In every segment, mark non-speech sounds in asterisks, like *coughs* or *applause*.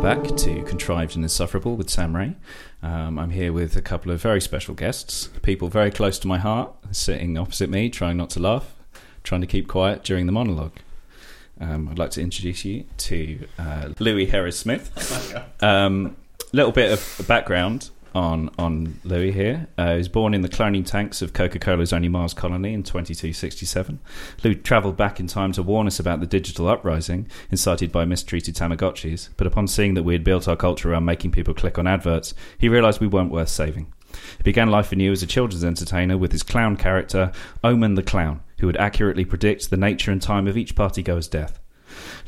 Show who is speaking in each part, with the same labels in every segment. Speaker 1: back to Contrived and Insufferable with Sam Ray. Um, I'm here with a couple of very special guests, people very close to my heart, sitting opposite me, trying not to laugh, trying to keep quiet during the monologue. Um, I'd like to introduce you to uh, Louis Harris Smith. um, little bit of background on on Louis here. Uh, he was born in the cloning tanks of Coca Cola's only Mars colony in 2267. Lou travelled back in time to warn us about the digital uprising incited by mistreated Tamagotchis, but upon seeing that we had built our culture around making people click on adverts, he realised we weren't worth saving. He began life anew as a children's entertainer with his clown character, Omen the Clown, who would accurately predict the nature and time of each partygoer's death.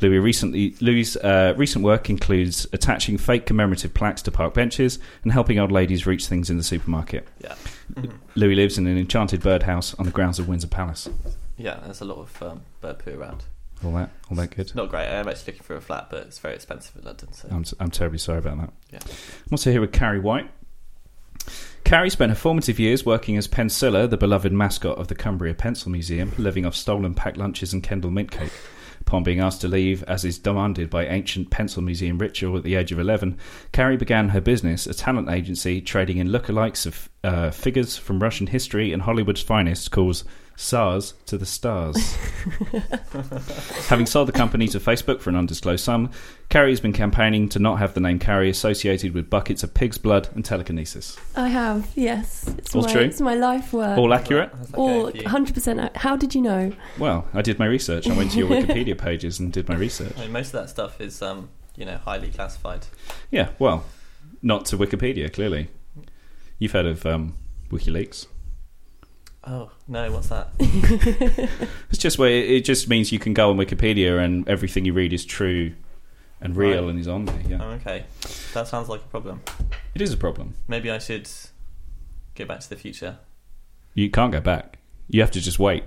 Speaker 1: Louis recently Louis' uh, recent work includes attaching fake commemorative plaques to park benches and helping old ladies reach things in the supermarket.
Speaker 2: Yeah,
Speaker 1: Louis lives in an enchanted birdhouse on the grounds of Windsor Palace.
Speaker 2: yeah. There's a lot of um, bird poo around.
Speaker 1: All that, all that good.
Speaker 2: It's not great. I'm actually looking for a flat, but it's very expensive in London. So
Speaker 1: I'm, I'm terribly sorry about that.
Speaker 2: yeah,
Speaker 1: I'm also here with Carrie White. Carrie spent her formative years working as Pensilla, the beloved mascot of the Cumbria Pencil Museum, living off stolen packed lunches and Kendall mint cake. Upon being asked to leave, as is demanded by ancient pencil museum ritual at the age of 11, Carrie began her business, a talent agency trading in lookalikes of uh, figures from Russian history and Hollywood's finest, calls SARS to the stars. Having sold the company to Facebook for an undisclosed sum, Carrie has been campaigning to not have the name Carrie associated with buckets of pig's blood and telekinesis.
Speaker 3: I have, yes. It's
Speaker 1: All
Speaker 3: my,
Speaker 1: true?
Speaker 3: It's my life work.
Speaker 1: All accurate?
Speaker 2: How's that
Speaker 3: All
Speaker 2: going for you?
Speaker 3: 100%. ac- uh, How did you know?
Speaker 1: Well, I did my research. I went
Speaker 2: *laughs*
Speaker 1: to your Wikipedia pages and did my research.
Speaker 2: I mean, most of that stuff is um, you know highly classified.
Speaker 1: Yeah, well, not to Wikipedia, clearly. You've heard of um, WikiLeaks.
Speaker 2: Oh no, what's that?
Speaker 1: It's just where it just means you can go on Wikipedia and everything you read is true and real
Speaker 2: Right.
Speaker 1: and is on there.
Speaker 2: Oh,
Speaker 1: Yeah,
Speaker 2: okay, that sounds like a problem.
Speaker 1: it is a problem.
Speaker 2: Maybe I should go back to the future.
Speaker 1: You can't go back. You have to just wait.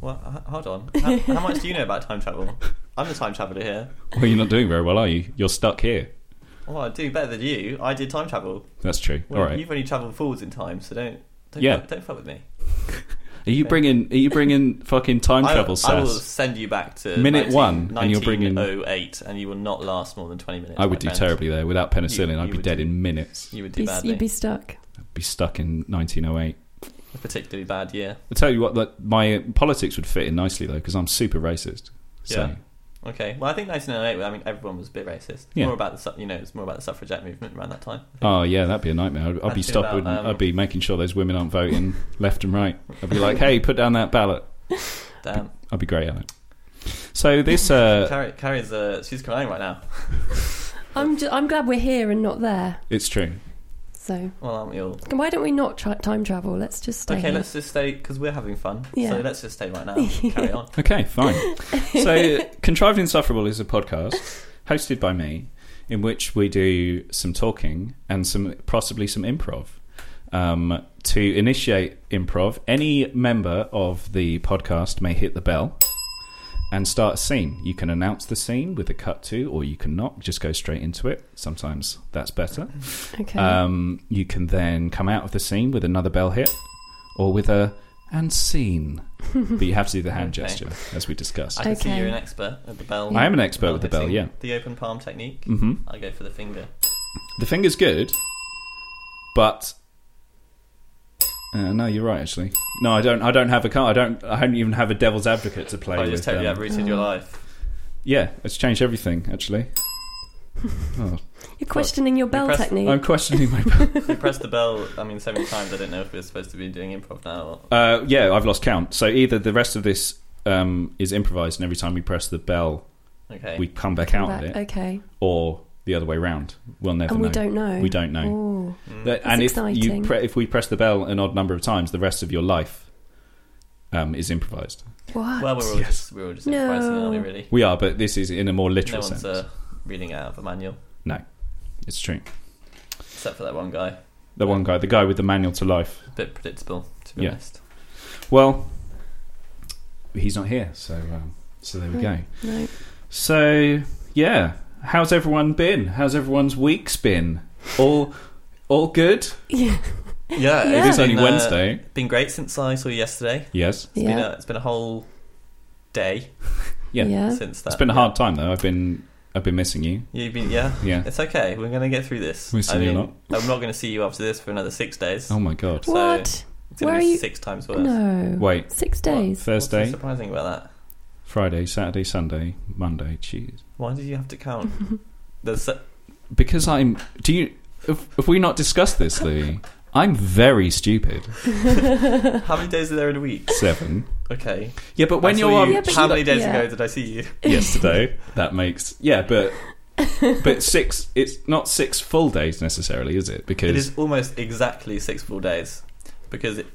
Speaker 2: Well, h- hold on. How, how much do you know about time travel? I'm the time traveler here.
Speaker 1: Well, you're not doing very well, are you? You're stuck here.
Speaker 2: Well, I do better than you. I did time travel.
Speaker 1: That's true.
Speaker 2: Well,
Speaker 1: All right.
Speaker 2: You've only travelled forwards in time, so don't don't
Speaker 1: Yeah.
Speaker 2: fuck, don't fuck with me.
Speaker 1: Are you bringing? Are you bringing fucking time
Speaker 2: I-
Speaker 1: travel,
Speaker 2: I, will
Speaker 1: sass?
Speaker 2: send you back to
Speaker 1: Minute
Speaker 2: 19-
Speaker 1: one, and you'll bring in-
Speaker 2: 1908, and you will not last more than twenty minutes.
Speaker 1: I, would
Speaker 2: my
Speaker 1: do
Speaker 2: friend.
Speaker 1: terribly there. Without penicillin,
Speaker 2: You-
Speaker 1: I'd
Speaker 2: you
Speaker 1: be
Speaker 2: would
Speaker 1: dead
Speaker 2: do-
Speaker 1: in minutes.
Speaker 2: You would do
Speaker 3: Be-
Speaker 2: badly.
Speaker 3: you'd be stuck.
Speaker 1: I'd be stuck in 1908.
Speaker 2: A particularly bad year.
Speaker 1: I tell you what, that my politics would fit in nicely though, because I'm super racist. So
Speaker 2: Yeah. Okay. Well, I think 1908. I mean, everyone was a bit racist.
Speaker 1: Yeah.
Speaker 2: More about the su- you know, it's more about the suffragette movement around that time.
Speaker 1: Oh yeah, that'd be a nightmare. I'd, I'd be
Speaker 2: I'd feel
Speaker 1: stopped.
Speaker 2: about,
Speaker 1: wouldn't I?
Speaker 2: um,
Speaker 1: I'd be making sure those women aren't voting *laughs* left and right. I'd be like, hey, put down that ballot.
Speaker 2: Damn.
Speaker 1: I'd be great at it. So this, uh,
Speaker 2: Carrie, Carrie's uh, she's crying right now.
Speaker 3: I'm, ju- I'm glad we're here and not there.
Speaker 1: it's true.
Speaker 3: So
Speaker 2: Well, aren't we all?
Speaker 3: why don't we not try time travel? Let's just stay.
Speaker 2: Okay,
Speaker 3: here.
Speaker 2: let's just stay because we're having fun.
Speaker 3: Yeah.
Speaker 2: So let's just stay right now.
Speaker 3: *laughs*
Speaker 2: Carry on.
Speaker 1: Okay, fine. so, Contrived Insufferable is a podcast hosted by me in which we do some talking and some possibly some improv. Um, to initiate improv, any member of the podcast may hit the bell and start a scene. You can announce the scene with a cut to, or you can not, just go straight into it. Sometimes that's better.
Speaker 3: Okay.
Speaker 1: Um, you can then come out of the scene with another bell hit or with a and
Speaker 3: *laughs*
Speaker 1: scene. but you have to do the hand
Speaker 2: Okay.
Speaker 1: gesture, as we discussed.
Speaker 2: I
Speaker 1: I,
Speaker 2: can see
Speaker 3: Okay.
Speaker 2: you're an expert at the bell.
Speaker 1: am an expert with the bell,
Speaker 2: hitting.
Speaker 1: yeah.
Speaker 2: The open palm technique.
Speaker 1: hmm
Speaker 2: I go for the finger.
Speaker 1: The finger's good, but. Uh, no, you're right. Actually, no, I don't. I don't have a car. I don't. I don't even have a devil's advocate to play
Speaker 2: I
Speaker 1: with.
Speaker 2: just totally
Speaker 1: um,
Speaker 2: uprooted your
Speaker 3: Oh.
Speaker 2: life.
Speaker 1: yeah, it's changed everything. Actually, oh,
Speaker 3: You're questioning your bell
Speaker 2: press-
Speaker 3: technique.
Speaker 1: I'm questioning
Speaker 3: *laughs*
Speaker 1: my. *laughs*
Speaker 2: We pressed the bell. I mean, so many times. I don't know if we're supposed to be doing improv now. Or,
Speaker 1: Uh, yeah, I've lost count. So either the rest of this um, is improvised, and every time we press the bell,
Speaker 2: okay.
Speaker 1: we come back out
Speaker 3: Come
Speaker 1: of it.
Speaker 3: back. Okay.
Speaker 1: or the other way round. We'll never
Speaker 3: And
Speaker 1: know.
Speaker 3: we don't know.
Speaker 1: We don't know.
Speaker 3: Ooh.
Speaker 2: Mm.
Speaker 1: That- and if you
Speaker 3: exciting.
Speaker 1: pre- if we press the bell an odd number of times, the rest of your life um, is improvised.
Speaker 3: What?
Speaker 2: Well, we're all
Speaker 1: Yes.
Speaker 2: just we're all just improvising,
Speaker 3: No.
Speaker 2: aren't we? Really,
Speaker 1: We are, but this is in a more
Speaker 2: no
Speaker 1: literal
Speaker 2: one's
Speaker 1: sense.
Speaker 2: uh, reading out of a manual
Speaker 1: No, it's true.
Speaker 2: except for that one guy.
Speaker 1: The one guy, the guy with the manual to life.
Speaker 2: A bit predictable, to be
Speaker 1: Yeah.
Speaker 2: honest.
Speaker 1: Well, he's not here, so um, so
Speaker 3: Hmm.
Speaker 1: there we go.
Speaker 3: no. *laughs*
Speaker 1: So yeah, how's everyone been? How's everyone's weeks been? All all good.
Speaker 3: Yeah.
Speaker 2: Yeah,
Speaker 3: Yeah.
Speaker 1: It is only
Speaker 2: been, uh,
Speaker 1: Wednesday.
Speaker 2: been great since I saw you yesterday.
Speaker 1: Yes.
Speaker 2: It's been
Speaker 3: Yeah.
Speaker 2: a, it's been a whole day
Speaker 1: Yeah.
Speaker 3: Yeah.
Speaker 2: since that.
Speaker 1: It's been a hard time though. I've been I've been missing you.
Speaker 2: Yeah, You've been, yeah.
Speaker 1: Yeah.
Speaker 2: It's okay. We're gonna get through this.
Speaker 1: We've seen
Speaker 2: I
Speaker 1: you
Speaker 2: mean,
Speaker 1: a lot.
Speaker 2: I'm not gonna see you after this for another six days.
Speaker 1: Oh my god.
Speaker 2: So,
Speaker 3: what?
Speaker 2: it's gonna
Speaker 3: where
Speaker 2: be
Speaker 3: are you-
Speaker 2: six times worse.
Speaker 3: No.
Speaker 1: Wait.
Speaker 3: Six
Speaker 2: What?
Speaker 3: days.
Speaker 2: What's
Speaker 1: Thursday,
Speaker 2: so surprising about that?
Speaker 1: Friday, Saturday, Sunday, Monday, Tuesday.
Speaker 2: Why did you have to count?
Speaker 3: *laughs*
Speaker 2: There's se-
Speaker 1: Because I'm. Do you? Have, have we not discussed this, Louis? I'm very stupid.
Speaker 2: how many days are there in a week?
Speaker 1: Seven.
Speaker 2: Okay.
Speaker 1: Yeah, but when
Speaker 2: I
Speaker 1: you're
Speaker 2: saw
Speaker 1: on
Speaker 2: you-
Speaker 3: Yeah, but
Speaker 2: how
Speaker 3: you-
Speaker 2: many days
Speaker 3: yeah.
Speaker 2: ago did I see you?
Speaker 1: yesterday, that makes yeah, but but six. It's not six full days necessarily, is it? Because
Speaker 2: It is almost exactly six full days, because it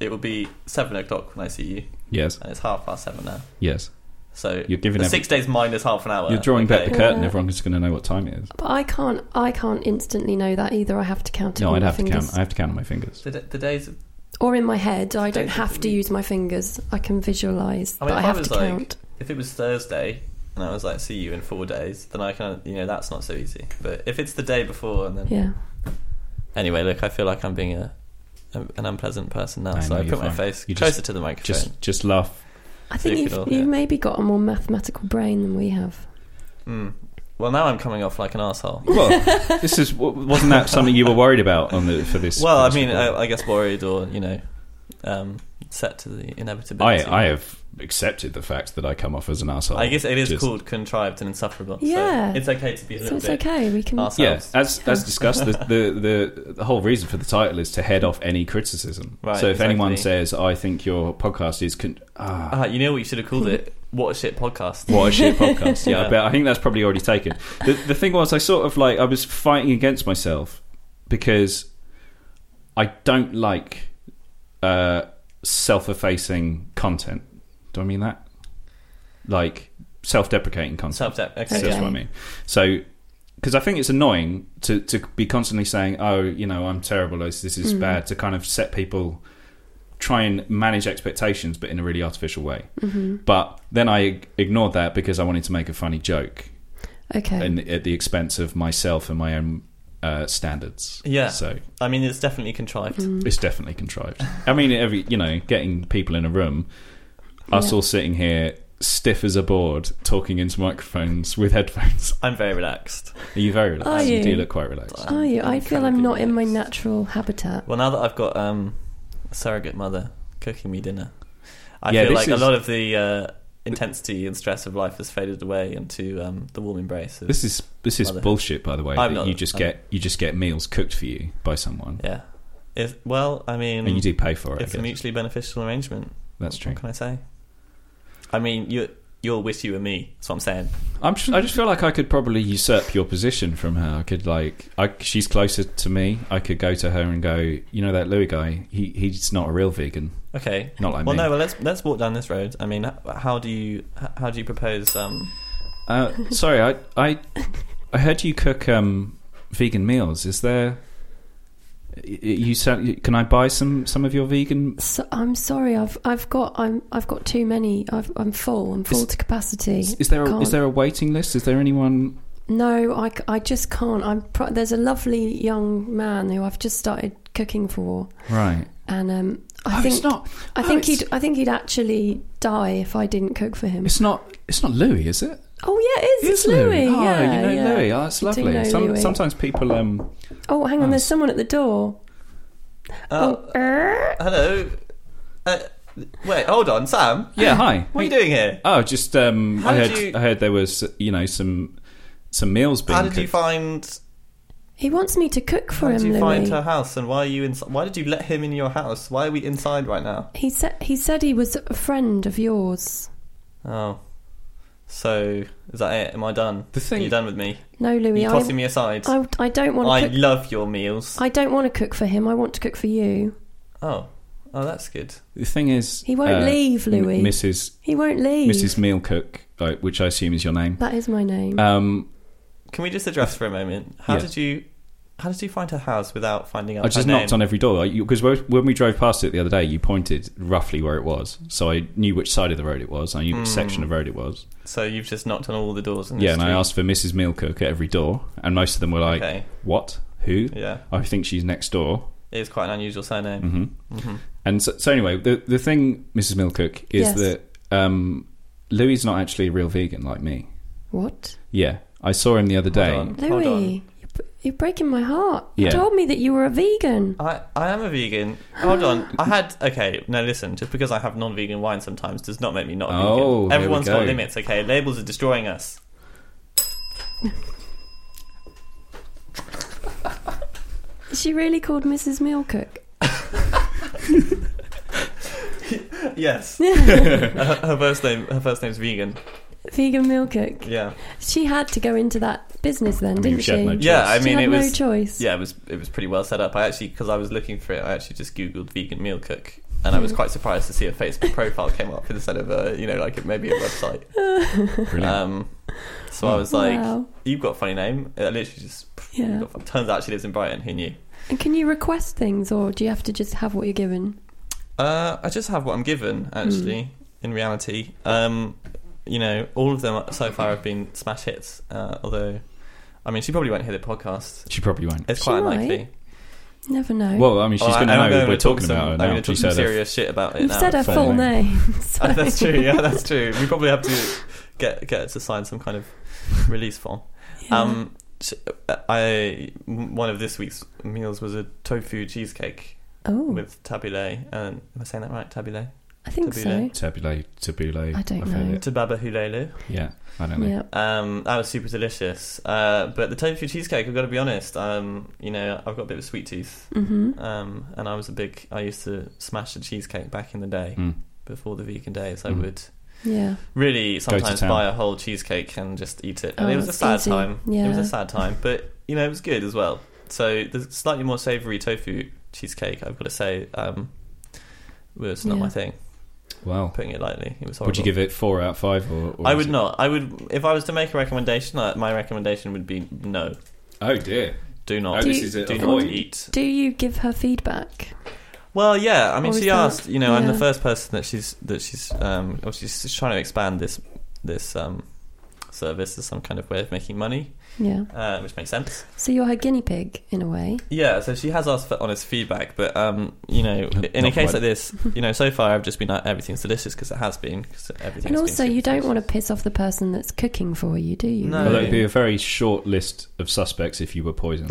Speaker 2: it will be seven o'clock when I see you,
Speaker 1: yes,
Speaker 2: and it's half past seven now.
Speaker 1: yes,
Speaker 2: So
Speaker 1: You're giving
Speaker 2: the
Speaker 1: every-
Speaker 2: six days minus half an hour.
Speaker 1: you're drawing back
Speaker 2: okay.
Speaker 1: the curtain.
Speaker 3: Yeah.
Speaker 1: Everyone's going to know what time it is.
Speaker 3: But I can't. I can't instantly know that either. I have to count it.
Speaker 1: No,
Speaker 3: on
Speaker 1: I'd
Speaker 3: my
Speaker 1: have to
Speaker 3: fingers.
Speaker 1: count. I have to count on my fingers.
Speaker 2: The, d- the days.
Speaker 3: Or in my head, I don't
Speaker 2: Days of
Speaker 3: have
Speaker 2: the
Speaker 3: to
Speaker 2: week.
Speaker 3: use my fingers. I can visualize,
Speaker 2: I mean,
Speaker 3: but I
Speaker 2: if I
Speaker 3: have
Speaker 2: was
Speaker 3: to
Speaker 2: like-
Speaker 3: count.
Speaker 2: If it was Thursday and I was like, see you in four days, then I can, you know, that's not so easy. But if it's the day before and then.
Speaker 3: Yeah.
Speaker 2: Anyway, look, I feel like I'm being a, a an unpleasant person now,
Speaker 1: I
Speaker 2: so
Speaker 1: know,
Speaker 2: I
Speaker 1: you're
Speaker 2: put my
Speaker 1: fine.
Speaker 2: face
Speaker 1: You
Speaker 2: closer
Speaker 1: just-
Speaker 2: to the microphone.
Speaker 1: Just just laugh.
Speaker 3: I
Speaker 2: So you
Speaker 3: think
Speaker 2: could
Speaker 3: you've,
Speaker 2: all-
Speaker 3: you've
Speaker 2: yeah.
Speaker 3: maybe got a more mathematical brain than we have.
Speaker 2: Mm. Well, now I'm coming off like an asshole.
Speaker 1: Well, this is w- wasn't that something you were worried about on the for this?
Speaker 2: Well, I
Speaker 1: for this
Speaker 2: mean,
Speaker 1: report?
Speaker 2: I, I guess worried or you know, um, set to the inevitability.
Speaker 1: I I have accepted the fact that I come off as an asshole.
Speaker 2: I guess it is
Speaker 1: Just-
Speaker 2: called contrived and insufferable.
Speaker 3: Yeah.
Speaker 2: so it's okay to be a
Speaker 3: So
Speaker 2: little
Speaker 3: it's
Speaker 2: bit
Speaker 3: okay. We can.
Speaker 1: Yeah,
Speaker 2: ourselves.
Speaker 1: as as discussed,
Speaker 2: *laughs*
Speaker 1: the, the the the whole reason for the title is to head off any criticism.
Speaker 2: Right,
Speaker 1: so if anyone
Speaker 2: exactly.
Speaker 1: says, "I think your podcast is con- ah,
Speaker 2: Ah, you know what you should have called
Speaker 3: *laughs*
Speaker 2: it? What a shit podcast.
Speaker 1: What a shit podcast. Yeah,
Speaker 2: Yeah.
Speaker 1: but I think that's probably already taken. The, the thing was, I sort of like, I was fighting against myself because I don't like uh, self effacing content. Do I mean that? Like self deprecating
Speaker 2: *laughs*
Speaker 1: content.
Speaker 2: Subject. Okay.
Speaker 1: That's
Speaker 2: yeah.
Speaker 1: what I mean. So, because I think it's annoying to, to be constantly saying, oh, you know, I'm terrible, this this is
Speaker 3: Mm.
Speaker 1: bad, to kind of set people, try and manage expectations, but in a really artificial way.
Speaker 3: hmm
Speaker 1: But then I ig- ignored that because I wanted to make a funny joke
Speaker 3: Okay.
Speaker 1: and at the expense of myself and my own uh, standards.
Speaker 2: Yeah.
Speaker 1: So
Speaker 2: I mean, it's definitely contrived.
Speaker 3: Mm.
Speaker 1: it's definitely contrived. I mean, every you know, getting people in a room, us
Speaker 3: Yeah.
Speaker 1: all sitting here stiff as a board, talking into microphones with headphones.
Speaker 2: I'm very relaxed.
Speaker 1: Are you very relaxed?
Speaker 3: Are you?
Speaker 1: do look quite relaxed.
Speaker 3: Are you? I
Speaker 2: I'm
Speaker 3: feel
Speaker 2: kind of
Speaker 3: I'm not in my
Speaker 2: relaxed.
Speaker 3: natural habitat.
Speaker 2: Well, now that I've got um, a surrogate mother cooking me dinner, I
Speaker 1: Yeah,
Speaker 2: feel
Speaker 1: this
Speaker 2: like
Speaker 1: is-
Speaker 2: a lot of the uh, intensity and stress of life has faded away into um, the warm embrace. Of,
Speaker 1: This is this is
Speaker 2: Mother.
Speaker 1: bullshit, by the way.
Speaker 2: I'm
Speaker 1: that
Speaker 2: not-
Speaker 1: you just
Speaker 2: I'm-
Speaker 1: get you just get meals cooked for you by someone,
Speaker 2: yeah. If, well, I mean,
Speaker 1: and you do pay for it. I
Speaker 2: it's a
Speaker 1: guess.
Speaker 2: mutually beneficial arrangement.
Speaker 1: That's true.
Speaker 2: What can I say? I mean, you, you'll wish you were me. That's what I'm saying.
Speaker 1: I'm just, I just feel like I could probably usurp your position from her. I could like, I, she's closer to me. I could go to her and go, you know, that Louis guy. He he's not a real vegan.
Speaker 2: Okay.
Speaker 1: Not like
Speaker 2: well,
Speaker 1: me.
Speaker 2: no. Well, let's let's walk down this road. I mean, h- how do you h- how do you propose? Um,
Speaker 1: Uh, sorry, I I I heard you cook um vegan meals. Is there? y- y- You said, can I buy some some of your vegan?
Speaker 3: So I'm sorry. I've I've got I'm I've got too many. I've, I'm full. I'm full
Speaker 1: Is-
Speaker 3: to capacity.
Speaker 1: Is, is there a, is
Speaker 3: Can't.
Speaker 1: there a waiting list? Is there anyone?
Speaker 3: No, I, c- I just can't. I'm pro- there's a lovely young man who I've just started cooking for,
Speaker 1: Right.
Speaker 3: and um, I
Speaker 1: oh,
Speaker 3: think
Speaker 1: it's not. oh,
Speaker 3: I think
Speaker 1: it's-
Speaker 3: he'd I think he'd actually die if I didn't cook for him.
Speaker 1: It's not. It's not Louis, is it?
Speaker 3: oh yeah, it is. It's Louis.
Speaker 1: Oh,
Speaker 3: yeah,
Speaker 1: you know
Speaker 3: yeah.
Speaker 1: Louis. Oh, that's
Speaker 3: I do
Speaker 1: lovely.
Speaker 3: know
Speaker 1: Some,
Speaker 3: Louis.
Speaker 1: sometimes people um.
Speaker 3: Oh, hang on.
Speaker 1: Oh.
Speaker 3: There's someone at the door.
Speaker 1: Uh,
Speaker 2: oh,
Speaker 3: oh, er.
Speaker 2: hello. Uh, wait, hold on, Sam.
Speaker 1: Yeah, hi.
Speaker 2: What are you doing here?
Speaker 1: Oh, just um,
Speaker 2: How
Speaker 1: I
Speaker 2: did
Speaker 1: heard
Speaker 2: you-
Speaker 1: I heard there was you know some some meals being
Speaker 2: How did you
Speaker 1: cooked.
Speaker 2: find?
Speaker 3: he wants me to cook for
Speaker 2: How
Speaker 3: him,
Speaker 2: did you
Speaker 3: Louis.
Speaker 2: find her house? And why are you inside? Why did you let him in your house? Why are we inside right now?
Speaker 3: He said he said he was a friend of yours.
Speaker 2: Oh, so is that it? Am I done?
Speaker 1: The thing-
Speaker 2: are you done with me?
Speaker 3: No, Louis,
Speaker 2: you
Speaker 3: I,
Speaker 2: tossing me aside. I,
Speaker 3: I I don't want to cook.
Speaker 2: love your meals.
Speaker 3: I don't want to cook for him. I want to cook for you.
Speaker 2: Oh, oh, that's good.
Speaker 1: the thing is,
Speaker 3: He won't
Speaker 1: uh,
Speaker 3: leave,
Speaker 1: M-
Speaker 3: Louis.
Speaker 1: Mrs.
Speaker 3: he won't leave.
Speaker 1: Mrs. Meal Cook, uh, which I assume is your name.
Speaker 3: That is my name.
Speaker 1: Um,
Speaker 2: Can we just address for a moment? How
Speaker 1: Yeah.
Speaker 2: did you? How did you find her house without finding out?
Speaker 1: I just
Speaker 2: her
Speaker 1: knocked
Speaker 2: name?
Speaker 1: on every door because when we drove past it the other day, you pointed roughly where it was, so I knew which side of the road it was. I knew which
Speaker 2: Mm.
Speaker 1: section of road it was.
Speaker 2: So you've just knocked on all the doors. In the
Speaker 1: yeah, and I
Speaker 2: street.
Speaker 1: asked for Mrs. Meal Cook at every door, and most of them were like,
Speaker 2: Okay.
Speaker 1: "What? Who?
Speaker 2: Yeah,
Speaker 1: I think she's next door."
Speaker 2: it is quite an unusual surname.
Speaker 1: hmm
Speaker 2: hmm
Speaker 1: And so, so anyway, the the thing, Mrs. Milcook, is
Speaker 3: Yes.
Speaker 1: that um, Louis is not actually a real vegan like me.
Speaker 3: what?
Speaker 1: Yeah, I saw him the other day.
Speaker 2: on. Hold
Speaker 3: Louis, you're- you're breaking my heart.
Speaker 1: Yeah.
Speaker 3: You told me that you were a vegan.
Speaker 2: I, I am a vegan. Hold on. I had okay. No, listen. Just because I have non-vegan wine sometimes does not make me not a
Speaker 1: Oh, here we
Speaker 2: vegan. Everyone's
Speaker 1: go.
Speaker 2: got limits. Okay, labels are
Speaker 1: *laughs*
Speaker 2: destroying us.
Speaker 3: Is she really called Mrs. Mealcook? *laughs*
Speaker 2: Yes. *laughs* her, her first name. Her first name's vegan.
Speaker 3: Vegan Mealcook.
Speaker 2: Yeah.
Speaker 3: She had to go into that business then,
Speaker 1: mean,
Speaker 3: didn't
Speaker 1: she
Speaker 3: she?
Speaker 1: had no choice.
Speaker 2: Yeah. I
Speaker 3: She
Speaker 2: mean,
Speaker 3: had
Speaker 2: it was.
Speaker 3: no choice.
Speaker 2: Yeah, it was. It was pretty well set up. I actually, because I was looking for it, I actually just googled vegan meal cook, and I
Speaker 3: Hmm.
Speaker 2: was quite surprised to see a Facebook profile came up instead of a, you know, like maybe a website.
Speaker 1: Brilliant.
Speaker 2: Um, so I was like,
Speaker 3: Wow.
Speaker 2: "You've got a funny name." I literally just.
Speaker 3: Yeah.
Speaker 2: you've got- turns out she lives in Brighton. Who knew?
Speaker 3: And can you request things, or do you have to just have what you're given?
Speaker 2: Uh, I just have what I'm given, actually.
Speaker 3: Hmm.
Speaker 2: In reality, um, you know, all of them so far have been smash hits. Uh, although, I mean, she probably won't hear the podcast.
Speaker 1: she probably won't.
Speaker 2: It's
Speaker 3: She
Speaker 2: quite
Speaker 3: might.
Speaker 2: unlikely.
Speaker 3: Never know.
Speaker 1: Well, I mean, she's
Speaker 2: Well, I-
Speaker 1: going to
Speaker 2: I'm
Speaker 1: know
Speaker 2: gonna
Speaker 1: we're
Speaker 2: talk
Speaker 1: talking
Speaker 2: some-
Speaker 1: about her
Speaker 2: I'm
Speaker 1: now.
Speaker 2: going to talk
Speaker 1: She
Speaker 2: some
Speaker 1: said her-
Speaker 2: serious shit about it
Speaker 3: You've
Speaker 2: now.
Speaker 3: said her
Speaker 1: full
Speaker 3: full name. *laughs*
Speaker 2: *laughs* Uh,
Speaker 3: so-
Speaker 2: that's true. Yeah, that's true. We probably have to get get her to sign some kind of release form.
Speaker 3: Yeah.
Speaker 2: Um, sh- I m- one of this week's meals was a tofu cheesecake
Speaker 3: oh,
Speaker 2: with tabbouleh. And am I saying that right? Tabbouleh.
Speaker 3: I think
Speaker 2: Tabule.
Speaker 3: so.
Speaker 1: Tabule, tabule.
Speaker 3: I don't
Speaker 1: I've heard
Speaker 3: know.
Speaker 1: it.
Speaker 2: Tababa hulelu.
Speaker 1: Yeah, I don't know.
Speaker 3: Yeah.
Speaker 2: Um, that was super delicious. Uh, but the tofu cheesecake, I've got to be honest. Um, you know, I've got a bit of a sweet tooth.
Speaker 3: Mm-hmm.
Speaker 2: Um, and I was a big. I used to smash the cheesecake back in the day
Speaker 1: Mm.
Speaker 2: before the vegan days. I
Speaker 1: Mm.
Speaker 2: would
Speaker 3: Yeah.
Speaker 2: really sometimes
Speaker 1: town.
Speaker 2: buy a whole cheesecake and just eat it. And
Speaker 3: Oh,
Speaker 2: it was a
Speaker 3: that's
Speaker 2: sad
Speaker 3: easy.
Speaker 2: time. It was
Speaker 3: Yeah.
Speaker 2: a sad time, but you know it was good as well. So the slightly more savoury tofu cheesecake, I've got to say, um, was not
Speaker 3: Yeah.
Speaker 2: my thing.
Speaker 1: Well,
Speaker 2: Putting it lightly, it was horrible.
Speaker 1: would you give it four out of five? Or, or
Speaker 2: I
Speaker 1: is
Speaker 2: would
Speaker 1: it-
Speaker 2: not. I would if I was to make a recommendation. I, my recommendation would be no.
Speaker 1: Oh dear.
Speaker 2: Do not.
Speaker 1: Oh,
Speaker 3: this is
Speaker 1: a
Speaker 2: do not
Speaker 1: avoid.
Speaker 2: eat.
Speaker 3: Do you give her feedback?
Speaker 2: Well, yeah. I mean,
Speaker 3: Or
Speaker 2: she
Speaker 3: is that-
Speaker 2: asked. You know, I'm the
Speaker 3: yeah.
Speaker 2: first person that she's that she's um, or she's just trying to expand this this um, service as some kind of way of making money,
Speaker 3: Yeah.
Speaker 2: uh, which makes sense.
Speaker 3: So you're her guinea pig in a way.
Speaker 2: Yeah. So she has asked for honest feedback, but um, you know, in a
Speaker 1: Not
Speaker 2: case
Speaker 1: quite.
Speaker 2: like this, you know, so far I've just been like everything's delicious because it has been. Cause everything's
Speaker 3: And
Speaker 2: been
Speaker 3: also,
Speaker 2: super
Speaker 3: you don't
Speaker 2: delicious.
Speaker 3: want to piss off the person that's cooking for you, do you?
Speaker 2: No.
Speaker 1: Well, that would be a very short list of suspects if you were
Speaker 3: *laughs*
Speaker 1: poisoned.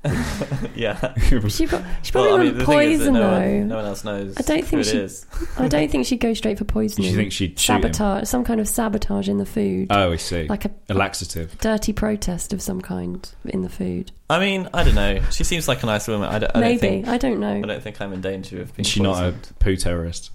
Speaker 1: *laughs*
Speaker 2: yeah. *laughs*
Speaker 3: She, pro- she probably
Speaker 2: well, I mean,
Speaker 3: wouldn't
Speaker 2: the thing is that
Speaker 3: poison
Speaker 2: no
Speaker 3: though.
Speaker 2: One, no one else knows.
Speaker 3: I don't
Speaker 2: who
Speaker 3: think
Speaker 2: it
Speaker 3: she-
Speaker 2: is.
Speaker 3: I don't think she'd go straight for
Speaker 1: Do
Speaker 3: poisoning.
Speaker 1: you think she'd shoot him?
Speaker 3: sabotage, some kind of sabotage in the food,
Speaker 1: Oh, I see.
Speaker 3: like a
Speaker 1: a laxative.
Speaker 3: dirty protest of some kind in the food.
Speaker 2: I mean, I don't know. She seems like a nice woman. I don't, I
Speaker 3: Maybe
Speaker 2: don't think.
Speaker 3: I don't know,
Speaker 2: I don't think I'm in danger of being
Speaker 1: Is she not a
Speaker 2: poisoned.
Speaker 1: poo terrorist?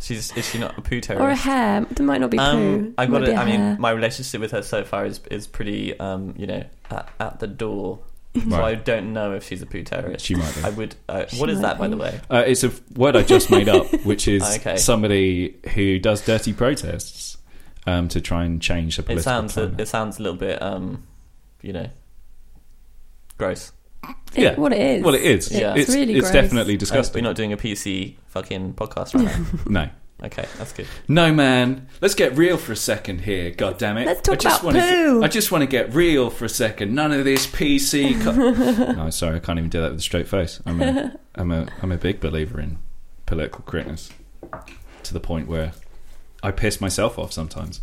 Speaker 2: She's is she not a poo terrorist? Um,
Speaker 3: or a hair. It might not be
Speaker 1: Um,
Speaker 3: poo.
Speaker 2: I
Speaker 3: It
Speaker 2: got
Speaker 3: might be
Speaker 2: it.
Speaker 3: a
Speaker 2: I mean,
Speaker 3: hair.
Speaker 2: my relationship with her so far is is pretty, um, you know, at, at the door. So I
Speaker 1: Right.
Speaker 2: don't know if she's a poo terrorist.
Speaker 1: She might be.
Speaker 2: I would. Uh,
Speaker 3: She
Speaker 2: what is
Speaker 3: might
Speaker 2: that, by
Speaker 3: be.
Speaker 2: the way?
Speaker 1: Uh, it's a word I just made up, which is
Speaker 2: *laughs* Okay.
Speaker 1: somebody who does dirty protests um, to try and change the
Speaker 2: It
Speaker 1: political
Speaker 2: sounds a,
Speaker 1: climate.
Speaker 2: it sounds a little bit, um, you know, gross.
Speaker 3: It-
Speaker 1: yeah.
Speaker 3: what it is.
Speaker 1: well, it is.
Speaker 2: Yeah.
Speaker 1: It's,
Speaker 3: It's really
Speaker 1: it's
Speaker 3: gross.
Speaker 1: definitely
Speaker 2: Uh, we're
Speaker 1: disgusting.
Speaker 2: not doing a PC fucking podcast
Speaker 1: *laughs*
Speaker 2: right now.
Speaker 1: no.
Speaker 2: okay, that's good.
Speaker 1: No, man. Let's get real for a second here. God damn it.
Speaker 3: Let's talk about
Speaker 1: wanna get-
Speaker 3: poo.
Speaker 1: I just want to get real for a second. None of this
Speaker 3: *laughs*
Speaker 1: PC. Co- no, sorry, I can't even do that with a straight face. I'm a, I'm a, I'm a big believer in political correctness to the point where I piss myself off sometimes.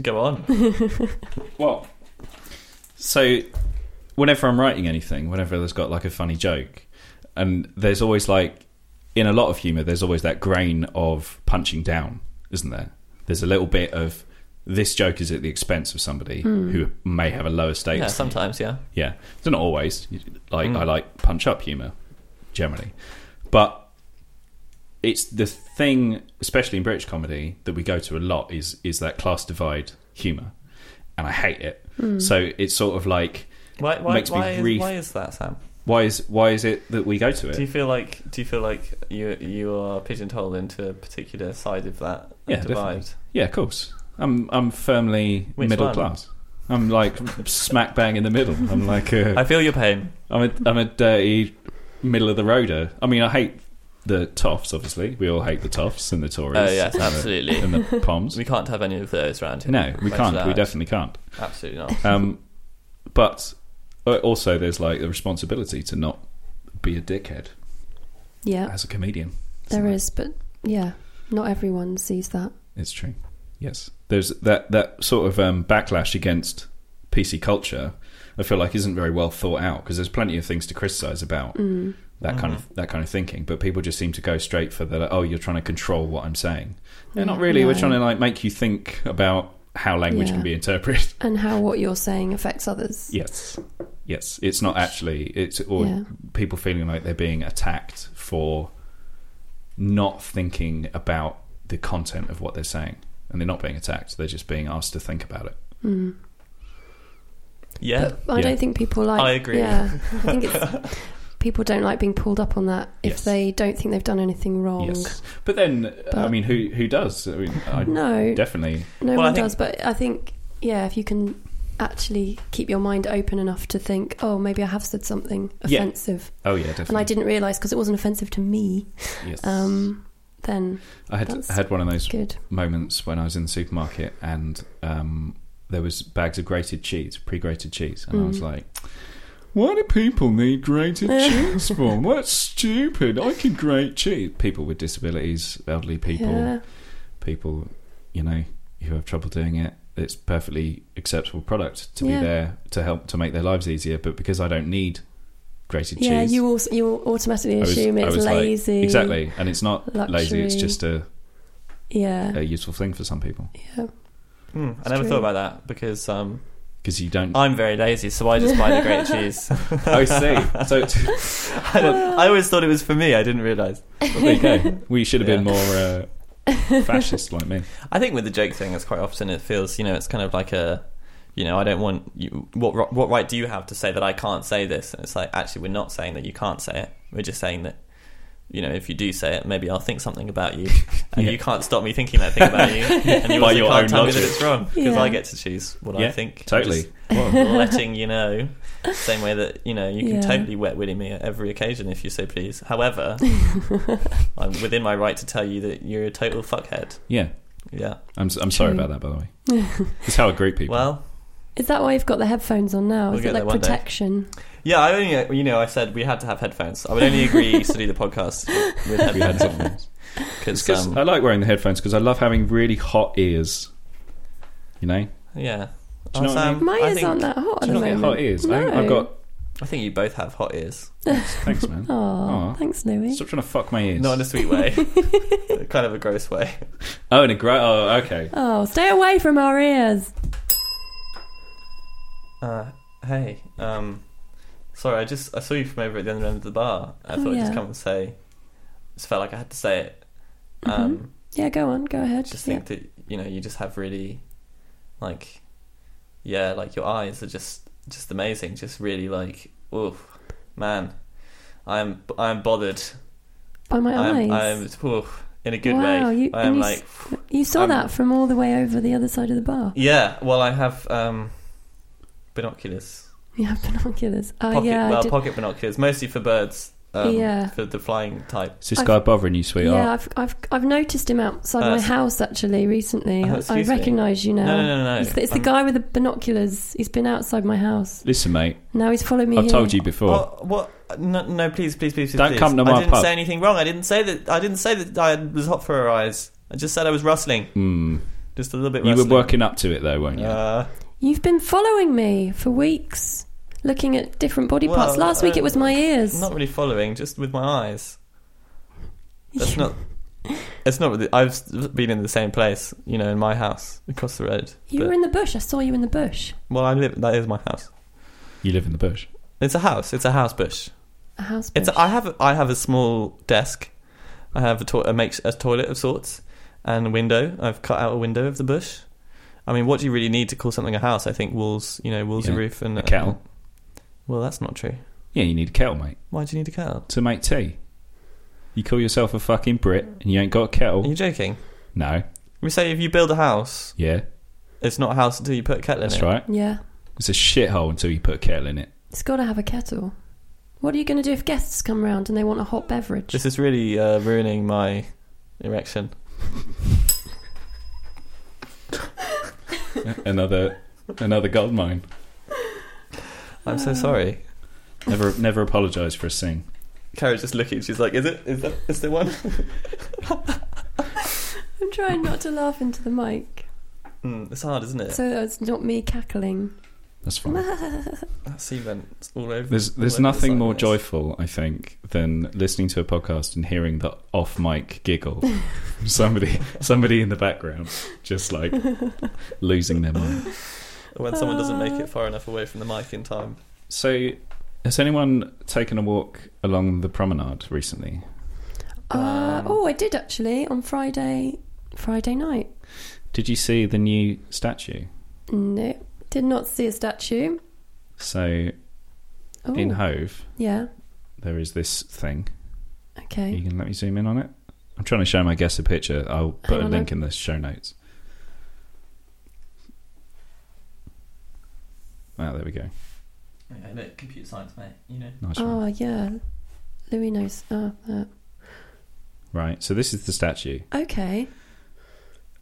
Speaker 2: Go on.
Speaker 1: Well, so whenever I'm writing anything, whenever there's got like a funny joke, and there's always like, in a lot of humor, there's always that grain of punching down, isn't there? There's a little bit of this joke is at the expense of somebody who may have a lower status.
Speaker 2: yeah,
Speaker 1: than you.
Speaker 2: sometimes, yeah.
Speaker 1: Yeah, it's not always. You- Like
Speaker 2: Mm.
Speaker 1: I like punch up humor, generally, but it's the thing, especially in British comedy, that we go to a lot is is that class divide humor, and I hate it.
Speaker 3: Hmm.
Speaker 1: So it's sort of like
Speaker 2: Why? Why?
Speaker 1: Makes me
Speaker 2: why, is,
Speaker 1: grief.
Speaker 2: why is that, Sam?
Speaker 1: why is why is it that we go to
Speaker 2: Do you
Speaker 1: it?
Speaker 2: feel like do you feel like you you are pigeonholed into a particular side of that
Speaker 1: Yeah,
Speaker 2: divide?
Speaker 1: definitely. Yeah, of course. I'm I'm firmly
Speaker 2: Which
Speaker 1: middle
Speaker 2: one?
Speaker 1: class. I'm like smack bang in the middle. I'm like a,
Speaker 2: *laughs* I feel your pain.
Speaker 1: I'm a I'm a dirty middle of the roader. I mean, I hate the toffs. Obviously, we all hate the toffs and the Tories.
Speaker 2: Oh yes,
Speaker 1: and the- *laughs*
Speaker 2: absolutely.
Speaker 1: and
Speaker 2: *laughs*
Speaker 1: the Poms.
Speaker 2: We can't have any of those around here.
Speaker 1: no, we
Speaker 2: Thanks
Speaker 1: can't.
Speaker 2: for
Speaker 1: We
Speaker 2: that.
Speaker 1: definitely can't.
Speaker 2: Absolutely not.
Speaker 1: Um, but uh, also, there's like the responsibility to not be a dickhead
Speaker 3: yeah,
Speaker 1: as a comedian.
Speaker 3: there is, but yeah, not everyone sees that.
Speaker 1: It's true. Yes, there's that that sort of um, backlash against PC culture. I feel like isn't very well thought out because there's plenty of things to criticize about
Speaker 3: Mm.
Speaker 1: that kind of that kind of thinking, but people just seem to go straight for the like, oh, you're trying to control what I'm saying. Yeah, not really. We're
Speaker 3: No.
Speaker 1: trying to like make you think about how language
Speaker 3: Yeah.
Speaker 1: can be interpreted. *laughs*
Speaker 3: And how what you're saying affects others.
Speaker 1: yes, yes, it's not actually it's or
Speaker 3: Yeah.
Speaker 1: people feeling like they're being attacked for not thinking about the content of what they're saying. And they're not being attacked; they're just being asked to think about it.
Speaker 3: Mm.
Speaker 2: Yeah.
Speaker 3: But I
Speaker 1: Yeah.
Speaker 3: don't think people like.
Speaker 2: I agree.
Speaker 3: Yeah, I think it's
Speaker 2: *laughs*
Speaker 3: people don't like being pulled up on that if
Speaker 1: Yes.
Speaker 3: they don't think they've done anything wrong.
Speaker 1: Yes, but then I
Speaker 3: But-
Speaker 1: mean, who who does? I mean, I
Speaker 3: No,
Speaker 1: definitely.
Speaker 3: no
Speaker 2: Well, I
Speaker 3: one
Speaker 2: think-
Speaker 3: does. But I think yeah, if you can actually keep your mind open enough to think, oh, maybe I have said something
Speaker 1: Yeah.
Speaker 3: offensive,
Speaker 1: Oh yeah, definitely.
Speaker 3: and I didn't realise because it wasn't offensive to me.
Speaker 1: Yes.
Speaker 3: Um, then
Speaker 1: I had
Speaker 3: that's
Speaker 1: I had one of those
Speaker 3: good.
Speaker 1: moments when I was in the supermarket and um, there was bags of grated cheese, pre-grated cheese, and I was
Speaker 3: Mm.
Speaker 1: like, "Why do people need grated cheese for? That's stupid. I can grate cheese. People with disabilities, elderly people,
Speaker 3: Yeah.
Speaker 1: people, you know, who have trouble doing it. It's perfectly acceptable product to
Speaker 3: Yeah.
Speaker 1: be there to help to make their lives easier. But because I don't need grated
Speaker 3: Yeah,
Speaker 1: cheese,
Speaker 3: you also, you automatically
Speaker 1: was-
Speaker 3: assume
Speaker 1: I
Speaker 3: it's
Speaker 1: was like-
Speaker 3: lazy.
Speaker 1: exactly, and it's not lazy. It's
Speaker 3: luxury.
Speaker 1: just a,
Speaker 3: Yeah.
Speaker 1: a useful thing for some people
Speaker 3: yeah.
Speaker 2: Hmm, I
Speaker 3: It's
Speaker 2: never
Speaker 3: true.
Speaker 2: thought about that because um,
Speaker 1: because you
Speaker 2: *laughs*
Speaker 1: don't.
Speaker 2: I'm very lazy, so I just buy the grated cheese. *laughs*
Speaker 1: I see. So. *laughs*
Speaker 2: I, don't, I always thought it was for me. I didn't realise.
Speaker 1: There you go. We should have been
Speaker 2: Yeah.
Speaker 1: more
Speaker 3: *laughs*
Speaker 1: uh, fascist like me.
Speaker 2: I think with the joke thing, it's quite often it feels you know it's kind of like a you know I don't want you what ri- what right do you have to say that I can't say this? And it's like actually we're not saying that you can't say it. We're just saying that you know if you do say it, maybe I'll think something
Speaker 1: *laughs*
Speaker 2: about you, and
Speaker 1: Yeah.
Speaker 2: you can't stop me thinking that thing about
Speaker 1: *laughs*
Speaker 2: you, and you
Speaker 1: By
Speaker 2: also
Speaker 1: your own
Speaker 2: can't tell me
Speaker 1: logic.
Speaker 2: that it's wrong because
Speaker 3: Yeah.
Speaker 2: I get to choose what I
Speaker 1: Yeah,
Speaker 2: think. I'm
Speaker 1: Totally.
Speaker 2: just *laughs* letting
Speaker 1: *laughs*
Speaker 2: you know, same way that you know you can
Speaker 3: Yeah.
Speaker 2: totally wet willy me at every occasion if you so please.
Speaker 3: *laughs*
Speaker 2: However, I'm within my right to tell you that you're a total fuckhead.
Speaker 1: Yeah.
Speaker 2: Yeah.
Speaker 1: I'm, s- I'm sorry
Speaker 3: True.
Speaker 1: about that, by the way.
Speaker 3: *laughs*
Speaker 1: It's how I greet people.
Speaker 2: Well,
Speaker 3: Is that why you've got the headphones on now?
Speaker 2: We'll
Speaker 3: Is
Speaker 2: get
Speaker 3: it
Speaker 2: there
Speaker 3: like
Speaker 2: one day.
Speaker 3: protection?
Speaker 2: yeah. I only you know I said we had to have headphones. I would only agree to do
Speaker 1: *laughs*
Speaker 2: the podcast with
Speaker 1: We had
Speaker 2: headphones *laughs* um,
Speaker 1: something else. It's
Speaker 2: because
Speaker 1: 'cause uh, I like wearing the headphones because I love having really hot ears. You know?
Speaker 2: yeah.
Speaker 1: Do you know what I
Speaker 2: Sam,
Speaker 3: My ears
Speaker 2: think,
Speaker 3: aren't that hot
Speaker 1: Do you
Speaker 3: at the
Speaker 1: not get
Speaker 3: moment.
Speaker 1: hot ears? I think
Speaker 3: No.
Speaker 1: I've got.
Speaker 2: I think you both have hot ears.
Speaker 1: *laughs* Thanks,
Speaker 3: *laughs*
Speaker 1: man.
Speaker 3: Aw,
Speaker 1: Aw.
Speaker 3: thanks, Louis.
Speaker 1: Stop trying to fuck my ears.
Speaker 2: Not in a sweet
Speaker 3: *laughs*
Speaker 2: way, kind of a gross way.
Speaker 1: oh, in a great. Oh, okay.
Speaker 3: Oh, stay away from our ears.
Speaker 2: Uh, hey, um, sorry, I just I saw you from over at the other end of the bar. I
Speaker 3: Oh,
Speaker 2: thought I'd just
Speaker 3: yeah.
Speaker 2: come and say. Just felt like I had to say it.
Speaker 3: Mm-hmm.
Speaker 2: Um,
Speaker 3: Yeah, go on, go ahead.
Speaker 2: Just
Speaker 3: Yeah.
Speaker 2: think that you know you just have really, like, yeah, like your eyes are just just amazing. Just really like, oof, man, I'm I'm bothered.
Speaker 3: By my
Speaker 2: I'm,
Speaker 3: eyes.
Speaker 2: I'm oof, in a good
Speaker 3: Wow,
Speaker 2: way.
Speaker 3: you-
Speaker 2: I
Speaker 3: and
Speaker 2: am
Speaker 3: you
Speaker 2: like,
Speaker 3: you saw
Speaker 2: I'm-
Speaker 3: that from all the way over the other side of the bar.
Speaker 2: yeah. Well, I have um, binoculars.
Speaker 3: You have binoculars. Oh,
Speaker 2: pocket,
Speaker 3: yeah, I
Speaker 2: well,
Speaker 3: did.
Speaker 2: pocket binoculars, mostly for birds. Um,
Speaker 3: Yeah.
Speaker 2: For the flying type.
Speaker 1: Is this
Speaker 3: I've-
Speaker 1: guy bothering you,
Speaker 3: yeah,
Speaker 1: sweetheart?
Speaker 3: I've, I've I've noticed him outside
Speaker 2: Uh,
Speaker 3: my
Speaker 2: s-
Speaker 3: house actually recently.
Speaker 2: Oh,
Speaker 3: I- I
Speaker 2: excuse me.
Speaker 3: recognise you now.
Speaker 2: No, no, no, no.
Speaker 3: It's, the, it's the
Speaker 2: I'm-
Speaker 3: guy with the binoculars. He's been outside my house.
Speaker 1: Listen, mate,
Speaker 3: Now he's following me.
Speaker 1: I've
Speaker 3: here.
Speaker 1: told you before.
Speaker 2: Oh, what? No, no, please, please, please, please.
Speaker 1: Don't
Speaker 2: please.
Speaker 1: come to
Speaker 2: I
Speaker 1: my
Speaker 2: didn't
Speaker 1: pub.
Speaker 2: say anything wrong. I didn't say that. I didn't say that I was hot for her eyes. I just said I was rustling,
Speaker 1: Hmm.
Speaker 2: just a little bit.
Speaker 1: You were
Speaker 2: rustling.
Speaker 1: working up to it, though, weren't you?
Speaker 2: Uh,
Speaker 3: You've been following me for weeks, looking at different body
Speaker 2: Well,
Speaker 3: parts. Last week
Speaker 2: uh,
Speaker 3: it was my ears.
Speaker 2: not really following, just with my eyes. That's not. It's not. Really, I've been in the same place, you know, in my house across the road.
Speaker 3: you
Speaker 2: But-
Speaker 3: were in the bush. I saw you in the bush.
Speaker 2: well, I live. That is my house.
Speaker 1: you live in the bush.
Speaker 2: It's a house. It's a house bush.
Speaker 3: A house bush.
Speaker 2: It's. I have. I have a small desk. I have a, to- a makes a toilet of sorts and a window. I've cut out a window of the bush. I mean, what do you really need to call something a house? I think walls. You know, walls, a
Speaker 1: Yeah.
Speaker 2: roof, and uh,
Speaker 1: A kettle.
Speaker 2: well, that's not true.
Speaker 1: Yeah, you need a kettle, mate,
Speaker 2: Why do you need a kettle?
Speaker 1: to make tea. You call yourself a fucking Brit and you ain't got a kettle?
Speaker 2: Are you joking?
Speaker 1: No.
Speaker 2: We say if you build a house,
Speaker 1: Yeah,
Speaker 2: it's not a house until you put a kettle in
Speaker 1: that's
Speaker 2: it.
Speaker 1: right.
Speaker 3: yeah.
Speaker 1: It's a shithole until you put a kettle in it.
Speaker 3: It's got to have a kettle. What are you going to do if guests come round and they want a hot beverage?
Speaker 2: This is really uh, ruining my erection.
Speaker 1: another another gold mine.
Speaker 2: I'm
Speaker 1: Ah.
Speaker 2: so sorry.
Speaker 1: Never never apologise for a sing.
Speaker 2: Kara's just looking. She's like, "Is it? Is that? Is there one?"
Speaker 3: I'm trying not to laugh into the mic.
Speaker 2: Mm, it's hard, isn't it?
Speaker 3: So it's not me
Speaker 2: *laughs*
Speaker 3: cackling. Uh,
Speaker 1: That's fine.
Speaker 2: that sequence all over.
Speaker 1: There's
Speaker 2: all
Speaker 1: there's
Speaker 2: over the
Speaker 1: nothing more
Speaker 2: sideways.
Speaker 1: joyful, I think, than listening to a podcast and hearing the off mic giggle from somebody somebody in the background just like losing their mind.
Speaker 2: when someone doesn't make
Speaker 3: Uh.
Speaker 2: it far enough away from the mic in time.
Speaker 1: So has anyone taken a walk along the promenade recently?
Speaker 3: Uh,
Speaker 2: Um,
Speaker 3: oh, I did actually on Friday, Friday night.
Speaker 1: Did you see the new statue?
Speaker 3: No, did not see a statue.
Speaker 1: So
Speaker 3: Oh,
Speaker 1: in Hove
Speaker 3: yeah.
Speaker 1: there is this thing.
Speaker 3: Okay.
Speaker 1: You can let me zoom in on it. I'm trying to show my guests a picture. I'll put
Speaker 3: Hang
Speaker 1: a
Speaker 3: on,
Speaker 1: link in the show notes. Ah, there we go.
Speaker 2: Yeah, look, computer science, mate. You know.
Speaker 1: Nice one.
Speaker 3: Oh, yeah. Louis knows. Oh, that.
Speaker 1: Right. So this is the statue.
Speaker 3: Okay.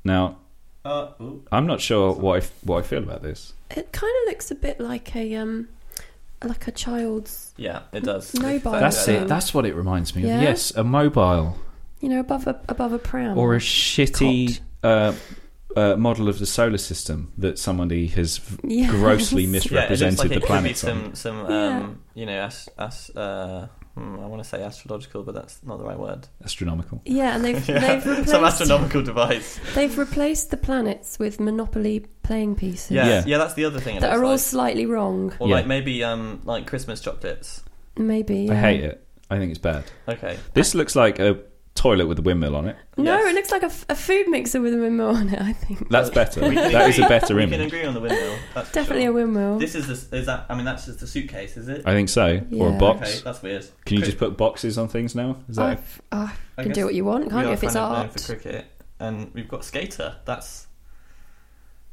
Speaker 1: Now
Speaker 2: Uh, ooh.
Speaker 1: I'm not sure what I f- what I feel about this.
Speaker 3: It kind of looks a bit like a um, like a child's,
Speaker 2: Yeah, it does.
Speaker 3: No
Speaker 2: If I
Speaker 3: bias.
Speaker 1: That's
Speaker 2: go
Speaker 1: it. That's what it reminds me
Speaker 3: Yeah?
Speaker 1: of. Yes, a mobile
Speaker 3: you know, above a above a pram
Speaker 1: or a shitty uh, uh, model of the solar system that somebody has v-
Speaker 3: Yes. *laughs*
Speaker 1: grossly
Speaker 2: Yeah, it looks
Speaker 1: misrepresented
Speaker 2: like it
Speaker 1: the
Speaker 2: could be
Speaker 1: planet. on.
Speaker 2: some, some um, you know, as, as, uh, hmm, I want to say astrological, but that's not the right word.
Speaker 1: Astronomical.
Speaker 3: Yeah,
Speaker 2: *laughs*
Speaker 3: and they've
Speaker 2: Yeah,
Speaker 3: they've replaced
Speaker 2: some astronomical device.
Speaker 3: *laughs* they've replaced the planets with Monopoly playing pieces
Speaker 2: Yeah,
Speaker 1: Yeah.
Speaker 2: yeah, that's the other thing. It
Speaker 3: that are all
Speaker 2: looks
Speaker 3: slightly wrong.
Speaker 2: like. or
Speaker 1: Yeah.
Speaker 2: like maybe um, like Christmas chocolates.
Speaker 3: Maybe
Speaker 1: I
Speaker 3: yeah.
Speaker 1: hate it. I think it's bad.
Speaker 2: Okay.
Speaker 1: This looks like a toilet with a windmill on it.
Speaker 3: No,
Speaker 2: Yes.
Speaker 3: it looks like a, f- a food mixer with a windmill on it. I think
Speaker 1: That's
Speaker 2: Uh,
Speaker 1: better.
Speaker 2: we
Speaker 1: *laughs*
Speaker 2: can
Speaker 1: that is a
Speaker 2: agree-
Speaker 1: better
Speaker 2: we can
Speaker 1: image.
Speaker 2: agree on the windmill. That's for
Speaker 3: definitely
Speaker 2: sure.
Speaker 3: a windmill.
Speaker 2: This is the, is that? I mean, that's just a suitcase, is it?
Speaker 1: I think so. Or a
Speaker 3: Yeah.
Speaker 1: box.
Speaker 2: Okay, that's weird.
Speaker 1: Can you just put boxes on things now? Is that
Speaker 3: I've- Oh, I
Speaker 2: I
Speaker 3: can
Speaker 2: guess
Speaker 3: do what you want,
Speaker 2: we
Speaker 3: can't you?
Speaker 2: are
Speaker 3: If it's
Speaker 2: kind of known
Speaker 3: art,
Speaker 2: for cricket, and we've got skater. That's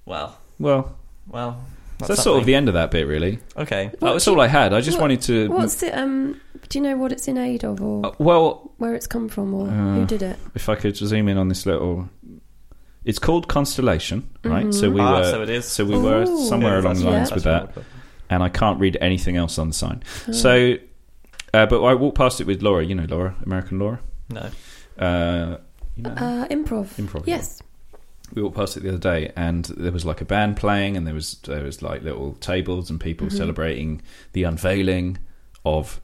Speaker 2: well,
Speaker 1: well?
Speaker 2: well.
Speaker 1: That's, sort of the
Speaker 2: something.
Speaker 1: end of that bit, really.
Speaker 2: okay.
Speaker 3: What
Speaker 1: that was
Speaker 3: do
Speaker 1: Oh, all I had. I just
Speaker 3: what-
Speaker 1: wanted to.
Speaker 3: what's it? Um, do you know what it's in aid of, or
Speaker 1: Uh, well,
Speaker 3: where it's come from, or
Speaker 1: Uh,
Speaker 3: who did it?
Speaker 1: if I could zoom in on this little, it's called Constellation, right? So
Speaker 3: Mhm.
Speaker 1: we
Speaker 2: ah,
Speaker 1: were,
Speaker 2: so
Speaker 1: so,
Speaker 2: it is
Speaker 1: we were
Speaker 3: Ooh.
Speaker 1: somewhere
Speaker 2: Yeah,
Speaker 1: along
Speaker 2: that's
Speaker 1: the
Speaker 3: right.
Speaker 1: lines
Speaker 2: right.
Speaker 1: with
Speaker 2: That's
Speaker 1: that,
Speaker 2: right.
Speaker 1: and I can't read anything else on the sign.
Speaker 3: Oh.
Speaker 1: So, uh, but I walked past it with Laura. You know Laura, American Laura.
Speaker 2: No. *laughs*
Speaker 1: Uh, you know,
Speaker 3: uh, improv.
Speaker 1: improv.
Speaker 3: Yes.
Speaker 1: we walked past it the other day and there was like a band playing and there was there was like little tables and people
Speaker 3: Mhm.
Speaker 1: celebrating the unveiling of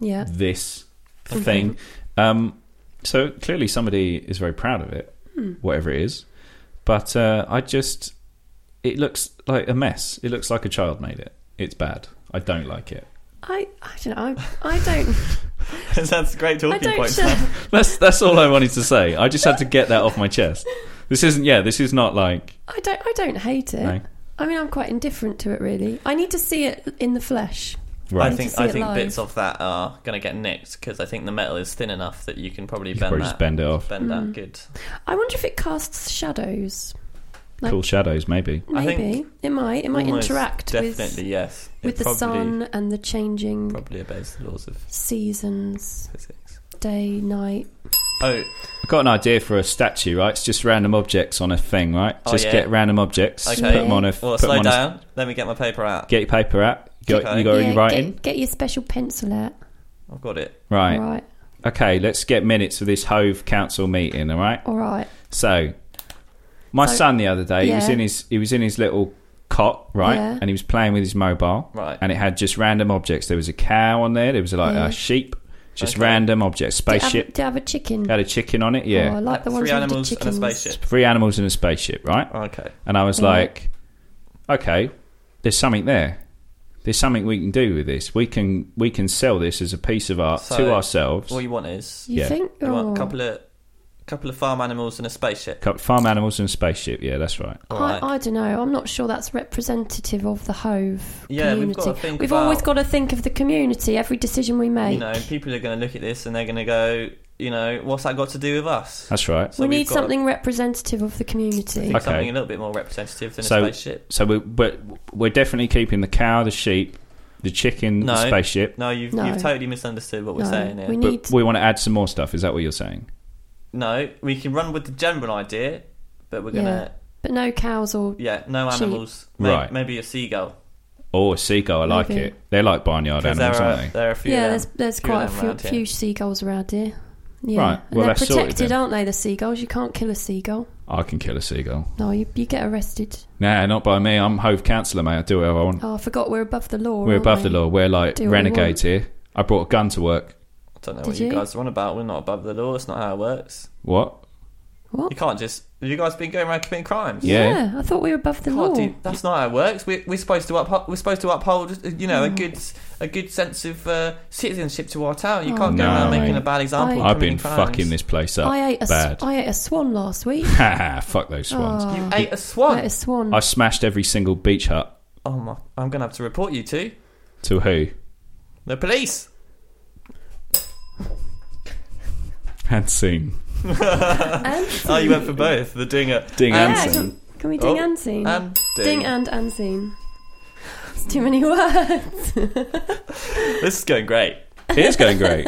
Speaker 3: Yeah.
Speaker 1: this
Speaker 3: Mhm.
Speaker 1: thing um so clearly somebody is very proud of it
Speaker 3: Hmm.
Speaker 1: whatever it is but uh i just it looks like a mess it looks like a child made it it's bad i don't like it
Speaker 3: I I don't know. I, I
Speaker 2: *laughs*
Speaker 3: don't.
Speaker 2: that's a great
Speaker 3: I
Speaker 2: talking
Speaker 3: don't.
Speaker 2: point.
Speaker 3: share-
Speaker 1: that's that's all i wanted to say i just had to get that off my chest this isn't yeah this is not like
Speaker 3: I don't. I don't hate it.
Speaker 1: no,
Speaker 3: I mean, I'm quite indifferent to it, really. I need to see it in the flesh.
Speaker 1: *laughs* right
Speaker 2: I think
Speaker 3: see
Speaker 2: I
Speaker 3: it
Speaker 2: think
Speaker 3: live.
Speaker 2: bits of that are going to get nicked because I think the metal is thin enough that you can probably
Speaker 1: you could
Speaker 2: bend
Speaker 1: probably
Speaker 2: that.
Speaker 1: just bend it off
Speaker 2: bend that
Speaker 3: Mm.
Speaker 2: good.
Speaker 3: I wonder if it casts shadows. Like-
Speaker 1: cool shadows maybe
Speaker 2: I
Speaker 3: Maybe
Speaker 2: think
Speaker 3: it might. It might
Speaker 2: Almost
Speaker 3: interact with
Speaker 2: Definitely yes. It
Speaker 3: with the
Speaker 2: probably,
Speaker 3: sun and the changing
Speaker 2: Probably obeys the laws of
Speaker 3: seasons,
Speaker 2: physics.
Speaker 3: day, night.
Speaker 2: Oh,
Speaker 1: I've got an idea for a statue, right? It's just random objects on a thing, right?
Speaker 2: Oh,
Speaker 1: just
Speaker 2: yeah.
Speaker 1: get random objects,
Speaker 2: Okay.
Speaker 1: put them on a. put
Speaker 2: well,
Speaker 1: 'em
Speaker 2: slow
Speaker 1: on a-
Speaker 2: down. Let me get my paper out.
Speaker 1: get your paper out. You got,
Speaker 2: Okay.
Speaker 1: you got
Speaker 3: Yeah,
Speaker 1: any writing?
Speaker 3: Get, get your special pencil out.
Speaker 2: I've got it.
Speaker 1: Right.
Speaker 3: All right.
Speaker 1: Okay, let's get minutes of this Hove Council meeting, all right?
Speaker 3: All right.
Speaker 1: So, my
Speaker 3: So-
Speaker 1: son the other day, he was
Speaker 3: Yeah.
Speaker 1: in his he was in his little cot, right?
Speaker 3: Yeah.
Speaker 1: And he was playing with his mobile,
Speaker 2: Right.
Speaker 1: and it had just random objects. There was a cow on there, there was like
Speaker 3: Yeah.
Speaker 1: a sheep, just
Speaker 2: Okay.
Speaker 1: random objects,
Speaker 3: Do you have-
Speaker 1: spaceship.
Speaker 3: Do you have, a chicken?
Speaker 1: Had a chicken on it,
Speaker 3: Oh, I
Speaker 1: yeah.
Speaker 3: like the ones
Speaker 2: Three
Speaker 3: with the
Speaker 2: animals and a
Speaker 3: chickens.
Speaker 2: spaceship.
Speaker 1: Three animals and a spaceship, right?
Speaker 2: Okay.
Speaker 1: And I was
Speaker 3: Yeah.
Speaker 1: like, okay, there's something there. There's something we can do with this. We can we can sell this as a piece of art
Speaker 2: So-
Speaker 1: to ourselves.
Speaker 2: All you want is
Speaker 3: You
Speaker 1: Yeah.
Speaker 3: think?
Speaker 2: you
Speaker 3: Oh.
Speaker 2: want a couple of couple of farm animals and a spaceship.
Speaker 1: Couple- Farm animals and a spaceship. Yeah, that's right.
Speaker 2: All
Speaker 3: I,
Speaker 2: right.
Speaker 3: I don't know. I'm not sure that's representative of the Hove
Speaker 2: yeah,
Speaker 3: community.
Speaker 2: we've got to think
Speaker 3: We've
Speaker 2: about,
Speaker 3: always got to think of the community. Every decision we make,
Speaker 2: You *laughs* know, people are going to look at this and they're going to go, you know, what's that got to do with us?
Speaker 1: That's right.
Speaker 2: So
Speaker 3: we
Speaker 2: we've
Speaker 3: need
Speaker 2: got-
Speaker 3: something representative of the community.
Speaker 2: Think
Speaker 1: Okay.
Speaker 2: Something a little bit more representative than
Speaker 1: So-
Speaker 2: a spaceship.
Speaker 1: So we're we're, we're definitely keeping the cow, the sheep, the chicken,
Speaker 2: No.
Speaker 1: the spaceship.
Speaker 2: No, you've
Speaker 3: No.
Speaker 2: you've totally misunderstood what we're
Speaker 3: No,
Speaker 2: saying here.
Speaker 3: we need-
Speaker 1: But we want to add some more stuff. Is that what you're saying?
Speaker 2: No, we can run with the general idea, but we're gonna
Speaker 3: But no cows or
Speaker 2: yeah, no
Speaker 3: Sheep.
Speaker 2: animals. May-
Speaker 1: Right.
Speaker 2: Maybe a seagull.
Speaker 1: Oh, a seagull. I like
Speaker 3: Maybe.
Speaker 1: it. They're like barnyard
Speaker 2: 'Cause
Speaker 1: animals,
Speaker 2: there are
Speaker 1: aren't they?
Speaker 2: there are a few.
Speaker 3: yeah.
Speaker 2: of
Speaker 3: There's
Speaker 2: them.
Speaker 3: there's
Speaker 2: few of
Speaker 3: quite a
Speaker 2: them
Speaker 3: few,
Speaker 2: around here.
Speaker 3: few seagulls around here. Yeah.
Speaker 1: Right,
Speaker 3: And
Speaker 1: well,
Speaker 3: they're
Speaker 1: that's sorted
Speaker 3: protected,
Speaker 1: then.
Speaker 3: aren't they? The seagulls. You can't kill a seagull.
Speaker 1: I can kill a seagull.
Speaker 3: No, you, you get arrested.
Speaker 1: Nah, not by me. I'm Hove Councillor, mate. I do whatever I want.
Speaker 3: Oh, I forgot we're above the law.
Speaker 1: We're
Speaker 3: aren't
Speaker 1: above
Speaker 3: we?
Speaker 1: the law. We're like
Speaker 3: Do what we
Speaker 1: renegades here. I brought a gun to work.
Speaker 2: I don't know
Speaker 3: Did
Speaker 2: what you,
Speaker 3: you?
Speaker 2: guys are on about. We're not above the law. It's not how it works.
Speaker 1: What?
Speaker 3: What?
Speaker 2: You can't just. You guys been going around committing crimes.
Speaker 1: Yeah.
Speaker 3: I thought we were above the
Speaker 2: God,
Speaker 3: law.
Speaker 2: dude, that's not how it works. We, we're supposed to uphold. We're supposed to uphold. uh, You know,
Speaker 3: Mm.
Speaker 2: a good a good sense of uh, citizenship to our town. You
Speaker 3: Oh,
Speaker 2: can't go
Speaker 1: No,
Speaker 2: around making
Speaker 1: mate.
Speaker 2: a bad example.
Speaker 3: I-
Speaker 2: of
Speaker 1: I've been
Speaker 2: committing crimes.
Speaker 1: fucking this place up
Speaker 3: I ate a s-
Speaker 1: bad. *laughs*
Speaker 3: I ate a swan last week.
Speaker 1: Ha ha! Fuck those swans.
Speaker 3: Oh,
Speaker 2: You ate a
Speaker 3: I
Speaker 2: swan.
Speaker 3: ate a swan.
Speaker 1: I smashed every single beach hut.
Speaker 2: Oh my! I'm gonna have to report you to
Speaker 1: To who? *laughs*
Speaker 2: the
Speaker 3: *laughs*
Speaker 2: police. *laughs*
Speaker 1: And soon.
Speaker 2: *laughs* Oh, you went for both. The dinger.
Speaker 1: Ding
Speaker 2: Um,
Speaker 1: and
Speaker 3: Yeah,
Speaker 1: soon.
Speaker 3: can, can we ding
Speaker 2: Oh,
Speaker 3: and scene?
Speaker 2: And
Speaker 3: *laughs* Ding and unseen. It's too many *laughs* words.
Speaker 2: This is going great.
Speaker 1: It is going
Speaker 3: *laughs*
Speaker 1: great.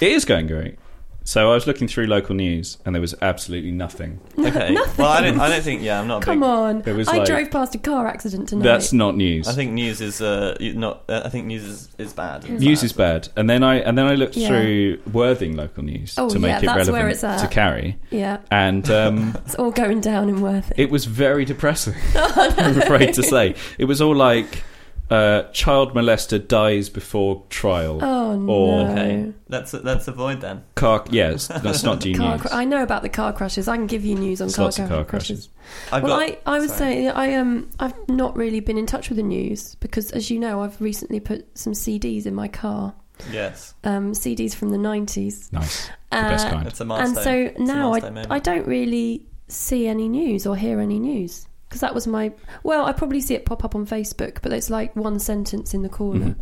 Speaker 1: It is going great. So I was looking through local news and there was absolutely nothing.
Speaker 2: Okay. well, I don't. I don't think. Yeah, I'm not. a
Speaker 3: Come
Speaker 2: big,
Speaker 3: on.
Speaker 1: It was
Speaker 3: I
Speaker 1: like-
Speaker 3: drove past a car accident tonight.
Speaker 1: That's not news.
Speaker 2: I think news is uh, you- not. Uh, I think news is, is bad.
Speaker 1: news is bad. And then I and then I looked
Speaker 3: Yeah.
Speaker 1: through Worthing local news
Speaker 3: Oh,
Speaker 1: to make
Speaker 3: yeah,
Speaker 1: it
Speaker 3: that's
Speaker 1: relevant
Speaker 3: where it's at.
Speaker 1: to carry.
Speaker 3: yeah,
Speaker 1: And
Speaker 3: *laughs*
Speaker 1: um,
Speaker 3: it's all going down in Oh, Worthing. *laughs*
Speaker 1: it was very depressing. *laughs* I'm afraid to say. It was all like uh, child molester dies before trial.
Speaker 3: Oh no!
Speaker 1: Or-
Speaker 2: Okay. Let's let's avoid then.
Speaker 1: Car yes, that's not G
Speaker 3: Car
Speaker 1: news.
Speaker 3: cra- I know about the car crashes. I can give you news on
Speaker 1: There's
Speaker 3: car,
Speaker 1: lots of
Speaker 3: cra-
Speaker 1: car crashes.
Speaker 2: I've
Speaker 3: well,
Speaker 2: got.
Speaker 3: I, I was
Speaker 2: sorry.
Speaker 3: saying I um I've not really been in touch with the news because, as you know, I've recently put some CDs in my car,
Speaker 2: yes.
Speaker 3: um, CDs from the nineties.
Speaker 1: Nice. The
Speaker 3: Uh,
Speaker 1: best kind.
Speaker 2: It's a milestone.
Speaker 3: And so
Speaker 2: It's a
Speaker 3: now
Speaker 2: milestone
Speaker 3: I,
Speaker 2: moment.
Speaker 3: I don't really see any news or hear any news because that was my well I probably see it pop up on Facebook but it's like one sentence in the corner
Speaker 1: Mhm.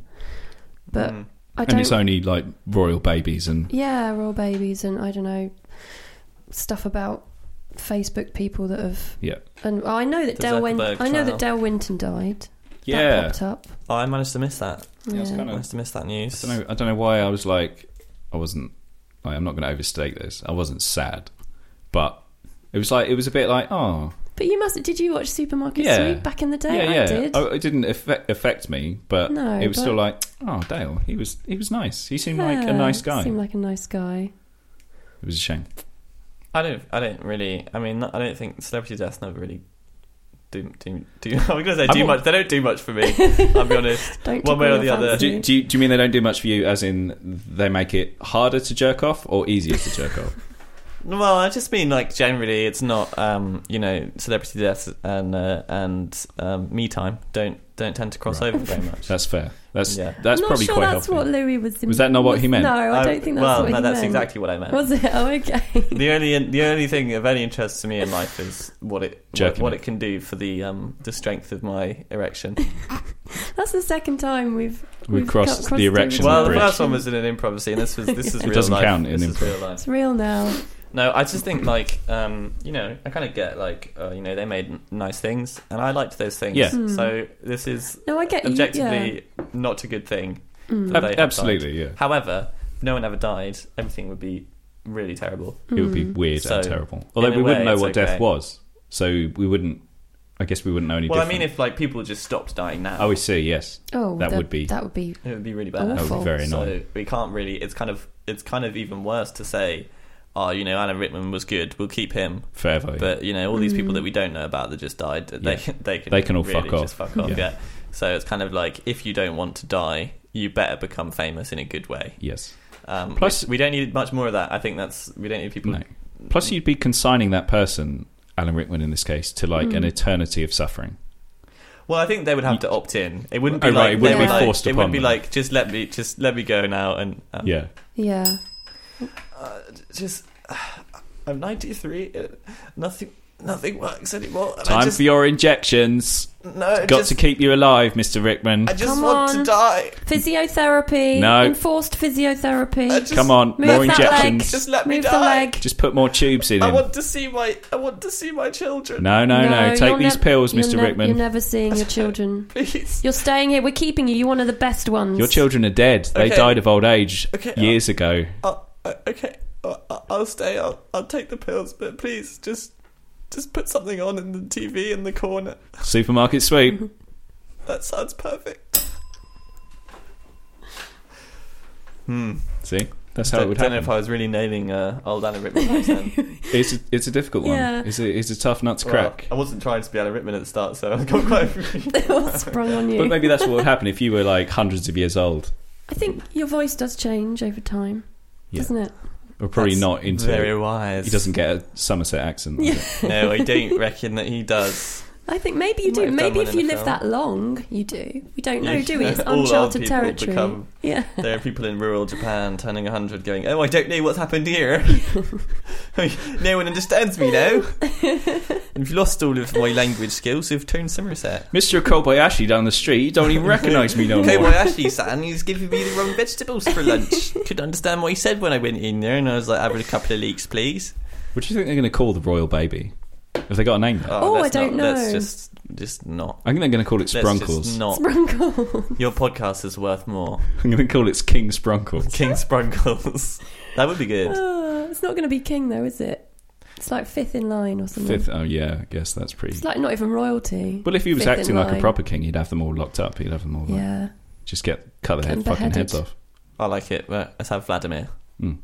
Speaker 3: but
Speaker 2: Mm.
Speaker 3: I
Speaker 1: And
Speaker 3: don't
Speaker 1: it's only like royal babies and
Speaker 3: yeah raw babies and I don't know stuff about Facebook people that have
Speaker 1: Yeah.
Speaker 3: and I know that
Speaker 2: The
Speaker 3: Del Win-
Speaker 2: Zuckerberg
Speaker 3: I know that
Speaker 2: trial.
Speaker 3: Del Winton died that
Speaker 1: yeah.
Speaker 3: popped up
Speaker 2: Oh, I managed to miss that.
Speaker 1: Yeah, it's kind
Speaker 2: I
Speaker 1: of-
Speaker 2: managed to miss that
Speaker 1: I
Speaker 2: news.
Speaker 1: don't know. I don't know why I was like, I wasn't. Like, I'm not going to overstate this. I wasn't sad, but it was like it was a bit like, oh,
Speaker 3: but you must did you watch Supermarket
Speaker 1: Yeah.
Speaker 3: Sweep back in the day
Speaker 1: yeah,
Speaker 3: I
Speaker 1: yeah.
Speaker 3: did
Speaker 1: Oh, it didn't affect, affect me, but
Speaker 3: No,
Speaker 1: it was
Speaker 3: but-
Speaker 1: still like, oh, Dale, he was he was nice. He seemed like a
Speaker 3: Yeah,
Speaker 1: nice guy.
Speaker 3: seemed like a nice guy
Speaker 1: it was a shame.
Speaker 2: I don't. I don't really. I mean, I don't think celebrity deaths never really do. do, do *laughs* I was gonna say
Speaker 1: I'm
Speaker 2: do
Speaker 1: al-
Speaker 2: much. They don't do much for
Speaker 3: *laughs*
Speaker 2: me. I'll be honest.
Speaker 3: don't
Speaker 2: One
Speaker 3: tickle
Speaker 2: way or
Speaker 3: your
Speaker 2: the other.
Speaker 3: fancy.
Speaker 1: Do, do, you, do you mean they don't do much for you? As in, they make it harder to jerk off or easier to jerk off?
Speaker 2: *laughs* Well, I just mean like generally, it's not. Um, you know, celebrity deaths and uh, and um, me time don't don't tend to cross
Speaker 1: Right.
Speaker 2: over very much.
Speaker 1: *laughs* That's fair. That's
Speaker 2: Yeah. Um,
Speaker 1: that's
Speaker 3: I'm not
Speaker 1: probably
Speaker 3: sure
Speaker 1: quite
Speaker 3: that's
Speaker 1: helpful.
Speaker 3: what Louis was.
Speaker 1: Was that not what he meant?
Speaker 3: No, Oh, I don't think
Speaker 2: Oh,
Speaker 3: that's
Speaker 2: well,
Speaker 3: what
Speaker 2: no,
Speaker 3: he
Speaker 2: that's
Speaker 3: meant.
Speaker 2: exactly what I meant.
Speaker 3: Was it? *laughs* Oh, okay.
Speaker 2: the only the only thing of any interest to me in life is what it what,
Speaker 1: Jerking
Speaker 2: what
Speaker 1: it.
Speaker 2: it can do for the um the strength of my erection.
Speaker 3: That's the second time we've
Speaker 1: We
Speaker 3: we've
Speaker 1: crossed
Speaker 3: got-
Speaker 1: the erection
Speaker 2: well, the
Speaker 1: bridge.
Speaker 2: first one was in an improv scene. This was this
Speaker 1: *laughs*
Speaker 2: is
Speaker 1: It
Speaker 2: real
Speaker 1: doesn't
Speaker 2: life.
Speaker 1: count in
Speaker 2: this is
Speaker 1: improv.
Speaker 2: real life.
Speaker 3: It's real now.
Speaker 2: No, I just think like um, you know, I kind of get like uh, you know they made n- nice things, and I liked those things.
Speaker 1: Yeah.
Speaker 3: Hmm.
Speaker 2: So this is
Speaker 3: No, I get you.
Speaker 2: objectively not a good thing.
Speaker 3: Yeah. Mm.
Speaker 2: that
Speaker 1: Ab-
Speaker 2: they have
Speaker 1: absolutely, yeah.
Speaker 2: died. However, if no one ever died, everything would be really terrible.
Speaker 1: It would be
Speaker 3: Mm.
Speaker 1: weird
Speaker 2: So,
Speaker 1: and terrible. Although
Speaker 2: in a
Speaker 1: we wouldn't
Speaker 2: way,
Speaker 1: know
Speaker 2: it's
Speaker 1: what death
Speaker 2: okay.
Speaker 1: was, so we wouldn't. I guess we wouldn't know any.
Speaker 2: well, I
Speaker 1: different.
Speaker 2: mean, if like people just stopped dying now,
Speaker 1: oh, we see. Yes,
Speaker 3: Oh,
Speaker 1: That would be-
Speaker 3: That would be.
Speaker 2: it would be really
Speaker 3: That
Speaker 2: bad.
Speaker 1: that would
Speaker 3: Awful.
Speaker 1: be very annoying.
Speaker 2: So we can't really. It's kind of it's kind of even worse to say, oh, you know, Anna Rickman was good. We'll keep him.
Speaker 1: Forever.
Speaker 2: But you know, all these people
Speaker 3: Mm.
Speaker 2: that we don't know about that just died, they
Speaker 1: Yeah.
Speaker 2: can, they can
Speaker 1: They can all
Speaker 2: really
Speaker 1: fuck
Speaker 2: just
Speaker 1: off.
Speaker 2: fuck off.
Speaker 1: Yeah.
Speaker 2: Yeah. So it's kind of like if you don't want to die, you better become famous in a good way.
Speaker 1: yes.
Speaker 2: Um,
Speaker 1: Plus-
Speaker 2: Plus, we don't need much more of that. I think that's we don't need people.
Speaker 1: No. Plus, you'd be consigning that person, Alan Rickman, in this case, to like an
Speaker 3: Mm.
Speaker 1: eternity of suffering.
Speaker 2: Well, I think they would have to opt in. It wouldn't be
Speaker 1: Oh, right,
Speaker 2: like
Speaker 1: it wouldn't
Speaker 2: they
Speaker 3: be
Speaker 2: would, like-
Speaker 1: forced
Speaker 2: It
Speaker 1: upon
Speaker 2: would be
Speaker 1: them.
Speaker 2: like just let me just let me go now and um, uh,
Speaker 1: yeah.
Speaker 3: Yeah.
Speaker 2: just *sighs* I'm 93. uh, Nothing nothing works anymore. and I
Speaker 1: Time
Speaker 2: just-
Speaker 1: for your injections.
Speaker 2: no,
Speaker 1: Got
Speaker 2: just,
Speaker 1: to keep you alive, Mister Rickman.
Speaker 2: I just
Speaker 3: Come
Speaker 2: want
Speaker 3: on.
Speaker 2: to die.
Speaker 3: Physiotherapy.
Speaker 1: No.
Speaker 3: Enforced physiotherapy.
Speaker 2: I Uh, just-
Speaker 1: Come on,
Speaker 3: Move
Speaker 1: more
Speaker 3: that
Speaker 1: injections.
Speaker 2: Just let me
Speaker 3: Move the
Speaker 2: die.
Speaker 3: leg.
Speaker 1: Just put more tubes in
Speaker 2: I
Speaker 1: him.
Speaker 2: want to see my I want to see my children.
Speaker 1: No, no, no. Take
Speaker 3: you're
Speaker 1: these
Speaker 3: nev-
Speaker 1: pills,
Speaker 3: you're
Speaker 1: Mister
Speaker 3: nev- You're
Speaker 1: Rickman.
Speaker 3: never seeing your children.
Speaker 2: Please. *laughs*
Speaker 3: You're staying here. We're keeping you. You're one of the best ones.
Speaker 1: Your children are dead. They
Speaker 2: Okay.
Speaker 1: died of old age
Speaker 2: Okay, uh,
Speaker 1: years ago.
Speaker 2: Uh, uh, okay, uh, uh, I'll stay. I'll, I'll take the pills, but please just just put something on in the TV in the corner.
Speaker 1: Supermarket sweep.
Speaker 2: *laughs* That sounds perfect. Hmm.
Speaker 1: See, That's how
Speaker 2: don't,
Speaker 1: it would
Speaker 2: don't know
Speaker 1: happen.
Speaker 2: if I was really nailing uh, old Alan Rickman
Speaker 1: *laughs*
Speaker 2: back then.
Speaker 1: It's a, it's a difficult one.
Speaker 3: Yeah.
Speaker 1: It's, a, it's a tough nut to
Speaker 2: Well,
Speaker 1: crack.
Speaker 2: I wasn't trying to be Alan Rickman at the start, so *laughs* I got quite.
Speaker 3: *laughs* They all sprung on you.
Speaker 1: But maybe that's what
Speaker 3: *laughs*
Speaker 1: would happen if you were like hundreds of years old,
Speaker 3: I think your voice does change over time,
Speaker 1: Yeah.
Speaker 2: *laughs*
Speaker 3: doesn't it?
Speaker 1: or *laughs* probably
Speaker 2: That's
Speaker 1: not into.
Speaker 2: Very wise.
Speaker 1: He doesn't get a Somerset accent.
Speaker 3: Yeah.
Speaker 2: No,
Speaker 1: *laughs*
Speaker 2: I don't reckon that he does.
Speaker 3: *laughs* I think maybe
Speaker 2: You
Speaker 3: you
Speaker 2: might
Speaker 3: do.
Speaker 2: have done
Speaker 3: Maybe
Speaker 2: one
Speaker 3: if
Speaker 2: in
Speaker 3: you
Speaker 2: a
Speaker 3: live
Speaker 2: film.
Speaker 3: that long, you do. We don't know,
Speaker 2: Yeah.
Speaker 3: do we? It's
Speaker 2: *laughs* All old
Speaker 3: uncharted
Speaker 2: people
Speaker 3: territory.
Speaker 2: become-
Speaker 3: yeah.
Speaker 2: There are people in rural Japan turning 100 going, Oh, I don't know what's happened
Speaker 3: *laughs*
Speaker 2: here. *laughs* no one understands me now. I've lost all of my language skills. I've turned Somerset.
Speaker 1: Mr. Kobayashi down the street, you don't even recognise
Speaker 2: *laughs*
Speaker 1: me no
Speaker 2: Okay,
Speaker 1: more.
Speaker 2: why Ashley san, he's giving me the wrong vegetables for lunch. Couldn't understand what he said when I went in there, and I was like, Having a couple of leeks, please.
Speaker 1: What do you think they're going to call the royal baby? Have they got a name? yet?
Speaker 3: Oh, I
Speaker 2: let's
Speaker 3: don't
Speaker 2: not- Let's
Speaker 3: know.
Speaker 2: just, just not.
Speaker 1: I think they're going to call it
Speaker 2: Uh, Let's just
Speaker 1: Sprunkles.
Speaker 2: not.
Speaker 3: Sprinkle.
Speaker 2: Your podcast is worth more.
Speaker 1: *laughs* I'm going to call it King Sprunkles.
Speaker 2: King Sprunkles. *laughs* that would be good.
Speaker 3: Ah, *laughs* it's not going to be king, though, is it? It's like fifth in line or something.
Speaker 1: Fifth. Oh yeah, I guess that's pretty.
Speaker 3: It's like not even royalty.
Speaker 1: Well, if he was
Speaker 3: fifth in
Speaker 1: acting like a
Speaker 3: line.
Speaker 1: proper king, he'd have them all locked up. He'd have them all like,
Speaker 3: yeah,
Speaker 1: just get cut their
Speaker 3: Get
Speaker 1: head,
Speaker 3: them
Speaker 1: fucking heads
Speaker 3: beheaded.
Speaker 1: off.
Speaker 2: I like it. Well, Let's have Vladimir.
Speaker 1: Mm.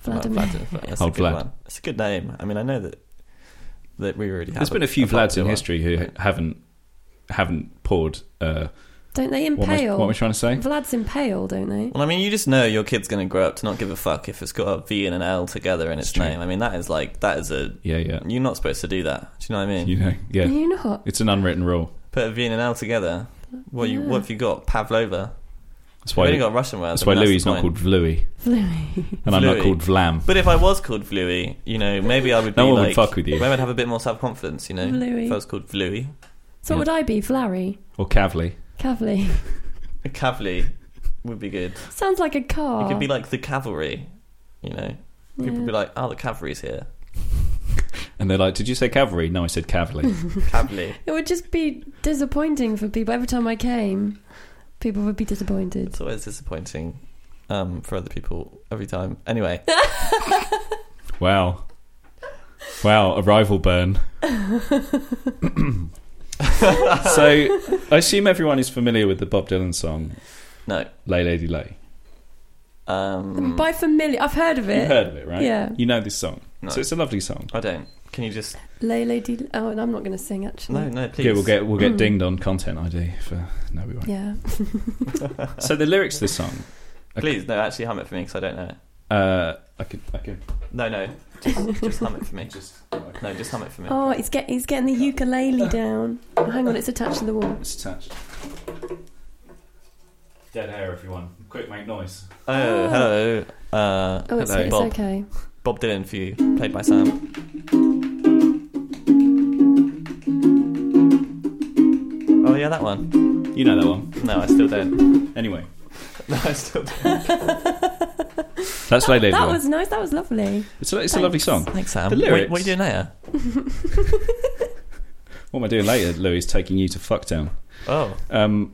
Speaker 3: Vladimir.
Speaker 2: That's
Speaker 1: Old
Speaker 2: a good
Speaker 1: Oh, Vlad.
Speaker 2: one. It's a good name. I mean, I know that that we already have.
Speaker 1: There's been a few Vlads in
Speaker 2: popular one.
Speaker 1: history who haven't haven't poured. Uh,
Speaker 3: Don't they
Speaker 1: what, am I,
Speaker 3: impale?
Speaker 1: what am I trying to say?
Speaker 3: Vlad's impale, don't they?
Speaker 2: Well, I mean, you just know your kid's going to grow up to not give a fuck if it's got a V and an L together in its,
Speaker 1: It's true.
Speaker 2: name. I mean, that is like that is a.
Speaker 1: Yeah, yeah.
Speaker 2: You're not supposed to do that. Do you know what I mean?
Speaker 1: You know,
Speaker 3: Are
Speaker 1: yeah.
Speaker 3: you not?
Speaker 1: It's an unwritten rule.
Speaker 2: Put a V and an L together. What you
Speaker 3: Yeah.
Speaker 2: what have you got? Pavlova.
Speaker 1: That's
Speaker 2: You've only
Speaker 1: why.
Speaker 2: got Russian words.
Speaker 1: That's
Speaker 2: I
Speaker 1: why
Speaker 2: mean, the
Speaker 1: Louis not
Speaker 2: point.
Speaker 1: called Vlooey,
Speaker 3: Vladimir.
Speaker 1: and I'm not
Speaker 2: Vlooey.
Speaker 1: called Vlam.
Speaker 2: But if I was called Vluey, you know, maybe I would
Speaker 1: No
Speaker 2: be
Speaker 1: one would
Speaker 2: like.
Speaker 1: fuck with you.
Speaker 2: Maybe I'd have a bit more self confidence. You know,
Speaker 3: Vlooey.
Speaker 2: if I was called Vluey,
Speaker 3: *laughs* So what would I be? Vlary?
Speaker 1: Or Cavley.
Speaker 3: Cavali?
Speaker 2: a Cavley would be good.
Speaker 3: *laughs* Sounds like a car.
Speaker 2: It could be like the cavalry, you know. People
Speaker 3: Yeah.
Speaker 2: would be like, "Oh, the cavalry's
Speaker 3: *laughs*
Speaker 2: here."
Speaker 1: And they're like, "Did you say cavalry?" No, I said Cavley.
Speaker 2: Cavalry.
Speaker 3: It would just be disappointing for people. Every time I came, people would be disappointed.
Speaker 2: it's always disappointing um, for other people every time. Anyway,
Speaker 1: wow, wow, a rival burn. so, I assume everyone is familiar with the Bob Dylan song
Speaker 2: no.
Speaker 1: "Lay Lady Lay."
Speaker 2: Um,
Speaker 3: By familiar, I've heard of
Speaker 1: You've
Speaker 3: it.
Speaker 1: Mm. heard of it, right?
Speaker 3: Yeah.
Speaker 1: You know this song,
Speaker 2: No.
Speaker 1: so it's a lovely song.
Speaker 2: I don't. Can you just?
Speaker 3: Lay Lady. Oh, and I'm not going to sing actually.
Speaker 2: No, no, please.
Speaker 1: Yeah, we'll get we'll
Speaker 3: Mm.
Speaker 1: get dinged on content ID for no, we won't.
Speaker 3: Yeah.
Speaker 1: So the lyrics to this song,
Speaker 2: Please, no. Actually, hum it for me because I don't know it.
Speaker 1: uh, I could I could
Speaker 2: No, no. Just, just hum it for me.
Speaker 1: just
Speaker 2: No, just hum it for me.
Speaker 3: Oh, he's get he's getting the ukulele down. Oh, hang on, it's attached to the wall.
Speaker 1: it's attached. Dead air, everyone! Quick, make noise.
Speaker 2: Oh, hello. Uh,
Speaker 3: Oh, it's,
Speaker 2: hello,
Speaker 3: it's
Speaker 2: Bob.
Speaker 1: *laughs*
Speaker 3: okay.
Speaker 2: Bob Dylan for you, played by Sam. Oh yeah, that one.
Speaker 1: You know that one.
Speaker 2: No, I still don't.
Speaker 1: Anyway,
Speaker 2: *laughs* No, I still don't.
Speaker 3: *laughs*
Speaker 1: that's Lay Lady
Speaker 3: That
Speaker 1: Lay.
Speaker 3: was nice. That was lovely.
Speaker 1: It's a, it's a lovely
Speaker 3: Thanks.
Speaker 1: song.
Speaker 2: Thanks, Sam.
Speaker 1: The
Speaker 2: What- What,
Speaker 1: lyrics.
Speaker 2: are you doing later?
Speaker 1: What am I doing later, Lou? Is taking you to Fucktown.
Speaker 2: Oh,
Speaker 1: Um,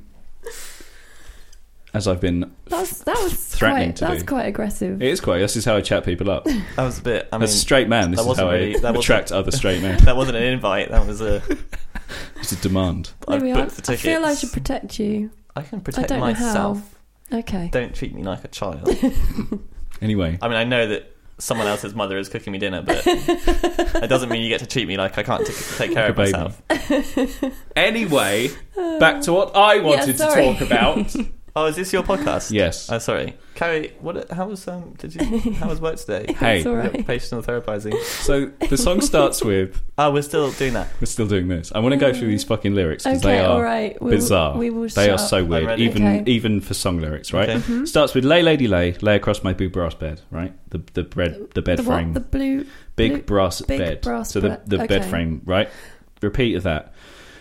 Speaker 1: as I've been,
Speaker 3: That was that was
Speaker 1: Threatening
Speaker 3: quite
Speaker 1: to
Speaker 3: that was
Speaker 1: do.
Speaker 3: quite aggressive.
Speaker 1: it is quite. This is how I chat people up.
Speaker 2: that was a bit. I mean,
Speaker 1: As a straight man, this
Speaker 2: that
Speaker 1: is how
Speaker 2: wasn't really-
Speaker 1: I
Speaker 2: that
Speaker 1: attract other straight *laughs* men.
Speaker 2: that wasn't an invite. That was
Speaker 3: *laughs*
Speaker 2: a.
Speaker 1: It's a demand.
Speaker 2: I
Speaker 3: There we are.
Speaker 2: booked the
Speaker 3: I
Speaker 2: tickets.
Speaker 3: feel I should protect you.
Speaker 2: I can protect
Speaker 3: don't know how.
Speaker 2: myself.
Speaker 3: Okay.
Speaker 2: Don't treat me like a
Speaker 3: *laughs*
Speaker 2: child.
Speaker 1: Anyway,
Speaker 2: I mean, I know that someone else's mother is cooking me dinner, but that doesn't mean you get to treat me like I can't t- take care
Speaker 1: Like a
Speaker 2: of
Speaker 1: baby.
Speaker 2: myself.
Speaker 1: *sighs* anyway, back to what I wanted to
Speaker 3: sorry.
Speaker 1: talk about. Uh,
Speaker 2: Oh, is this your
Speaker 1: *laughs*
Speaker 2: podcast?
Speaker 1: yes.
Speaker 2: Oh, sorry, Carrie. What? How was um? Did you?
Speaker 3: *laughs*
Speaker 2: How was work today?
Speaker 1: Hey.
Speaker 3: It's all right.
Speaker 2: Patient therapizing.
Speaker 1: So the song starts with
Speaker 2: Oh, we're still doing that.
Speaker 1: we're still doing this. I want to go through these fucking lyrics because
Speaker 3: Okay.
Speaker 1: they
Speaker 3: all
Speaker 1: are
Speaker 3: right. We will-
Speaker 1: bizarre.
Speaker 3: We will.
Speaker 1: they are
Speaker 3: shut- Mm-hmm.
Speaker 1: so weird,
Speaker 2: ready.
Speaker 1: even
Speaker 3: Okay.
Speaker 1: even for song lyrics, right?
Speaker 2: Okay.
Speaker 1: Starts with lay lady lay, lay across my blue brass bed, right? The the bread the bed
Speaker 3: the
Speaker 1: frame.
Speaker 3: What, the blue.
Speaker 1: big
Speaker 3: Blue-
Speaker 1: brass
Speaker 3: big
Speaker 1: bed.
Speaker 3: brass
Speaker 1: so the,
Speaker 3: bed.
Speaker 1: the bed
Speaker 3: Okay.
Speaker 1: frame, right? Repeat of that.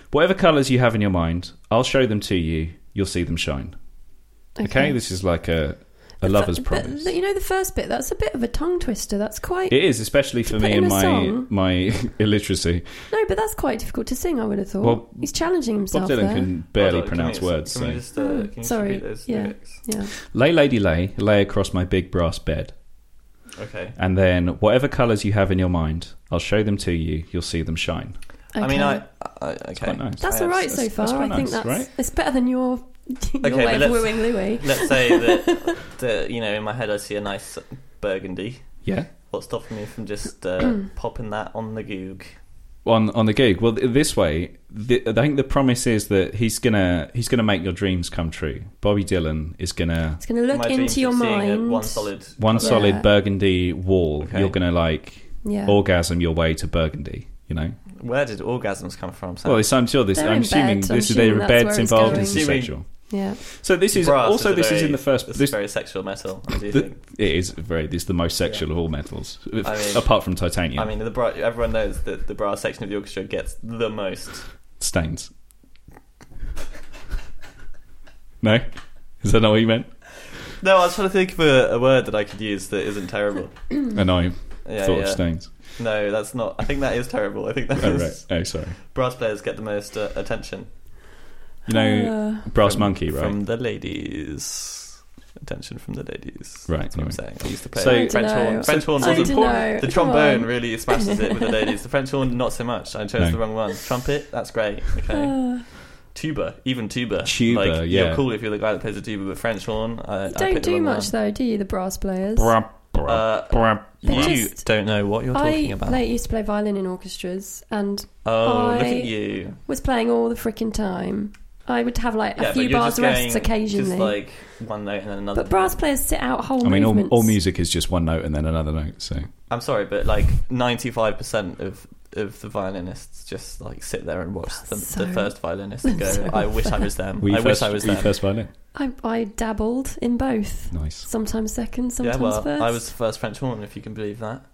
Speaker 1: Whatever colours you have in your mind, I'll show them to you. You'll see them shine. Okay, this is like a a lover's
Speaker 3: But-
Speaker 1: promise.
Speaker 3: But, you know the first bit. That's a bit of a tongue twister. That's quite
Speaker 1: it is, especially for
Speaker 3: To put
Speaker 1: me
Speaker 3: in
Speaker 1: and
Speaker 3: a
Speaker 1: my
Speaker 3: song?
Speaker 1: my *laughs* illiteracy.
Speaker 3: no, but that's quite difficult to sing. I would have thought.
Speaker 1: Well,
Speaker 3: He's challenging
Speaker 1: Bob
Speaker 3: himself
Speaker 1: Dylan
Speaker 3: there.
Speaker 1: can barely
Speaker 2: Hold on,
Speaker 1: pronounce
Speaker 2: can we-
Speaker 1: words.
Speaker 2: Can
Speaker 1: so.
Speaker 2: we just, uh,
Speaker 3: Oh,
Speaker 2: can you
Speaker 3: sorry.
Speaker 2: Just read those
Speaker 3: Yeah.
Speaker 2: lyrics?
Speaker 3: Yeah.
Speaker 1: Lay, lady, lay, lay across my big brass bed,
Speaker 2: Okay.
Speaker 1: and then whatever colours you have in your mind, I'll show them to you. You'll see them shine.
Speaker 3: Okay.
Speaker 2: I mean, I. I okay.
Speaker 1: quite nice.
Speaker 3: That's
Speaker 2: I
Speaker 3: all right
Speaker 2: abs-
Speaker 3: so
Speaker 1: that's- that's
Speaker 3: far. I
Speaker 1: quite
Speaker 3: think
Speaker 1: nice,
Speaker 3: that's it's better than your, *laughs* your
Speaker 2: Okay,
Speaker 3: way
Speaker 2: but let's-
Speaker 3: of *laughs* wooing Louis.
Speaker 2: Let's say that, that you know in my head I see a nice Burgundy.
Speaker 1: Yeah.
Speaker 2: What's stopping me from just
Speaker 3: *clears throat*
Speaker 2: uh, popping that on the goog?
Speaker 1: on on the gig. Well, th- this way, th I think the promise is that he's gonna he's gonna make your dreams come true. Bobby Dylan is gonna
Speaker 3: It's going to look
Speaker 2: My dreams
Speaker 3: into your
Speaker 2: of seeing a
Speaker 3: mind.
Speaker 2: One solid.
Speaker 1: one
Speaker 3: Yeah.
Speaker 1: solid burgundy wall.
Speaker 2: Okay.
Speaker 1: You're gonna like
Speaker 3: Yeah.
Speaker 1: orgasm your way to burgundy. You know.
Speaker 2: Where did orgasms come from? Sam?
Speaker 1: Well, it's, I'm sure this.
Speaker 3: They're
Speaker 1: I'm
Speaker 3: in
Speaker 1: assuming
Speaker 3: bed, I'm
Speaker 1: this is
Speaker 3: assuming
Speaker 1: there are
Speaker 3: that's
Speaker 1: beds
Speaker 3: where it's
Speaker 1: involved in
Speaker 3: going.
Speaker 2: Assuming-
Speaker 1: sexual.
Speaker 3: yeah.
Speaker 1: So this is
Speaker 2: Brass
Speaker 1: also
Speaker 2: a
Speaker 1: this is
Speaker 2: very-
Speaker 1: in the first.
Speaker 2: This,
Speaker 1: This,
Speaker 2: is very sexual metal. I do
Speaker 1: The-
Speaker 2: think.
Speaker 1: it is very. This is the most sexual of all metals,
Speaker 2: mean-
Speaker 1: apart from titanium
Speaker 2: I mean, the bra, everyone knows that the brass section of the orchestra gets the most.
Speaker 1: stains. *laughs* no, is that not what you meant?
Speaker 2: No, I was trying to think of a, a word that I could use that isn't terrible.
Speaker 3: Hmm.
Speaker 1: And I
Speaker 2: Yeah,
Speaker 1: thought of
Speaker 2: yeah.
Speaker 1: stains.
Speaker 2: No, that's not. I think that is terrible. I think that
Speaker 1: Oh
Speaker 2: is-
Speaker 1: right. Oh sorry.
Speaker 2: brass players get the most uh, attention.
Speaker 1: You know,
Speaker 3: Uh,
Speaker 1: brass
Speaker 2: from-
Speaker 1: monkey, right?
Speaker 2: From the ladies. Attention from the ladies.
Speaker 1: Right,
Speaker 2: That's what I'm
Speaker 1: anyway.
Speaker 2: saying. I used to play
Speaker 1: So- I
Speaker 2: French
Speaker 3: don't know.
Speaker 2: horn. French horn
Speaker 3: I
Speaker 2: wasn't
Speaker 3: don't know.
Speaker 2: The
Speaker 3: Come
Speaker 2: trombone
Speaker 3: on.
Speaker 2: really smashes it with the ladies. The French horn, not so much. I chose
Speaker 1: No.
Speaker 2: the wrong one. Trumpet, that's great. Okay.
Speaker 3: Uh,
Speaker 2: tuba, even tuba.
Speaker 1: Tuba,
Speaker 2: like,
Speaker 1: yeah.
Speaker 2: You're cool if you're the guy that plays the tuba, but French horn. I,
Speaker 3: you
Speaker 2: I
Speaker 3: don't
Speaker 2: picked the
Speaker 3: do
Speaker 2: wrong
Speaker 3: much though, do you? The brass players.
Speaker 1: Brum, brum,
Speaker 2: One. Uh,
Speaker 1: brum.
Speaker 2: you
Speaker 3: Just-
Speaker 2: don't know what you're talking
Speaker 3: I
Speaker 2: about.
Speaker 3: play- used to play violin in orchestras and
Speaker 2: oh, look
Speaker 3: I-
Speaker 2: at you.
Speaker 3: was playing all the freaking time. I would have like a
Speaker 2: yeah,
Speaker 3: few
Speaker 2: but you're
Speaker 3: bars
Speaker 2: just
Speaker 3: rests
Speaker 2: going
Speaker 3: occasionally.
Speaker 2: Just like one note and then another.
Speaker 3: but brass players sit out whole
Speaker 1: I mean, all,
Speaker 3: movements.
Speaker 1: all music is just one note and then another note. So
Speaker 2: I'm sorry, but like 95% of of the violinists just like sit there and watch the,
Speaker 3: so-
Speaker 2: the first
Speaker 3: *laughs*
Speaker 2: violinist and go,
Speaker 3: so
Speaker 2: "I wish I was them.
Speaker 1: were you
Speaker 2: I
Speaker 1: first,
Speaker 2: wish I was
Speaker 1: were you
Speaker 2: them."
Speaker 1: first violin.
Speaker 3: I, I dabbled in both.
Speaker 1: Nice.
Speaker 3: Sometimes second,
Speaker 2: yeah,
Speaker 3: sometimes
Speaker 2: well,
Speaker 3: first.
Speaker 2: I was the first French horn, if you can believe that.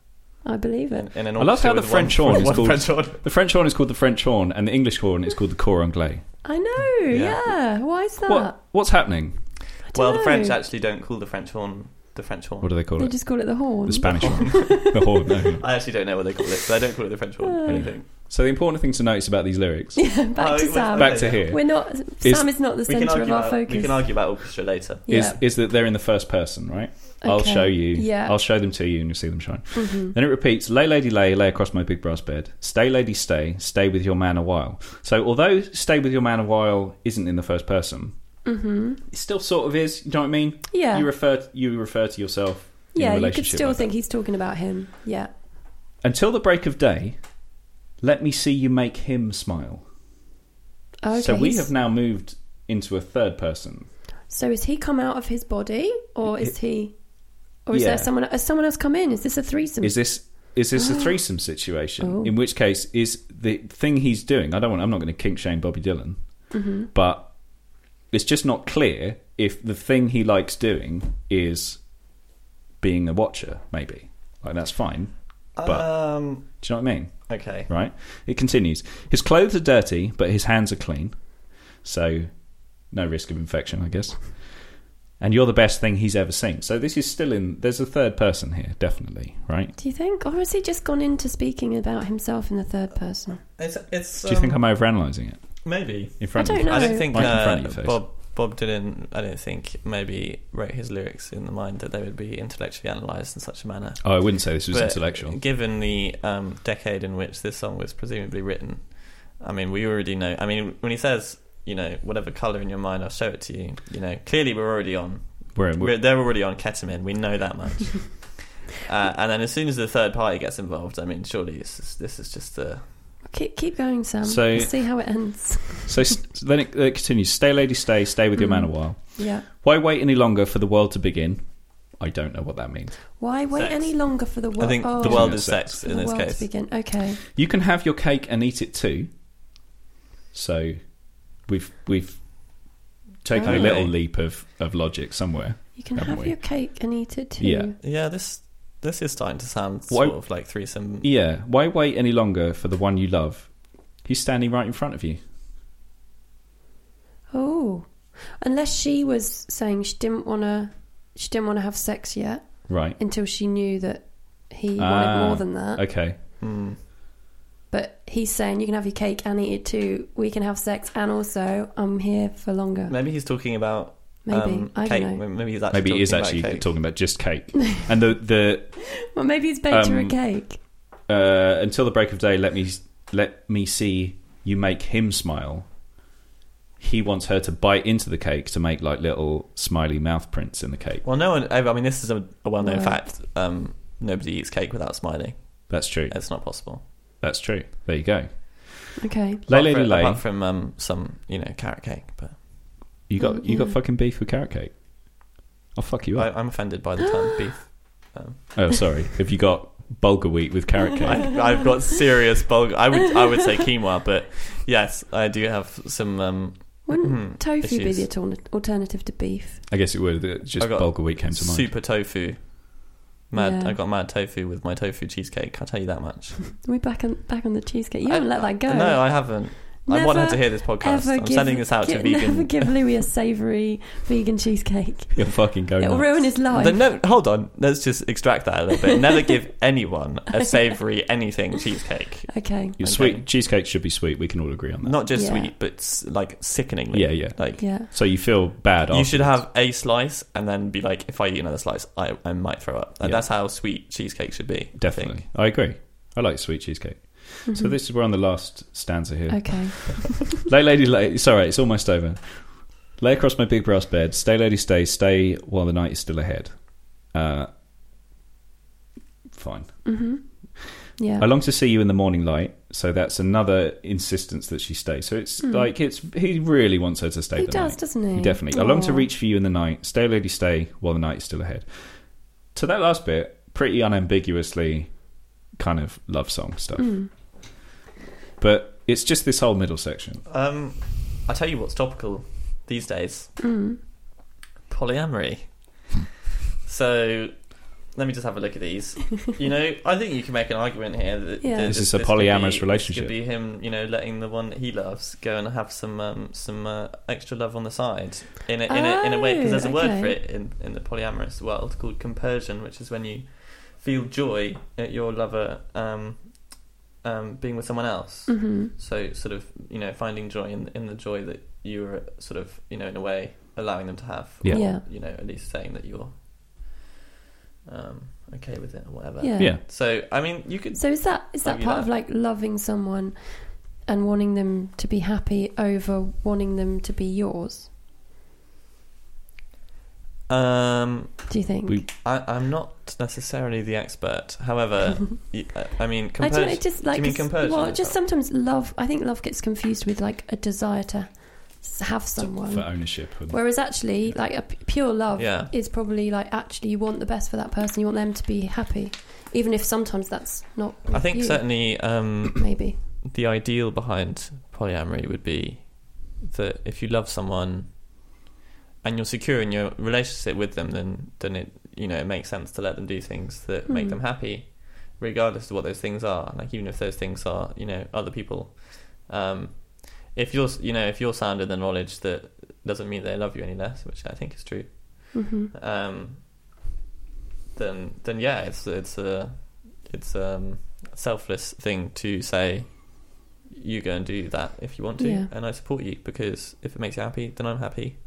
Speaker 3: I believe
Speaker 2: In,
Speaker 3: it.
Speaker 2: in an
Speaker 1: I love
Speaker 2: orchestra
Speaker 1: how the
Speaker 2: with
Speaker 1: French
Speaker 2: one,
Speaker 1: horn is
Speaker 2: one
Speaker 1: called-
Speaker 2: French horn.
Speaker 1: The French horn is called the French horn, and the English horn is called the cor anglais.
Speaker 3: I know.
Speaker 2: Yeah.
Speaker 3: Yeah. Why is that?
Speaker 1: What, what's happening?
Speaker 3: I don't
Speaker 2: Well, the
Speaker 3: know.
Speaker 2: French actually don't call the French horn the French horn.
Speaker 1: What do they call
Speaker 3: They
Speaker 1: it?
Speaker 3: just call it the horn.
Speaker 1: the Spanish
Speaker 3: *laughs*
Speaker 1: horn. the horn. No.
Speaker 2: *laughs* I actually don't know what they call it, but I don't call it the French horn.
Speaker 3: Oh.
Speaker 2: or anything.
Speaker 1: So the important thing to notice about these lyrics,
Speaker 3: Yeah, back
Speaker 2: Oh,
Speaker 3: to
Speaker 2: it was-
Speaker 3: Sam.
Speaker 1: back to here,
Speaker 3: We're not.
Speaker 1: Is-
Speaker 3: Sam is not the
Speaker 2: We can,
Speaker 3: centre
Speaker 2: argue
Speaker 3: of our
Speaker 2: about,
Speaker 3: focus.
Speaker 2: we can argue about orchestra later.
Speaker 3: Yeah.
Speaker 1: is is that they're in the first person, right? I'll
Speaker 3: Okay.
Speaker 1: show you.
Speaker 3: Yeah.
Speaker 1: I'll show them to you, and you'll see them shine.
Speaker 3: Mhm.
Speaker 1: Then it repeats, lay, lady, lay, lay across my big brass bed. Stay, lady, stay, stay with your man a while. So, although stay with your man a while isn't in the first person,
Speaker 3: Mhm.
Speaker 1: it still sort of is. You know what I mean?
Speaker 3: Yeah.
Speaker 1: You refer you refer to yourself. in a
Speaker 3: yeah. You could
Speaker 1: relationship
Speaker 3: still
Speaker 1: like
Speaker 3: think he's talking about him. Yeah.
Speaker 1: that. until the break of day. Let me see you make him smile.
Speaker 3: Oh, Okay.
Speaker 1: so we
Speaker 3: he's-
Speaker 1: have now moved into a third person.
Speaker 3: So has he come out of his body, or is he, or is
Speaker 1: Yeah.
Speaker 3: there someone? Has someone else come in? Is this a threesome?
Speaker 1: Is this is this
Speaker 3: *gasps*
Speaker 1: a threesome situation?
Speaker 3: Oh.
Speaker 1: In which case, is the thing he's doing? I don't want. I'm not going to kink shame Bobby Dylan,
Speaker 3: Mm-hmm.
Speaker 1: but it's just not clear if the thing he likes doing is being a watcher. Maybe like that's fine. But
Speaker 2: um,
Speaker 1: do you know what I mean?
Speaker 2: okay.
Speaker 1: Right? It continues. His clothes are dirty, but his hands are clean, so no risk of infection, I guess. And you're the best thing he's ever seen. So this is still in. There's a third person here, definitely, right?
Speaker 3: Do you think, or has he just gone into speaking about himself in the third person?
Speaker 2: It's, it's,
Speaker 1: Do you think
Speaker 2: um,
Speaker 1: I'm overanalyzing it
Speaker 2: maybe?
Speaker 1: in front
Speaker 3: I
Speaker 1: of
Speaker 3: don't
Speaker 1: you?
Speaker 3: know.
Speaker 2: I don't think
Speaker 1: Right in front of
Speaker 2: uh,
Speaker 1: your face.
Speaker 2: Bob Bob Dylan. I don't think maybe wrote his lyrics in the mind that they would be intellectually analysed in such a manner.
Speaker 1: Oh, I wouldn't say this was
Speaker 2: But
Speaker 1: intellectual.
Speaker 2: Given the um, decade in which this song was presumably written, I mean, we already know. I mean, when he says, you know, whatever colour in your mind, I'll show it to you. You know, clearly we're already on.
Speaker 1: We're,
Speaker 2: We're, they're already on ketamine. We know
Speaker 1: *laughs*
Speaker 2: that much. uh, and then as soon as the third party gets involved, I mean, surely this is, this is just a.
Speaker 3: Keep keep going, Sam.
Speaker 1: So-
Speaker 3: Let's see how it ends.
Speaker 1: so, s- so then it, it continues. Stay, lady, stay. Stay with your
Speaker 3: Hmm.
Speaker 1: man a while.
Speaker 3: Yeah.
Speaker 1: Why wait any longer for the world to begin? I don't know what that means.
Speaker 3: Why wait
Speaker 2: Sex.
Speaker 3: any longer for the world?
Speaker 2: I think
Speaker 3: oh,
Speaker 2: the world
Speaker 1: Yeah,
Speaker 2: is
Speaker 1: sex.
Speaker 2: sex
Speaker 3: for
Speaker 2: in
Speaker 3: the
Speaker 2: this
Speaker 3: world
Speaker 2: case.
Speaker 3: to begin. Okay.
Speaker 1: You can have your cake and eat it too. So we've we've taken
Speaker 2: Oh.
Speaker 3: Okay.
Speaker 1: a little leap of, of logic somewhere.
Speaker 3: You can
Speaker 1: Haven't
Speaker 3: have
Speaker 1: we?
Speaker 3: your cake and eat it too.
Speaker 1: Yeah.
Speaker 2: Yeah, this this is starting to sound
Speaker 1: Why-
Speaker 2: sort of like threesome.
Speaker 1: Yeah. Why wait any longer for the one you love? He's standing right in front of you.
Speaker 3: Oh, unless she was saying she didn't want to, she didn't want to have sex yet
Speaker 1: Right.
Speaker 3: until she knew that he
Speaker 1: Ah,
Speaker 3: wanted more than that.
Speaker 1: Okay.
Speaker 2: Hmm.
Speaker 3: But he's saying you can have your cake and eat it too. We can have sex and also I'm here for longer.
Speaker 2: Maybe he's talking about
Speaker 3: Maybe
Speaker 2: um,
Speaker 3: I
Speaker 2: cake.
Speaker 3: don't know.
Speaker 2: Maybe he's actually
Speaker 1: Maybe
Speaker 2: talking
Speaker 1: he is
Speaker 2: about
Speaker 1: actually
Speaker 2: cake.
Speaker 1: talking about just cake. *laughs* and the the
Speaker 3: Well, maybe he's baked her a
Speaker 1: Um,
Speaker 3: cake.
Speaker 1: uh, until the break of day, let me let me see you make him smile. he wants her to bite into the cake to make like little smiley mouth prints in the cake.
Speaker 2: Well, no one. I mean, this is a, a well-known
Speaker 3: Right.
Speaker 2: fact. Um, nobody eats cake without smiling.
Speaker 1: That's true.
Speaker 2: It's not possible.
Speaker 1: That's true. There you go.
Speaker 3: Okay.
Speaker 1: Lay,
Speaker 2: Apart
Speaker 1: lay,
Speaker 2: from,
Speaker 1: lay, lay.
Speaker 2: apart from um, some, you know, carrot cake. But
Speaker 1: You got
Speaker 2: Mm-hmm.
Speaker 1: you got
Speaker 3: Yeah.
Speaker 1: fucking beef with carrot cake. I'll fuck you
Speaker 2: I,
Speaker 1: up.
Speaker 2: I'm offended by the
Speaker 3: *gasps*
Speaker 2: term beef.
Speaker 1: oh, sorry. Have you got bulgur wheat with
Speaker 2: *laughs*
Speaker 1: carrot cake?
Speaker 2: I, I've got serious bulgur. I would, I would say quinoa, but yes, I do have some. Um,
Speaker 3: Wouldn't tofu be
Speaker 2: Issues.
Speaker 3: the altern- alternative to beef?
Speaker 1: I guess it would. It Just
Speaker 2: I got
Speaker 1: bulgur wheat came to mind.
Speaker 2: super tofu. Mad,
Speaker 3: Yeah.
Speaker 2: I got mad tofu with my tofu cheesecake. I'll tell you that much.
Speaker 3: Are we back on back on the cheesecake? You
Speaker 2: I-
Speaker 3: haven't let that go.
Speaker 2: No, I haven't. I want her
Speaker 3: Never,
Speaker 2: to hear this podcast.
Speaker 3: Ever
Speaker 2: I'm
Speaker 3: give,
Speaker 2: sending this out to
Speaker 3: gi- Never
Speaker 2: vegan.
Speaker 3: give Louis a savoury vegan cheesecake.
Speaker 1: You're fucking going.
Speaker 3: It'll
Speaker 1: nuts.
Speaker 3: ruin his life.
Speaker 2: Then no, hold on. Let's just extract that a little bit. Never
Speaker 3: *laughs*
Speaker 2: give anyone a savory anything cheesecake.
Speaker 3: okay.
Speaker 1: Your
Speaker 2: Okay.
Speaker 1: sweet cheesecake should be sweet. We can all agree on that.
Speaker 2: Not just
Speaker 3: Yeah.
Speaker 2: sweet, but s- like sickeningly.
Speaker 1: Yeah, yeah.
Speaker 2: Like
Speaker 3: Yeah.
Speaker 1: so you feel bad.
Speaker 2: you should
Speaker 1: afterwards.
Speaker 2: have a slice and then be like, if I eat another slice, I, I might throw up. Like,
Speaker 1: Yeah.
Speaker 2: That's how sweet cheesecake should be. I
Speaker 1: definitely.
Speaker 2: think.
Speaker 1: I, agree. I like sweet cheesecake. So
Speaker 3: Mhm.
Speaker 1: this is we're on the last stanza here.
Speaker 3: Okay.
Speaker 1: Lay, lady, lay. It's all right. It's almost over. Lay across my big brass bed. Stay, lady, stay. Stay while the night is still ahead. Uh, fine.
Speaker 3: hmm Yeah.
Speaker 1: I long to see you in the morning light. So that's another insistence that she stays. So it's
Speaker 3: Hmm.
Speaker 1: like it's he really wants her to stay.
Speaker 3: he
Speaker 1: the
Speaker 3: does,
Speaker 1: night.
Speaker 3: doesn't he?
Speaker 1: He definitely. I long to
Speaker 3: Aw.
Speaker 1: reach for you in the night. Stay, lady, stay while the night is still ahead. To that last bit, pretty unambiguously, kind of love song stuff.
Speaker 3: Mm.
Speaker 1: But it's just this whole middle section.
Speaker 2: Um, I tell you what's topical these days:
Speaker 3: Mm. *laughs*
Speaker 2: polyamory. so. Let me just have a look at these. You
Speaker 3: *laughs*
Speaker 2: know, I think you can make an argument here that
Speaker 3: Yeah.
Speaker 2: that
Speaker 1: This is a
Speaker 2: could be-
Speaker 1: polyamorous
Speaker 2: this
Speaker 1: relationship.
Speaker 2: Could be him, you know, letting the one that he loves go and have some um, some uh, extra love on the side in a, in, a, in a way because there's a word for
Speaker 3: Oh, okay.
Speaker 2: it in, in the polyamorous world called compersion, which is when you feel joy at your lover um, um, being with someone else.
Speaker 3: hmm
Speaker 2: So sort of you know finding joy in in the joy that you are sort of you know in a way allowing them to have.
Speaker 1: Yeah.
Speaker 3: Yeah. Yeah.
Speaker 2: You know, at least saying that you're um, okay with it or whatever.
Speaker 1: Yeah.
Speaker 2: So I mean, you could
Speaker 3: So is that is that
Speaker 2: Argue
Speaker 3: part
Speaker 2: that.
Speaker 3: of like loving someone and wanting them to be happy over wanting them to be yours?
Speaker 2: um,
Speaker 3: Do you think?
Speaker 1: We-
Speaker 2: I, I'm not necessarily the expert.
Speaker 3: *laughs*
Speaker 2: However, y- uh, I mean,
Speaker 3: I don't know,
Speaker 2: compers-
Speaker 3: just like
Speaker 2: mean
Speaker 3: s-
Speaker 2: compersion
Speaker 3: well,
Speaker 2: as
Speaker 3: just
Speaker 2: well?
Speaker 3: sometimes love. I think love gets confused with like a desire to s- have someone,
Speaker 1: for ownership. And,
Speaker 3: whereas actually, like a p- pure love
Speaker 2: Yeah.
Speaker 3: is probably like actually you want the best for that person. You want them to be happy, even if sometimes that's
Speaker 2: *coughs*
Speaker 3: not.
Speaker 2: I think
Speaker 3: you,
Speaker 2: certainly um,
Speaker 3: maybe.
Speaker 2: the ideal behind polyamory would be that if you love someone and you're secure in your relationship with them, then then it you know it makes sense to let them do things that make
Speaker 3: Hmm.
Speaker 2: them happy, regardless of what those things are. Like even if those things are you know other people, um, if you're s- you know if you're sounded the knowledge that doesn't mean they love you any less, which I think is true.
Speaker 3: hmm
Speaker 2: um, then then yeah, it's it's a it's um, a selfless thing to say you go and do that if you want to,
Speaker 3: Yeah.
Speaker 2: and I support you because if it makes you happy, then I'm happy.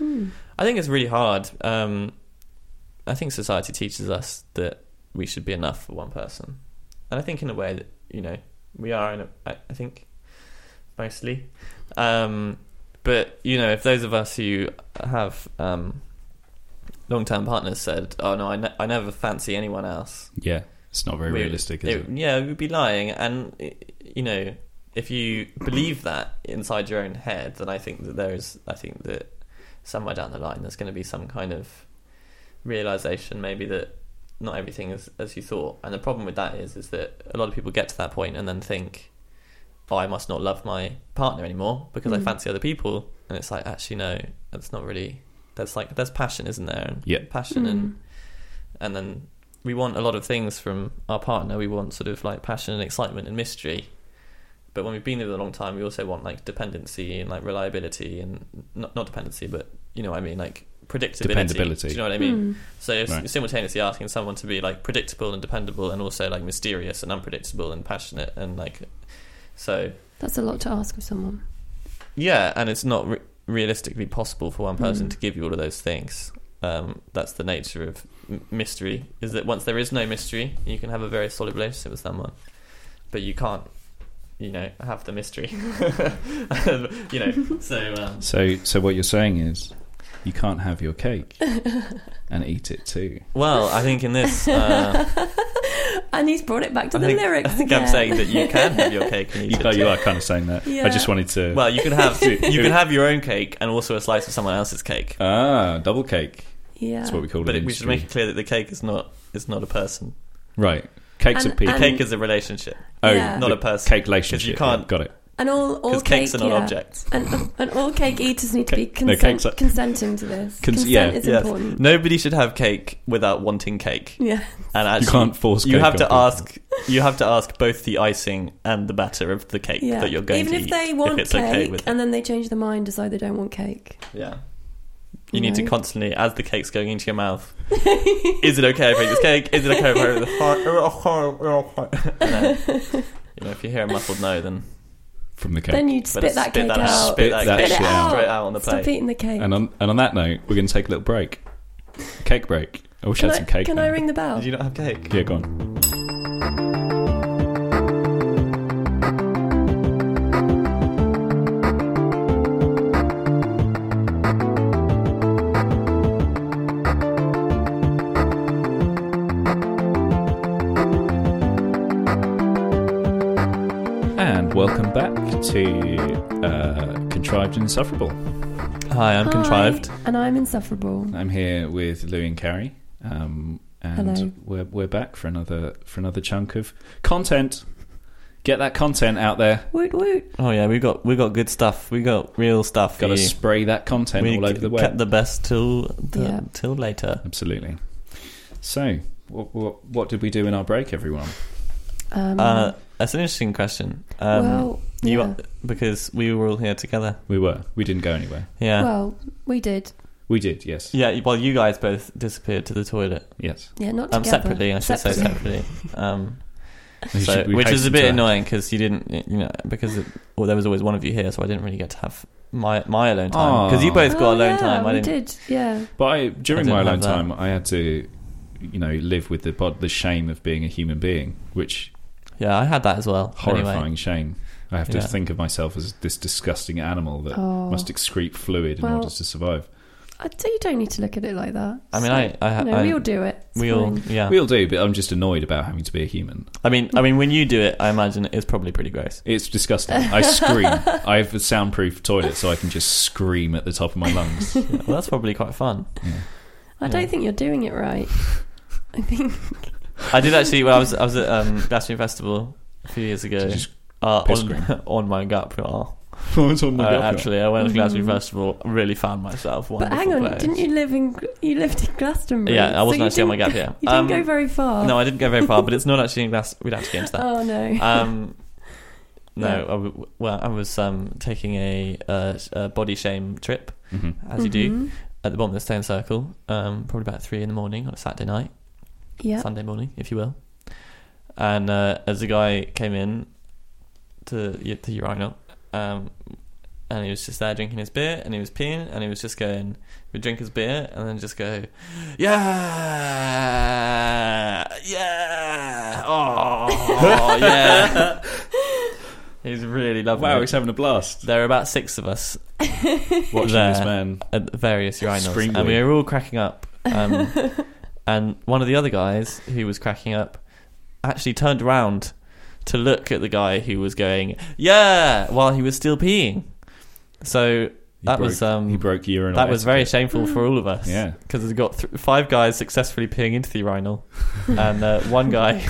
Speaker 3: Mm.
Speaker 2: I think it's really hard. Um, I think society teaches us that we should be enough for one person, and I think in a way that you know we are. In a, I I think mostly, um, but you know, if those of us who have um, long-term partners said, "Oh no, I, ne- I never fancy anyone else,"
Speaker 1: yeah, it's not very
Speaker 2: we-
Speaker 1: realistic, is it?
Speaker 2: Yeah, we'd be lying, and i- you know, if you believe that inside your own head, then I think that there is. I think that somewhere down the line, there's going to be some kind of realization, maybe that not everything is as you thought. And the problem with that is, is that a lot of people get to that point and then think, "Oh, I must not love my partner anymore because I
Speaker 3: Mm.
Speaker 2: fancy other people," and it's like, actually, no, that's not really. There's like there's passion, isn't there? And
Speaker 1: Yeah.
Speaker 2: passion and
Speaker 3: Mm.
Speaker 2: and then we want a lot of things from our partner. We want sort of like passion and excitement and mystery. But when we've been with them a long time, we also want like dependency and like reliability and not not dependency, but you know what I mean, like predictability.
Speaker 1: Dependability.
Speaker 2: Do you know what I mean?
Speaker 3: Mm.
Speaker 2: So if
Speaker 1: Right.
Speaker 2: simultaneously asking someone to be like predictable and dependable and also like mysterious and unpredictable and passionate and like so
Speaker 3: That's a lot to ask of someone.
Speaker 2: yeah, and it's not re- realistically possible for one person
Speaker 3: Mm.
Speaker 2: to give you all of those things. Um, that's the nature of m- mystery. Is that once there is no mystery, you can have a very solid relationship with someone, but you can't. you know have the mystery. *laughs* you know, so um,
Speaker 1: So, so what you're saying is, you can't have your
Speaker 3: *laughs*
Speaker 1: cake and eat it too.
Speaker 2: well, I think in
Speaker 3: *laughs*
Speaker 2: this, uh,
Speaker 3: and he's brought it back to
Speaker 2: I
Speaker 3: the
Speaker 2: think,
Speaker 3: lyrics
Speaker 2: I think
Speaker 3: again.
Speaker 2: I'm saying that you can have
Speaker 3: *laughs*
Speaker 2: your cake
Speaker 1: *laughs*
Speaker 2: and eat
Speaker 1: You,
Speaker 2: it.
Speaker 1: oh,
Speaker 2: too.
Speaker 1: you are kind of saying that.
Speaker 3: Yeah.
Speaker 1: I just wanted to.
Speaker 2: Well, you can have you
Speaker 1: It-
Speaker 2: can have your own cake and also a slice of someone else's cake.
Speaker 1: ah, double cake.
Speaker 3: yeah.
Speaker 1: That's what we call
Speaker 2: But
Speaker 1: it. in
Speaker 2: it, we should
Speaker 1: industry.
Speaker 2: make it clear that the cake is not is not a person.
Speaker 1: right. Cakes
Speaker 3: And-
Speaker 1: of people.
Speaker 3: and-
Speaker 2: Cake is a relationship,
Speaker 1: oh,
Speaker 3: Yeah.
Speaker 2: not
Speaker 1: the
Speaker 2: a person.
Speaker 1: cake relationship.
Speaker 2: you can't-
Speaker 1: Yeah, got it.
Speaker 3: And Um, all all
Speaker 2: Because
Speaker 3: cake,
Speaker 2: cakes are not
Speaker 3: yeah.
Speaker 2: objects.
Speaker 3: And, and all cake eaters need to be
Speaker 1: No,
Speaker 3: consent,
Speaker 1: cakes are-
Speaker 3: consenting to this.
Speaker 1: Cons-
Speaker 3: consent
Speaker 1: yeah.
Speaker 3: is
Speaker 2: Yes.
Speaker 3: important.
Speaker 2: Nobody should have cake without wanting cake.
Speaker 3: Yeah.
Speaker 2: And actually,
Speaker 1: you can't force.
Speaker 2: you
Speaker 1: cake
Speaker 2: have
Speaker 1: on
Speaker 2: to
Speaker 1: people.
Speaker 2: ask. You have to ask both the icing and the batter of the cake
Speaker 3: Yeah.
Speaker 2: that you're going
Speaker 3: Even
Speaker 2: to
Speaker 3: if
Speaker 2: eat.
Speaker 3: they want
Speaker 2: it's
Speaker 3: cake
Speaker 2: okay with
Speaker 3: and then they change their mind, decide they don't want cake.
Speaker 2: yeah, you need to
Speaker 3: No.
Speaker 2: constantly, as the cake's going into your mouth, *laughs* is it okay if I eat this cake? Is it okay if I eat this? *laughs* and then, you know, if you hear a muffled no, then
Speaker 1: from the cake.
Speaker 3: *laughs* Then you'd
Speaker 2: better
Speaker 3: spit that
Speaker 2: spit
Speaker 3: cake
Speaker 2: that
Speaker 3: out.
Speaker 2: out. Spit that
Speaker 1: Spit
Speaker 2: cake
Speaker 1: that shit
Speaker 2: out.
Speaker 1: out.
Speaker 2: straight out on the
Speaker 3: Stop
Speaker 2: plate.
Speaker 3: eating the cake.
Speaker 1: And on and on that note, we're going to take a little break. Cake break. I wish
Speaker 3: can
Speaker 1: I
Speaker 3: I,
Speaker 1: had some cake.
Speaker 3: can
Speaker 1: now.
Speaker 3: I ring the bell?
Speaker 2: Did you not have cake?
Speaker 1: Yeah, go on. And welcome back to uh, Contrived and Insufferable.
Speaker 2: Hi, I'm
Speaker 3: Hi,
Speaker 2: contrived.
Speaker 3: And I'm insufferable.
Speaker 1: I'm here with Lou and Carrie, um, and
Speaker 3: Hello.
Speaker 1: we're we're back for another for another chunk of content. Get that content out there.
Speaker 3: Woot woot.
Speaker 2: Oh yeah, we got we got good stuff. We got real stuff.
Speaker 1: Got to
Speaker 2: for you.
Speaker 1: spray that content
Speaker 2: we
Speaker 1: all over the web.
Speaker 2: kept the best till till,
Speaker 3: Yeah.
Speaker 2: till later.
Speaker 1: Absolutely. So, what, what what did we do in our break, everyone?
Speaker 3: Um,
Speaker 2: Uh, that's an interesting question. Um,
Speaker 3: well,
Speaker 2: you
Speaker 3: yeah.
Speaker 2: because we were all here together.
Speaker 1: We were we didn't go anywhere.
Speaker 2: Yeah.
Speaker 3: well, we did.
Speaker 1: We did, yes,
Speaker 2: yeah, well, you guys both disappeared to the toilet.
Speaker 1: yes.
Speaker 3: Yeah, not
Speaker 2: Um,
Speaker 3: together.
Speaker 2: separately, I should say
Speaker 3: Separately.
Speaker 2: separately. Um,
Speaker 1: *laughs* We
Speaker 2: so,
Speaker 1: should- we
Speaker 2: which is a
Speaker 1: hastened
Speaker 2: bit
Speaker 1: to that.
Speaker 2: annoying because you didn't, you know, because it, well, there was always one of you here, so I didn't really get to have my my alone time because you
Speaker 1: Aw.
Speaker 2: both got
Speaker 3: Oh,
Speaker 2: alone
Speaker 3: yeah,
Speaker 2: time. I
Speaker 3: we
Speaker 2: didn't.
Speaker 3: did. Yeah.
Speaker 1: But I, during
Speaker 2: I
Speaker 1: my alone
Speaker 2: didn't have that.
Speaker 1: time, I had to, you know, live with the bod- the shame of being a human being, which
Speaker 2: Yeah, I had that as well.
Speaker 1: horrifying
Speaker 2: Anyway,
Speaker 1: shame. I have to
Speaker 2: Yeah.
Speaker 1: think of myself as this disgusting animal that
Speaker 3: Oh.
Speaker 1: must excrete fluid in
Speaker 3: Well-
Speaker 1: order to survive.
Speaker 3: I do, you don't need to look at it like that.
Speaker 2: I mean,
Speaker 3: So,
Speaker 2: I, I,
Speaker 3: you
Speaker 2: ha-
Speaker 3: know,
Speaker 2: I
Speaker 3: we all do it. It's
Speaker 2: we all,
Speaker 3: fine.
Speaker 2: yeah.
Speaker 1: We all do, but I'm just annoyed about having to be a human.
Speaker 2: I mean, I mean, when you do it, I imagine it's probably pretty gross.
Speaker 1: It's disgusting. I
Speaker 3: *laughs*
Speaker 1: scream. I have a soundproof toilet, so I can just scream at the top of my
Speaker 3: *laughs*
Speaker 1: lungs.
Speaker 2: Yeah, well, that's probably quite fun.
Speaker 3: I don't
Speaker 2: Yeah.
Speaker 3: think you're doing it right. I
Speaker 2: *laughs*
Speaker 3: think.
Speaker 2: I did actually. Well, I was I was at um, Glastonbury Festival a few years ago.
Speaker 1: Just-
Speaker 2: uh,
Speaker 1: piss
Speaker 2: on,
Speaker 1: cream.
Speaker 2: *laughs* on my gut. Oh,
Speaker 1: Oh, it's on my
Speaker 2: I,
Speaker 1: God.
Speaker 2: actually, I went to Glastonbury
Speaker 3: Mhm.
Speaker 1: Mm.
Speaker 2: Festival. Really found myself.
Speaker 3: But
Speaker 2: Wonderful
Speaker 3: hang on,
Speaker 2: place.
Speaker 3: didn't you live in you lived in Glastonbury?
Speaker 2: Yeah, I
Speaker 3: so
Speaker 2: wasn't
Speaker 3: you
Speaker 2: actually on my
Speaker 3: didn't-
Speaker 2: gap year.
Speaker 3: *laughs* You didn't
Speaker 2: Um,
Speaker 3: go very far.
Speaker 2: No, I didn't go very far, but it's not actually in Glass. We'd have to get into that.
Speaker 3: *laughs* Oh no.
Speaker 2: Um, no,
Speaker 3: Yeah.
Speaker 2: I w- well, I was um, taking a, uh, sh- a body shame trip,
Speaker 1: Mhm.
Speaker 2: as you do,
Speaker 3: Mhm.
Speaker 2: at the bottom of the Stone Circle, um, probably about three in the morning on a Saturday night,
Speaker 3: Yeah.
Speaker 2: Sunday morning, if you will. And uh, as a guy came in to y- the urinal, um, and he was just there drinking his beer, and he was peeing, and he was just going, would drink his beer, and then just go, yeah, yeah, oh, yeah. He's really lovely.
Speaker 1: Wow, he's having a blast.
Speaker 2: there are about six of us
Speaker 1: Watching
Speaker 2: There.
Speaker 1: this man.
Speaker 2: at the various urinals,
Speaker 1: Spring
Speaker 2: and we
Speaker 1: week.
Speaker 2: were all cracking up.
Speaker 1: *laughs*
Speaker 2: Um, and one of the other guys who was cracking up actually turned around to look at the guy who was going yeah while he was still peeing.
Speaker 1: He
Speaker 2: So that
Speaker 1: broke,
Speaker 2: was um,
Speaker 1: he broke urinal.
Speaker 2: that was very
Speaker 1: etiquette.
Speaker 2: shameful for all of us.
Speaker 1: Yeah.
Speaker 2: because we got th- five guys successfully peeing into the urinal, and uh,
Speaker 1: *laughs*
Speaker 2: one guy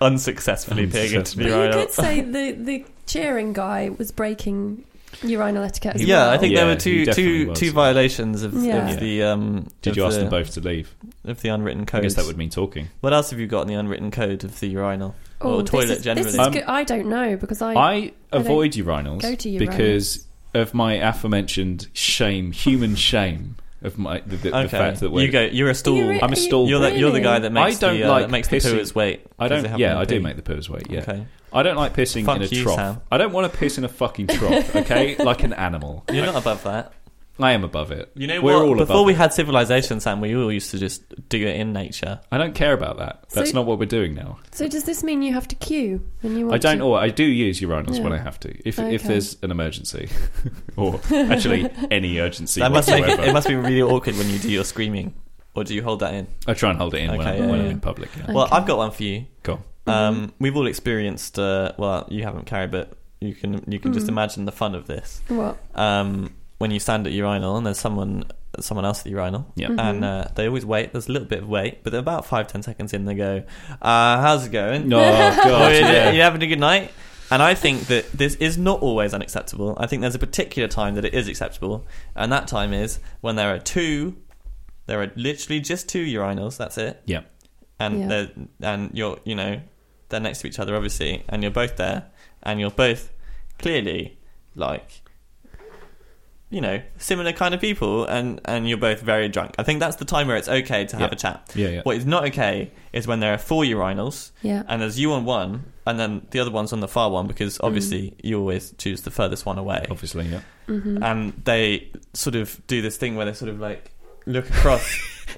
Speaker 2: unsuccessfully peeing into
Speaker 1: Unsuccessfully.
Speaker 2: the
Speaker 3: But you
Speaker 2: urinal.
Speaker 3: could say the the cheering guy was breaking urinal etiquette. As
Speaker 2: Yeah,
Speaker 3: well.
Speaker 2: I think
Speaker 1: Yeah,
Speaker 2: there were
Speaker 1: he
Speaker 2: two
Speaker 1: definitely
Speaker 2: two
Speaker 1: was,
Speaker 2: two
Speaker 1: yeah.
Speaker 2: violations of,
Speaker 3: Yeah.
Speaker 2: of the um.
Speaker 1: Did
Speaker 2: of
Speaker 1: you ask
Speaker 2: the,
Speaker 1: them both to leave?
Speaker 2: of the unwritten
Speaker 1: I
Speaker 2: code?
Speaker 1: guess that would mean talking.
Speaker 2: What else have you got in the unwritten code of the urinal or
Speaker 3: Oh, this
Speaker 2: toilet
Speaker 3: is-
Speaker 2: generally?
Speaker 3: This is
Speaker 1: Um,
Speaker 3: good. I don't know because I,
Speaker 1: I
Speaker 3: I
Speaker 1: avoid urinals
Speaker 3: go to urinals.
Speaker 1: because of my aforementioned shame, human shame of my the, the, the fact that we're.
Speaker 2: you go. You're a stool.
Speaker 3: You're
Speaker 1: I'm a stall.
Speaker 2: You're the, you're the guy that
Speaker 1: Really?
Speaker 2: makes
Speaker 1: I don't
Speaker 2: the uh,
Speaker 1: like
Speaker 2: that makes
Speaker 1: pissing-
Speaker 2: the pooers wait.
Speaker 1: I
Speaker 2: 'cause they
Speaker 1: don't.
Speaker 2: haven't
Speaker 1: Yeah,
Speaker 2: been
Speaker 1: I do
Speaker 2: peed.
Speaker 1: make the pooers wait. Yeah,
Speaker 2: Okay.
Speaker 1: I don't like pissing
Speaker 2: Fuck
Speaker 1: in a
Speaker 2: you,
Speaker 1: trough.
Speaker 2: Sam.
Speaker 1: I don't want to piss in a
Speaker 2: *laughs*
Speaker 1: fucking trough. Okay, like an animal.
Speaker 2: You're not above that.
Speaker 1: I am above it.
Speaker 2: You know
Speaker 1: we're
Speaker 2: what?
Speaker 1: all
Speaker 2: Before
Speaker 1: above
Speaker 2: we
Speaker 1: it.
Speaker 2: had civilization, Sam, we all used to just do it in nature.
Speaker 1: I don't care about that. That's
Speaker 3: So-
Speaker 1: not what we're doing now.
Speaker 3: So does this mean you have to queue when you want
Speaker 1: I don't.
Speaker 3: to?
Speaker 1: Or I do use urinals when I
Speaker 3: Yeah.
Speaker 1: have to. If if
Speaker 3: Okay.
Speaker 1: there's an emergency, *laughs* or actually any urgency
Speaker 2: That must make,
Speaker 1: whatsoever,
Speaker 2: it must be really awkward when you do your screaming, or do you hold that in?
Speaker 1: I try and hold it in when,
Speaker 2: Okay,
Speaker 1: I'm,
Speaker 2: yeah,
Speaker 1: when I'm
Speaker 2: yeah.
Speaker 1: in public. Yeah.
Speaker 2: Well,
Speaker 3: Okay.
Speaker 2: I've got one for you.
Speaker 1: Go on.
Speaker 2: Um, We've all experienced. Uh, well, you haven't carried, but you can you can just
Speaker 3: Mm.
Speaker 2: imagine the fun of this.
Speaker 3: What?
Speaker 2: Um, when you stand at urinal and there's someone someone else at the urinal,
Speaker 1: Yeah.
Speaker 3: Mhm.
Speaker 2: and uh, they always wait. There's a little bit of wait, but then about five ten seconds in, they go, uh, "How's it going?
Speaker 1: No,
Speaker 2: Oh, *laughs*
Speaker 1: God,
Speaker 2: you-
Speaker 1: yeah.
Speaker 2: you having a good night?" And I think that this is not always unacceptable. I think there's a particular time that it is acceptable, and that time is when there are two. There are literally just two urinals. That's it
Speaker 1: Yeah.
Speaker 2: and
Speaker 3: Yeah.
Speaker 2: they're and you're you know they're next to each other obviously and you're both there and you're both clearly like you know similar kind of people and and you're both very drunk i think that's the time where it's okay to have
Speaker 1: Yeah.
Speaker 2: a chat
Speaker 1: Yeah. Yeah.
Speaker 2: what is not okay is when there are four urinals
Speaker 3: Yeah.
Speaker 2: and there's you on one and then the other one's on the far one because obviously you always choose the furthest one away
Speaker 1: Obviously. Yeah.
Speaker 3: Mm-hmm. *laughs*
Speaker 2: and they sort of do this thing where they sort of like
Speaker 3: *laughs*
Speaker 2: look across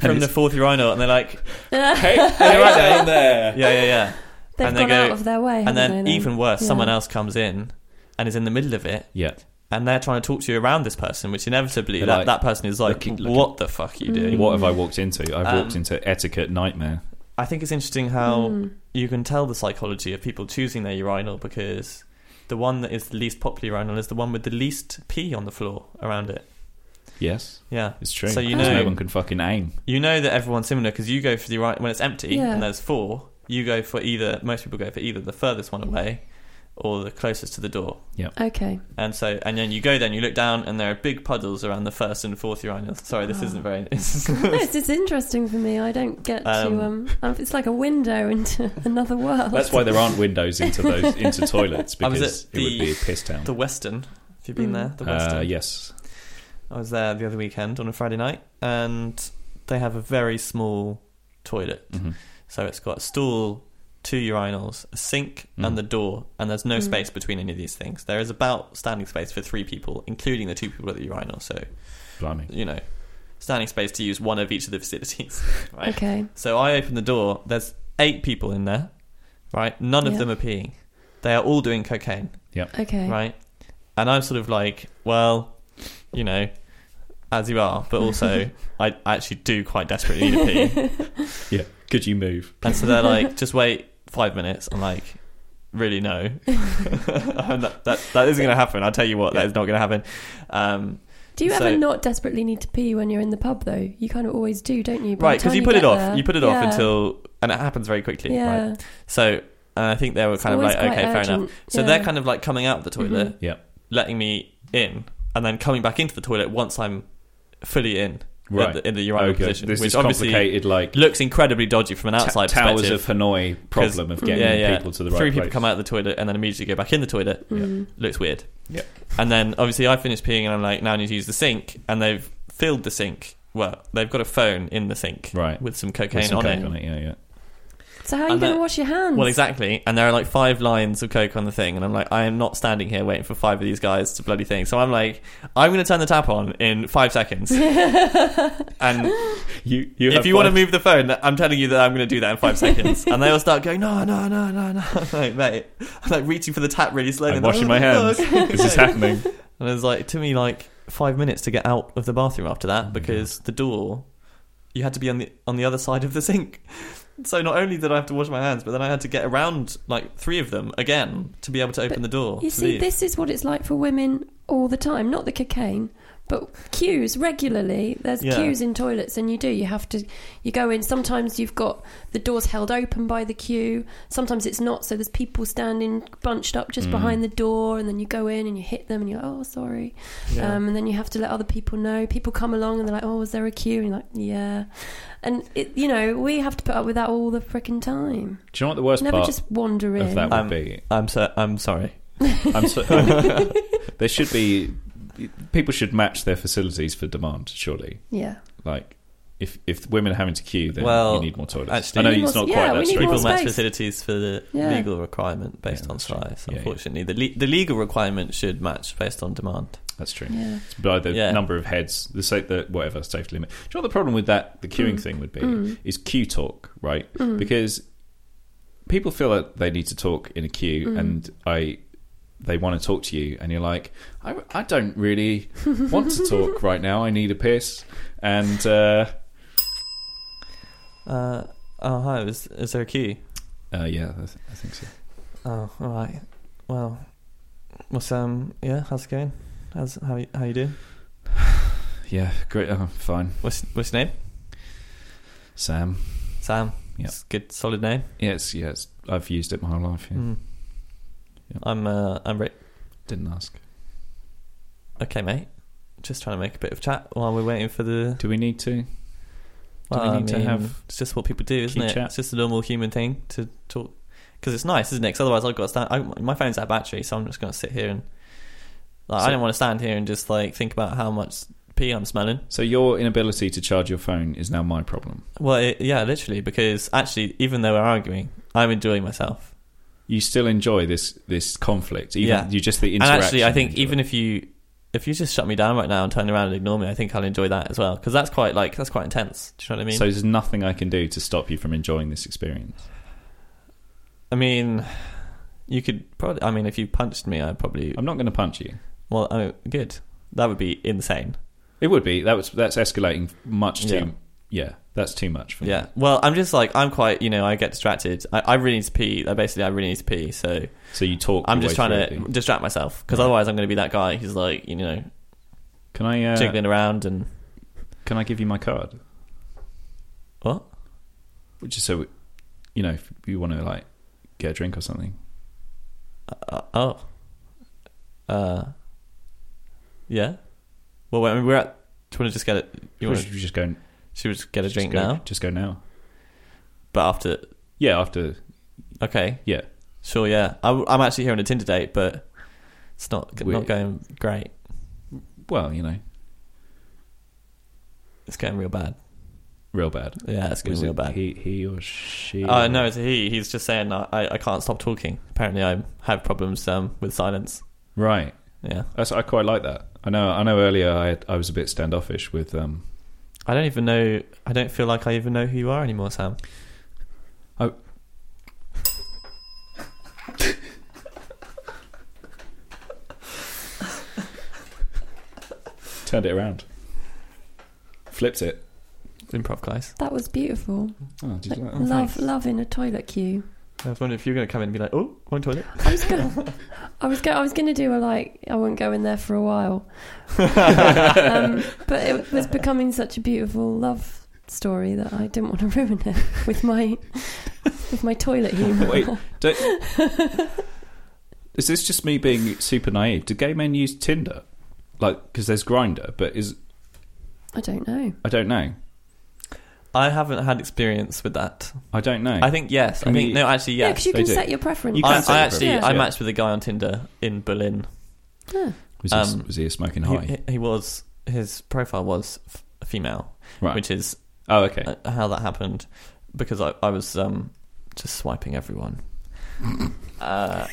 Speaker 2: from the
Speaker 1: it's-
Speaker 2: fourth urinal and they're like
Speaker 1: Hey,
Speaker 2: there.
Speaker 1: there.
Speaker 2: yeah yeah yeah
Speaker 3: They've
Speaker 2: and they
Speaker 3: gone
Speaker 2: go-
Speaker 3: out of their way.
Speaker 2: and
Speaker 3: haven't
Speaker 2: then
Speaker 3: they,
Speaker 2: even worse,
Speaker 3: Yeah.
Speaker 2: someone else comes in and is in the middle of it,
Speaker 1: Yeah.
Speaker 2: and they're trying to talk to you around this person, which inevitably
Speaker 1: They're
Speaker 2: that,
Speaker 1: like,
Speaker 2: that person is like,
Speaker 1: looking- looking-
Speaker 2: "What the fuck are you doing?"
Speaker 1: What have I walked into? I've walked
Speaker 2: Um,
Speaker 1: into etiquette nightmare.
Speaker 2: I think it's interesting how
Speaker 3: Mm.
Speaker 2: you can tell the psychology of people choosing their urinal because the one that is the least popular urinal is the one with the least pee on the floor around it.
Speaker 1: Yes,
Speaker 2: Yeah,
Speaker 1: it's true.
Speaker 2: So you
Speaker 1: 'Cause
Speaker 2: know-
Speaker 1: no one can fucking aim.
Speaker 2: you know that everyone's similar because you go for the right when it's empty
Speaker 3: Yeah.
Speaker 2: and there's four. You go for either. Most people go for either the furthest one away or the closest to the door. *laughs*
Speaker 3: Okay.
Speaker 2: And so, and then you go there and you look down, and there are big puddles around the first and fourth urinals. Sorry, this
Speaker 3: Oh.
Speaker 2: isn't very. *laughs*
Speaker 3: No, it's just interesting for me. I don't get
Speaker 2: Um,
Speaker 3: to. Um, um, it's like a window into *laughs* another world.
Speaker 1: That's why there aren't windows into those into
Speaker 2: *laughs*
Speaker 1: toilets
Speaker 2: I was
Speaker 1: because
Speaker 2: at
Speaker 1: it would
Speaker 2: Um, the-
Speaker 1: be a piss town.
Speaker 2: the Western. Have you been
Speaker 3: Mm.
Speaker 2: there? The Western.
Speaker 1: Uh, yes,
Speaker 2: I was there the other weekend on a Friday night, and they have a very small toilet.
Speaker 1: Mhm.
Speaker 2: So it's got a stool, two urinals, a sink,
Speaker 1: Mm.
Speaker 2: and the door. And there's no
Speaker 3: Mm.
Speaker 2: space between any of these things. There is about standing space for three people, including the two people at the urinal. So
Speaker 1: blimey.
Speaker 2: you know, standing space to use one of each of the facilities. *laughs* Right.
Speaker 3: Okay.
Speaker 2: So I open the door. There's eight people in there, right? None of
Speaker 3: Yeah.
Speaker 2: them are peeing. They are all doing cocaine,
Speaker 3: Okay. *laughs*
Speaker 2: right? And I'm sort of like, well, you know, as you are, but
Speaker 3: *laughs*
Speaker 2: also I actually do quite desperately need a pee.
Speaker 1: Yeah, could you move?
Speaker 2: And so they're
Speaker 3: *laughs*
Speaker 2: like, just wait five minutes. I'm like, really no, *laughs* I'm not- that that isn't going to happen. I'll tell you what, that
Speaker 1: Yeah.
Speaker 2: is not going to happen. Um,
Speaker 3: Do you
Speaker 2: So-
Speaker 3: ever not desperately need to pee when you're in the pub, though? You kind of always do, don't you? By
Speaker 2: right,
Speaker 3: the
Speaker 2: because
Speaker 3: time
Speaker 2: you put it
Speaker 3: get
Speaker 2: off.
Speaker 3: there-
Speaker 2: You put it off
Speaker 3: Yeah.
Speaker 2: until, and it happens very quickly.
Speaker 3: Yeah.
Speaker 2: Right? So. And I think they were
Speaker 3: It's
Speaker 2: kind of
Speaker 3: always
Speaker 2: like,
Speaker 3: quite
Speaker 2: okay, fair enough.
Speaker 3: urgent.
Speaker 2: So
Speaker 3: Yeah. Mm-hmm.
Speaker 2: they're kind of like coming out of the toilet,
Speaker 1: Mhm. Yep.
Speaker 2: letting me in, and then coming back into the toilet once I'm fully in,
Speaker 1: Right.
Speaker 2: in, the, in the urinal
Speaker 1: okay,
Speaker 2: position,
Speaker 1: this
Speaker 2: which
Speaker 1: is
Speaker 2: obviously
Speaker 1: complicated. Like
Speaker 2: looks incredibly dodgy from an
Speaker 1: ta-
Speaker 2: outside
Speaker 1: towers of
Speaker 2: perspective.
Speaker 1: Hanoi
Speaker 2: 'cause-
Speaker 1: problem of getting
Speaker 2: yeah, yeah.
Speaker 1: people to the right
Speaker 2: Three
Speaker 1: place.
Speaker 2: people come out of the toilet and then immediately go back in the toilet.
Speaker 3: Mm.
Speaker 2: Looks weird.
Speaker 1: Yeah.
Speaker 2: And then obviously I finish peeing and I'm like, now I need to use the sink, and they've filled the sink. Well, they've got a phone in the sink
Speaker 1: Right.
Speaker 2: with some
Speaker 1: With
Speaker 2: cocaine
Speaker 1: some
Speaker 2: on
Speaker 1: coke
Speaker 2: it.
Speaker 1: on it. Yeah, yeah.
Speaker 3: So how are you
Speaker 2: And
Speaker 3: going
Speaker 2: that-
Speaker 3: to wash your hands?
Speaker 2: Well, exactly. And there are like five lines of coke on the thing, and I'm like, I am not standing here waiting for five of these guys to bloody thing. So I'm like, I'm going to turn the tap on in five seconds.
Speaker 1: *laughs*
Speaker 3: *laughs*
Speaker 2: *laughs* and
Speaker 1: You, you
Speaker 2: if
Speaker 1: have
Speaker 2: you want to
Speaker 1: five-
Speaker 2: move the phone, I'm telling you that I'm going to do that
Speaker 1: *laughs*
Speaker 2: in five seconds. And they all start going, no, no, no, no, *laughs* no. I'm like, mate, I'm like reaching for the tap really slowly.
Speaker 1: I'm
Speaker 2: Like, "Oh,
Speaker 1: washing my hands.
Speaker 2: "Look."
Speaker 1: this is happening.
Speaker 2: And it was like, it took me like five minutes to get out of the bathroom after
Speaker 3: Oh
Speaker 2: that because the door, you had to be on the on the other side of the sink. *laughs* So not only did I have to wash my hands, but then I had to get around like three of them again to be able to open the door.
Speaker 3: You
Speaker 2: to
Speaker 3: see,
Speaker 2: leave.
Speaker 3: this is what it's like for women all the time. Not the cocaine, but queues regularly. There's
Speaker 2: Yeah.
Speaker 3: queues in toilets, and you do. You have to. You go in. Sometimes you've got the doors held open by the queue. Sometimes it's not. So there's people standing bunched up just
Speaker 1: Mm.
Speaker 3: behind the door, and then you go in and you hit them, and you're like, oh, sorry.
Speaker 2: Yeah.
Speaker 3: Um, and then you have to let other people know. People come along and they're like, oh, was there a queue? And you're like, yeah. And it, you know, we have to put up with that all the frickin' time.
Speaker 1: Do you know what the worst
Speaker 3: Never
Speaker 1: part
Speaker 3: just wander in.
Speaker 1: of that would
Speaker 2: Um, *laughs*
Speaker 1: be?
Speaker 2: I'm so I'm sorry.
Speaker 1: I'm so, *laughs* there should be people should match their facilities for demand. Surely,
Speaker 3: yeah.
Speaker 1: like if if women are having to queue, then
Speaker 2: Well,
Speaker 1: you need more toilets.
Speaker 2: actually-
Speaker 1: I know
Speaker 2: We need
Speaker 1: it's
Speaker 3: more-
Speaker 1: not
Speaker 3: yeah,
Speaker 1: quite
Speaker 3: we
Speaker 1: that
Speaker 3: need more
Speaker 2: People
Speaker 1: straightforward.
Speaker 2: match
Speaker 3: space.
Speaker 2: facilities for the
Speaker 3: Yeah.
Speaker 2: legal requirement based
Speaker 1: Yeah,
Speaker 2: on
Speaker 1: that's true.
Speaker 2: size.
Speaker 1: Yeah, yeah.
Speaker 2: Unfortunately, the le- the legal requirement should match based on demand.
Speaker 1: That's true.
Speaker 3: Yeah.
Speaker 1: It's by the
Speaker 2: Yeah.
Speaker 1: number of heads, the safe, the whatever safe limit. Do you know what the problem with that the queuing thing would be? Is queue talk, right?
Speaker 3: Mm.
Speaker 1: Because people feel that they need to talk in a queue, and I they want to talk to you, and you're like, I, I don't really want to talk right now. I need a piss, and uh,
Speaker 2: Uh, oh, hi. Was, is there a queue?
Speaker 1: uh, yeah, I, th- I think so.
Speaker 2: Oh, all right. Well, what's um? Yeah, how's it going? How's how you, how you doing?
Speaker 1: Yeah, great. Oh, fine,
Speaker 2: What's what's your name?
Speaker 1: Sam.
Speaker 2: Sam.
Speaker 1: Yeah.
Speaker 2: It's a good solid name.
Speaker 1: Yes, yes, I've used it my whole life. Yeah.
Speaker 2: Mm.
Speaker 1: Yeah.
Speaker 2: I'm uh, I'm Rick.
Speaker 1: Didn't ask.
Speaker 2: Okay, mate. Just trying to make a bit of chat while we're waiting for the.
Speaker 1: Do we need to? we
Speaker 2: Well, I
Speaker 1: need to
Speaker 2: mean,
Speaker 1: have
Speaker 2: It's just what people do, isn't
Speaker 1: key
Speaker 2: it?
Speaker 1: chat?
Speaker 2: It's just a normal human thing to talk. Because it's nice, isn't it? 'Cause otherwise, I've got to stand. I, my phone's out of battery, so I'm just going to sit here and. Like, I
Speaker 1: So-
Speaker 2: don't want to stand here and just like think about how much pee I'm smelling.
Speaker 1: So your inability to charge your phone is now my problem.
Speaker 2: Well, it, yeah, literally, because actually, even though we're arguing, I'm enjoying myself.
Speaker 1: You still enjoy this this conflict, even
Speaker 2: Yeah.
Speaker 1: you just the
Speaker 2: And
Speaker 1: interaction.
Speaker 2: actually, I
Speaker 1: you
Speaker 2: think
Speaker 1: enjoy.
Speaker 2: even if you if you just shut me down right now and turn around and ignore me, I think I'll enjoy that as well because that's quite like that's quite intense. Do you know what I mean?
Speaker 1: so, there's nothing I can do to stop you from enjoying this experience.
Speaker 2: I mean, you could probably. I mean, if you punched me, I'd probably.
Speaker 1: I'm not going to punch you.
Speaker 2: Well, oh, good. That would be insane.
Speaker 1: It would be that was that's escalating much too.
Speaker 2: Yeah.
Speaker 1: Yeah, that's too much for
Speaker 2: Yeah.
Speaker 1: me.
Speaker 2: Well, I'm just like I'm quite. You know, I get distracted. I, I really need to pee. Like, basically, I really need to pee. So
Speaker 1: So you talk.
Speaker 2: I'm
Speaker 1: your
Speaker 2: just
Speaker 1: way
Speaker 2: trying to
Speaker 1: through it.
Speaker 2: distract myself because
Speaker 1: Right.
Speaker 2: otherwise, I'm going to be that guy who's like you know
Speaker 1: Can I? Uh,
Speaker 2: jiggling around and
Speaker 1: can I give you my card?
Speaker 2: what?
Speaker 1: Just so, we- you know, if you want to like get a drink or something.
Speaker 2: Uh, oh. Uh. Yeah. Well, wait, I mean, we're at. Do you want to just get it? You
Speaker 1: Or
Speaker 2: want?
Speaker 1: should we just go? and-
Speaker 2: Should we just get a
Speaker 1: just
Speaker 2: drink
Speaker 1: go-
Speaker 2: now?
Speaker 1: Just go now.
Speaker 2: But after.
Speaker 1: Yeah, after.
Speaker 2: Okay.
Speaker 1: Yeah.
Speaker 2: Sure. Yeah. I, am actually here on a Tinder date, but it's not
Speaker 1: We're-
Speaker 2: not going great.
Speaker 1: Well, you know,
Speaker 2: It's going real bad.
Speaker 1: real bad.
Speaker 2: Yeah, it's going
Speaker 1: Was
Speaker 2: real
Speaker 1: it
Speaker 2: bad.
Speaker 1: He, he or she?
Speaker 2: Uh, no, it's he. He's just saying I, I I can't stop talking. Apparently, I have problems um, with silence.
Speaker 1: Right.
Speaker 2: Yeah.
Speaker 1: That's, I quite like that. I know. I know. Earlier, I I was a bit standoffish with. Um,
Speaker 2: I don't even know. I don't feel like I even know who you are anymore, Sam.
Speaker 1: turned it around, flipped it.
Speaker 2: Improv class.
Speaker 3: That was beautiful.
Speaker 1: Oh, did you like that?
Speaker 3: love,
Speaker 2: thanks.
Speaker 3: love in a toilet queue.
Speaker 2: I was wondering if you were going to come in and be like, "Oh, one toilet."
Speaker 3: I was gonna, I was gonna, I was gonna do a like. I wouldn't go in there for
Speaker 1: *laughs*
Speaker 3: a while, um, but it was becoming such a beautiful love story that I didn't want to *laughs* ruin it with my with
Speaker 1: *laughs*
Speaker 3: my toilet humour.
Speaker 1: Wait, do, is this just me being super naive? Do gay men use Tinder? Like, because there's Grinder, but is
Speaker 3: I don't know.
Speaker 1: I don't know.
Speaker 2: I haven't had experience with that.
Speaker 1: I don't know.
Speaker 2: I think yes. I
Speaker 1: Can
Speaker 2: think
Speaker 1: we-
Speaker 2: no. Actually,
Speaker 3: Yeah,
Speaker 2: yes.
Speaker 3: 'cause you
Speaker 1: they
Speaker 3: can
Speaker 1: do.
Speaker 3: set your preference.
Speaker 1: You can
Speaker 2: I,
Speaker 1: say
Speaker 2: I
Speaker 1: it,
Speaker 2: actually
Speaker 1: yeah.
Speaker 2: I matched with a guy on Tinder in Berlin.
Speaker 3: Yeah.
Speaker 1: was, he,
Speaker 2: um,
Speaker 1: was he a smoking
Speaker 2: He-
Speaker 1: high?
Speaker 2: He, he was his profile was f- female,
Speaker 1: right.
Speaker 2: which is
Speaker 1: oh, okay.
Speaker 2: uh, how that happened because I, I was um, just
Speaker 1: *laughs*
Speaker 2: swiping everyone. uh,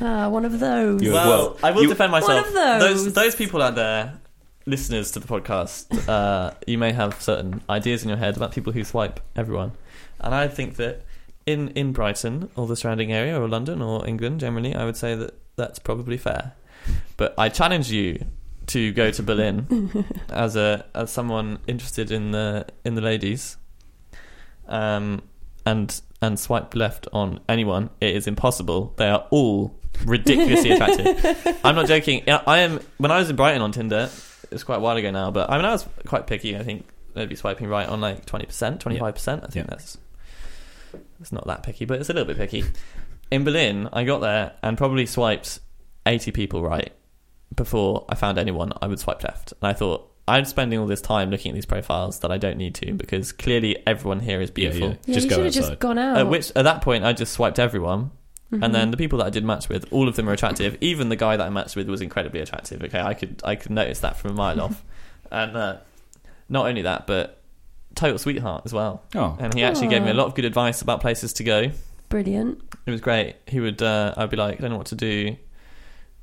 Speaker 3: Ah, one of those.
Speaker 1: You-
Speaker 2: well,
Speaker 1: well,
Speaker 2: I will
Speaker 1: you-
Speaker 2: defend myself.
Speaker 3: One of those.
Speaker 2: those people out there, listeners to the podcast, uh, you may have certain ideas in your head about people who swipe everyone, and I think that in in Brighton or the surrounding area or London or England generally, I would say that that's probably fair. But I challenge you to go to Berlin as a as someone interested in the in the ladies, um, and and swipe left on anyone. It is impossible. They are all ridiculously
Speaker 1: *laughs*
Speaker 2: attractive. I'm not joking. I I am when I was in Brighton on Tinder. It's quite a while ago now, but I mean I was quite picky. I think I'd be swiping right on like twenty percent, twenty five percent. I think
Speaker 1: Yeah.
Speaker 2: that's it's not that picky, but it's a little bit picky. In Berlin, I got there and probably swiped 80 people right before I found anyone I would swipe left. And I thought, I'm spending all this time looking at these profiles that I don't need to because clearly everyone here is
Speaker 1: Yeah, yeah.
Speaker 2: beautiful.
Speaker 3: *laughs* yeah,
Speaker 1: Just
Speaker 3: you
Speaker 1: go
Speaker 3: should have
Speaker 1: outside.
Speaker 3: just gone out.
Speaker 2: At Uh, which, at that point, I just swiped everyone.
Speaker 3: Mhm.
Speaker 2: And then the people that I did match with, all of them were attractive. Even the guy that I matched with was incredibly attractive. Okay, I could I could notice that from a mile off. And uh, not only that, but total sweetheart as well. *laughs*
Speaker 1: oh,
Speaker 2: And he actually gave me a
Speaker 3: Aw.
Speaker 2: lot of good advice about places to go.
Speaker 3: brilliant.
Speaker 2: It was great. He would, uh, I'd be like, I don't know what to do.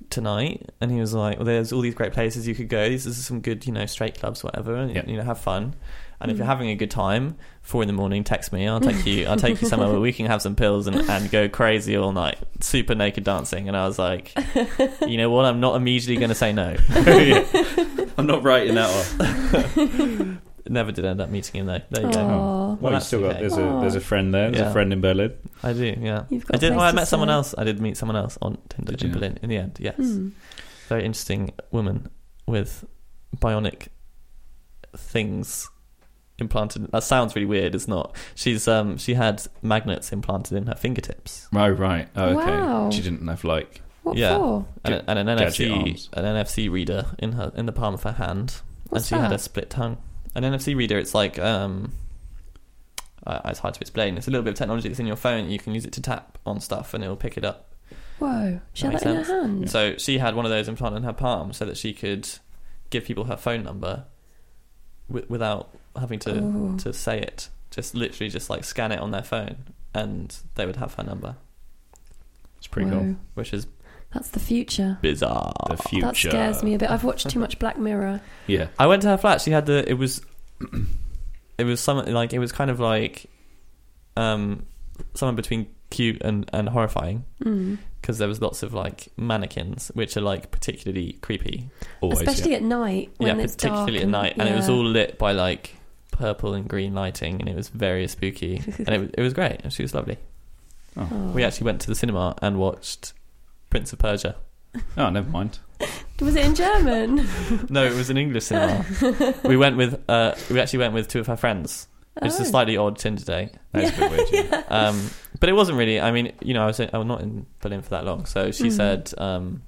Speaker 2: tonight?" And he was like, "Well, there's all these great places you could go. These are some good, you know, straight clubs, whatever. And
Speaker 1: Yeah.
Speaker 2: you know, have fun. And if
Speaker 3: Mm.
Speaker 2: you're having a good time, four in the morning, text me. I'll take
Speaker 3: *laughs*
Speaker 2: you. I'll take you somewhere where we can have some pills and, and go crazy all night, super naked dancing." And I was
Speaker 3: *laughs*
Speaker 2: like, "You know what? I'm not immediately going to say no."
Speaker 1: *laughs* I'm not writing that off.
Speaker 2: Never did end up meeting him though. There you go.
Speaker 1: Oh.
Speaker 3: Aw.
Speaker 1: Well,
Speaker 2: Well,
Speaker 1: you've still got
Speaker 2: that's
Speaker 1: there's
Speaker 2: Oh.
Speaker 3: okay.
Speaker 1: a there's a friend there. There's a
Speaker 2: Yeah.
Speaker 1: friend in Berlin.
Speaker 2: I do. Yeah.
Speaker 3: You've got
Speaker 2: I
Speaker 3: a
Speaker 2: did.
Speaker 3: place
Speaker 2: Well, I
Speaker 3: to
Speaker 2: met someone
Speaker 3: stay.
Speaker 2: else. I did meet someone else on Tinder
Speaker 1: Did
Speaker 2: in
Speaker 1: you?
Speaker 2: Berlin in the end. Yes.
Speaker 3: Mm.
Speaker 2: Very interesting woman with bionic things implanted. That sounds really weird. It's not. She's um she had magnets implanted in her fingertips
Speaker 1: Oh right. Oh okay.
Speaker 3: Wow.
Speaker 1: She didn't have like
Speaker 3: What
Speaker 2: Yeah.
Speaker 3: for?
Speaker 2: and, a- and an
Speaker 1: Gadget arms.
Speaker 2: NFC an NFC reader in her in the palm of her hand, and
Speaker 3: What's
Speaker 2: she had
Speaker 3: that?
Speaker 2: a split tongue. An NFC reader. It's like um. Uh, it's hard to explain. It's a little bit of technology that's in your phone. You can use it to tap on stuff, and it will pick it up.
Speaker 3: Whoa. She had
Speaker 2: That
Speaker 3: that in her
Speaker 2: makes
Speaker 3: hand.
Speaker 2: So she had one of those implanted in her palm so that she could give people her phone number w- without having to,
Speaker 3: Oh.
Speaker 2: to say it. Just literally just like scan it on their phone and they would have her number,
Speaker 1: it's pretty
Speaker 3: Whoa.
Speaker 1: cool.
Speaker 2: which is
Speaker 3: That's the future.
Speaker 2: bizarre.
Speaker 1: The future.
Speaker 3: Oh, That scares me a bit.
Speaker 2: *laughs*
Speaker 3: I've watched too much Black Mirror.
Speaker 1: Yeah.
Speaker 2: I went to her flat. She had the. It was. *clears throat* It was something like it was kind of like, um, somewhere between cute and and horrifying
Speaker 3: Mm.
Speaker 2: because there was lots of like mannequins which are like particularly creepy.
Speaker 1: Always.
Speaker 3: Especially at night when
Speaker 2: yeah,
Speaker 3: it's
Speaker 2: particularly
Speaker 3: dark
Speaker 2: at night, and it was
Speaker 3: yeah.
Speaker 2: all lit by like purple and green lighting, and it was very spooky, and it, was- it was great. and She was lovely.
Speaker 3: Oh.
Speaker 2: We actually went to the cinema and watched Prince of Persia.
Speaker 1: yeah. Oh, never mind.
Speaker 3: Was it in German?
Speaker 2: No, it was an English
Speaker 3: *laughs*
Speaker 2: cinema. we went with uh, we actually went with two of her friends. *laughs* It was
Speaker 3: Oh.
Speaker 2: a slightly odd Tinder date,
Speaker 1: *laughs* That's a bit weird. yeah.
Speaker 2: um, but it wasn't really. I mean, you know, I was I was not in Berlin for that long, so she
Speaker 3: Mhm.
Speaker 2: said, um,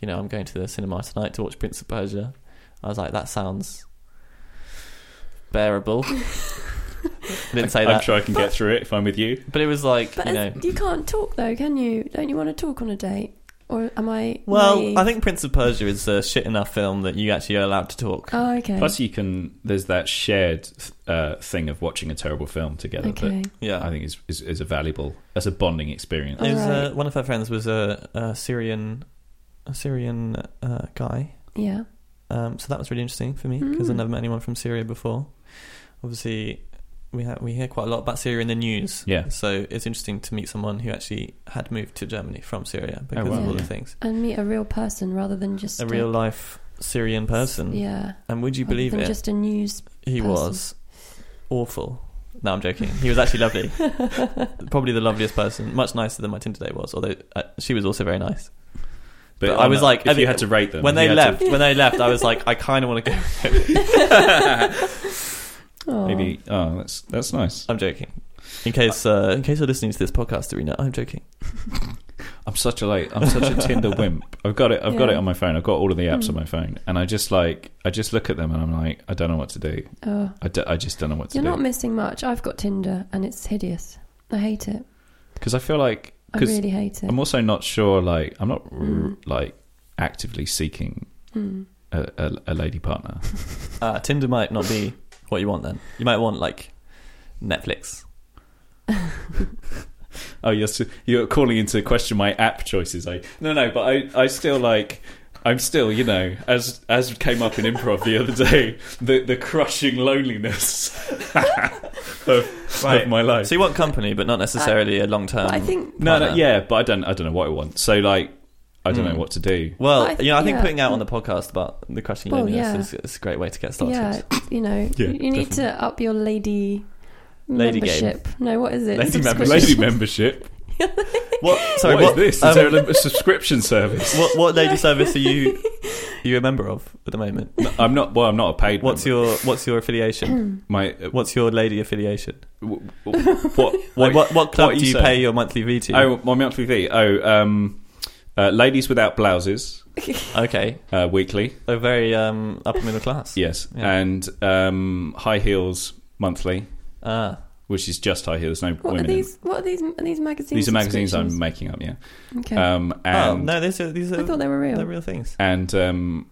Speaker 2: you know, I'm going to the cinema tonight to watch Prince of Persia. I was like, that sounds
Speaker 3: *laughs*
Speaker 2: bearable. Didn't say
Speaker 1: I'm
Speaker 2: that.
Speaker 1: sure I can *laughs* get through it if I'm with you.
Speaker 2: But it was like,
Speaker 3: But
Speaker 2: you
Speaker 3: as-
Speaker 2: know.
Speaker 3: you can't talk though, can you? Don't you want to talk on a date? Or am I?
Speaker 2: Well,
Speaker 3: naive?
Speaker 2: I think Prince of Persia is a shit enough film that you actually are allowed to talk.
Speaker 3: Oh, okay.
Speaker 1: Plus, you can. There's that shared uh, thing of watching a terrible film together
Speaker 3: okay.
Speaker 2: yeah.
Speaker 1: that I think is, is is a valuable. That's a bonding experience.
Speaker 2: It was,
Speaker 3: Alright.
Speaker 2: uh, one of her friends was a, a Syrian a Syrian uh, guy.
Speaker 3: Yeah.
Speaker 2: Um, so that was really interesting for me because
Speaker 3: Mm.
Speaker 2: I've never met anyone from Syria before. Obviously, we ha- we hear quite a lot about Syria in the news.
Speaker 1: Yeah.
Speaker 2: So it's interesting to meet someone who actually had moved to Germany from Syria
Speaker 1: Oh,
Speaker 2: because
Speaker 3: wow,
Speaker 2: of all the
Speaker 1: yeah.
Speaker 2: things.
Speaker 3: And meet a real person rather than just
Speaker 2: A real life Syrian person.
Speaker 3: Yeah.
Speaker 2: And would you
Speaker 3: rather
Speaker 2: believe
Speaker 3: than
Speaker 2: it?
Speaker 3: Just a news.
Speaker 2: He
Speaker 3: person.
Speaker 2: was awful. No, I'm joking. He was actually
Speaker 3: *laughs*
Speaker 2: lovely. Probably the loveliest person. Much nicer than my Tinder day was, although uh, she was also very nice. But I
Speaker 1: on
Speaker 2: was
Speaker 1: that-
Speaker 2: like-
Speaker 1: if
Speaker 2: I
Speaker 1: you
Speaker 2: think-
Speaker 1: had to rate them,
Speaker 2: when
Speaker 1: you
Speaker 2: they
Speaker 1: had
Speaker 2: left, when they left,
Speaker 3: *laughs*
Speaker 2: I was like, I kind of want to go.
Speaker 1: to,
Speaker 3: Aw.
Speaker 1: maybe. Oh, that's that's nice.
Speaker 2: I'm joking. In case uh, in case you're listening to this podcast, Arena, I'm joking.
Speaker 1: I'm such a like. I'm such a *laughs* Tinder wimp. I've got it. I've got
Speaker 3: Yeah.
Speaker 1: it on my phone. I've got all of the apps
Speaker 3: Hmm.
Speaker 1: on my phone, and I just like. I just look at them, and I'm like, I don't know what to do.
Speaker 3: Oh.
Speaker 1: I, d- I just don't know what to
Speaker 3: You're not
Speaker 1: do
Speaker 3: missing much. I've got Tinder and it's hideous. I hate it.
Speaker 1: because I feel like
Speaker 3: I
Speaker 1: because
Speaker 3: Oh, really hate it.
Speaker 1: I'm also not sure. Like I'm not r-
Speaker 3: Mm.
Speaker 1: like actively seeking
Speaker 3: Mm.
Speaker 1: a, a, a lady partner. *laughs*
Speaker 2: Uh, Tinder might not be what you want. Then you might want like Netflix.
Speaker 1: oh, you're s you're calling into question my app choices. I no no, but I I still like. I'm still, you know, as as came up in improv the other day, *laughs* the the crushing loneliness *laughs* of, of my life.
Speaker 2: So you want company, but not necessarily a long term.
Speaker 3: Uh,
Speaker 1: um,
Speaker 3: But I think.
Speaker 1: No, no,
Speaker 2: partner.
Speaker 1: yeah, but I don't. I don't know what I want. So like, I don't
Speaker 2: Mm.
Speaker 1: know what to do.
Speaker 2: Well,
Speaker 3: I th-
Speaker 2: you know, I think
Speaker 3: yeah.
Speaker 2: putting out on the podcast about the crushing
Speaker 3: Well,
Speaker 2: loneliness
Speaker 3: yeah.
Speaker 2: is, is a great way to get started.
Speaker 3: Yeah, you know,
Speaker 1: *laughs* Yeah,
Speaker 3: you need
Speaker 1: definitely.
Speaker 3: to up your lady.
Speaker 2: Lady game.
Speaker 3: membership. No, what is it?
Speaker 2: Lady member-
Speaker 3: Subscription.
Speaker 1: Lady membership.
Speaker 2: What? *laughs* Sorry,
Speaker 1: what is
Speaker 2: what,
Speaker 1: this? Is
Speaker 2: um,
Speaker 1: there a, a subscription
Speaker 2: *laughs*
Speaker 1: service?
Speaker 2: what, what lady service are
Speaker 3: *laughs*
Speaker 2: you you a member of at the moment?
Speaker 1: No, I'm not. Well, I'm not a paid.
Speaker 2: What's
Speaker 1: member.
Speaker 2: your What's your
Speaker 3: *clears throat*
Speaker 2: affiliation?
Speaker 1: my? uh,
Speaker 2: What's your lady affiliation?
Speaker 1: w- w- what?
Speaker 2: *laughs* Like, what What club
Speaker 1: what are
Speaker 2: do
Speaker 1: you
Speaker 2: you
Speaker 1: saying?
Speaker 2: pay your monthly fee to?
Speaker 1: Oh, my monthly fee. Oh, um, uh, ladies without blouses
Speaker 2: okay,
Speaker 1: uh, weekly.
Speaker 2: a very um, upper middle class.
Speaker 1: Yes,
Speaker 2: Yeah.
Speaker 1: and um, high heels monthly,
Speaker 2: Ah,
Speaker 1: which is just high heels. There's no
Speaker 3: *laughs* What are
Speaker 1: women. in it.
Speaker 3: these? What are these? Are these magazines?
Speaker 1: These are magazines I'm
Speaker 3: subscriptions?
Speaker 1: making up. Yeah.
Speaker 3: Okay.
Speaker 1: Um, and
Speaker 2: oh no, these are these are
Speaker 3: I thought they were real.
Speaker 2: they're real things.
Speaker 1: and um,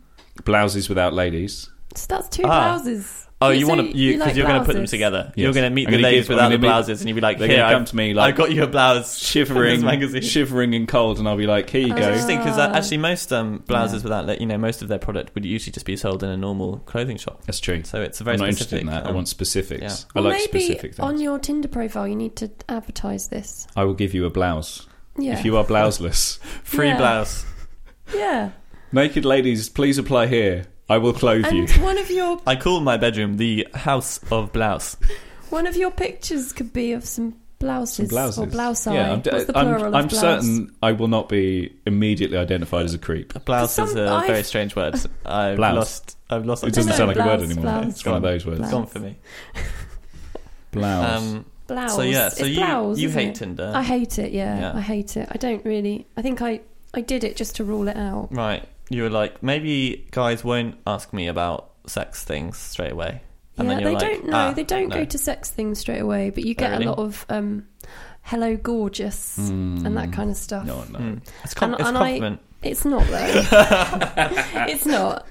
Speaker 1: blouses without ladies.
Speaker 3: So that's two
Speaker 2: Ah.
Speaker 3: blouses.
Speaker 2: Oh,
Speaker 3: Yeah,
Speaker 2: you
Speaker 3: so
Speaker 2: want to?
Speaker 3: you-
Speaker 2: You
Speaker 3: you
Speaker 2: because
Speaker 3: like
Speaker 2: you're going to put them
Speaker 3: blouses.
Speaker 2: together.
Speaker 1: Yes.
Speaker 2: You're going to meet
Speaker 1: I'm
Speaker 2: the
Speaker 1: gonna
Speaker 2: ladies
Speaker 1: give- I'm
Speaker 2: without the
Speaker 1: gonna meet-
Speaker 2: blouses, and you'd be like,
Speaker 1: They're going
Speaker 2: "Here,
Speaker 1: to come
Speaker 2: I've,
Speaker 1: to me
Speaker 2: I
Speaker 1: like
Speaker 2: got you a blouse." *laughs*
Speaker 1: shivering,
Speaker 2: This magazine.
Speaker 1: shivering and cold, and I'll be like, "Here you
Speaker 3: Oh.
Speaker 2: It's
Speaker 1: go."
Speaker 2: interesting because
Speaker 3: Ah.
Speaker 2: actually most um, blouses
Speaker 3: Yeah.
Speaker 2: without let you know most of their product would usually just be sold in a normal clothing shop.
Speaker 1: That's true.
Speaker 2: So it's a very
Speaker 1: I'm not interested
Speaker 2: specific.
Speaker 1: in that. I
Speaker 2: um,
Speaker 1: want specifics.
Speaker 3: Well,
Speaker 1: I like
Speaker 3: maybe
Speaker 1: specific
Speaker 3: on
Speaker 1: things.
Speaker 3: your Tinder profile, you need to advertise this.
Speaker 1: I will give you a blouse
Speaker 3: Yeah. *laughs*
Speaker 1: if you are blouseless. *laughs*
Speaker 2: free
Speaker 3: Yeah.
Speaker 2: blouse.
Speaker 3: yeah.
Speaker 1: Naked ladies, please apply here. I will clothe you.
Speaker 3: And one of your
Speaker 2: I call my bedroom the house of blouse.
Speaker 3: one of your pictures could be of some blouses,
Speaker 1: Some blouses.
Speaker 3: or blouse
Speaker 1: Yeah, I'm, d-
Speaker 3: What's the plural
Speaker 1: I'm,
Speaker 3: of
Speaker 1: I'm
Speaker 3: blouse?
Speaker 1: certain I will not be immediately identified as a creep.
Speaker 2: A Blouse
Speaker 3: For
Speaker 2: is
Speaker 3: some-
Speaker 2: a
Speaker 3: I've-
Speaker 2: very strange
Speaker 3: *laughs*
Speaker 2: word. I've
Speaker 1: Blouse.
Speaker 2: lost. I've lost.
Speaker 1: It doesn't
Speaker 3: No,
Speaker 1: sound like a
Speaker 3: blouse,
Speaker 1: word anymore.
Speaker 3: blouse.
Speaker 1: It's one of those words.
Speaker 2: It's gone for me.
Speaker 1: Blouse.
Speaker 2: Um,
Speaker 3: Blouse.
Speaker 2: so yeah. So
Speaker 3: it's
Speaker 2: you
Speaker 3: blouse,
Speaker 2: you
Speaker 3: isn't
Speaker 2: hate
Speaker 3: it?
Speaker 2: Tinder,
Speaker 3: I hate it. Yeah,
Speaker 2: Yeah.
Speaker 3: I hate it. I don't really. I think I I did it just to rule it out.
Speaker 2: right? You were like, maybe guys won't ask me about sex things straight away. And
Speaker 3: yeah,
Speaker 2: then
Speaker 3: they
Speaker 2: you're like,
Speaker 3: don't know.
Speaker 2: ah,
Speaker 3: they don't
Speaker 2: no.
Speaker 3: go to sex things straight away, but you
Speaker 2: Oh,
Speaker 3: get
Speaker 2: really?
Speaker 3: a lot of um, hello gorgeous and
Speaker 2: Hmm.
Speaker 3: that kind of stuff.
Speaker 1: Hmm. No, no.
Speaker 2: Mm. It's, com-
Speaker 3: And-
Speaker 2: it's
Speaker 3: and I-
Speaker 2: compliment.
Speaker 3: It's not
Speaker 2: *laughs*
Speaker 3: though. it's not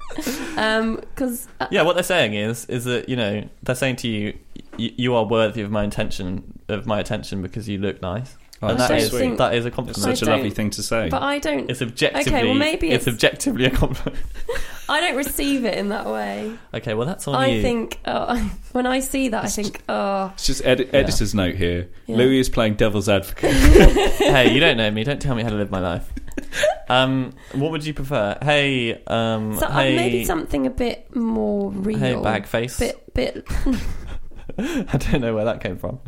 Speaker 3: Um, uh, because
Speaker 2: Yeah, what they're saying is is that you know they're saying to you, you, you are worthy of my intention of my attention because you look nice.
Speaker 1: Oh,
Speaker 2: and
Speaker 1: that's
Speaker 2: that
Speaker 1: so
Speaker 2: is
Speaker 1: sweet.
Speaker 3: think-
Speaker 2: that is a
Speaker 1: It's
Speaker 2: compliment.
Speaker 1: such a
Speaker 3: I
Speaker 1: lovely
Speaker 3: don't-
Speaker 1: thing to say.
Speaker 3: but I don't.
Speaker 2: It's objectively.
Speaker 3: Okay, well, maybe
Speaker 2: it's,
Speaker 3: it's-
Speaker 2: objectively a compliment. *laughs*
Speaker 3: I don't receive it in that way.
Speaker 2: Okay, well that's on
Speaker 3: I
Speaker 2: you.
Speaker 3: think uh, *laughs* when I see that, I think, oh,
Speaker 1: it's just edi-
Speaker 2: Yeah.
Speaker 1: editor's note here.
Speaker 3: Yeah.
Speaker 1: Louis is playing devil's advocate.
Speaker 2: *laughs* hey, you don't know me. Don't tell me how to live my
Speaker 3: *laughs*
Speaker 2: life. Um, what would you prefer? Hey, um,
Speaker 3: so, uh,
Speaker 2: hey,
Speaker 3: maybe something a bit more real.
Speaker 2: hey, bag face.
Speaker 3: Bit, bit.
Speaker 2: *laughs* I don't know where that came from.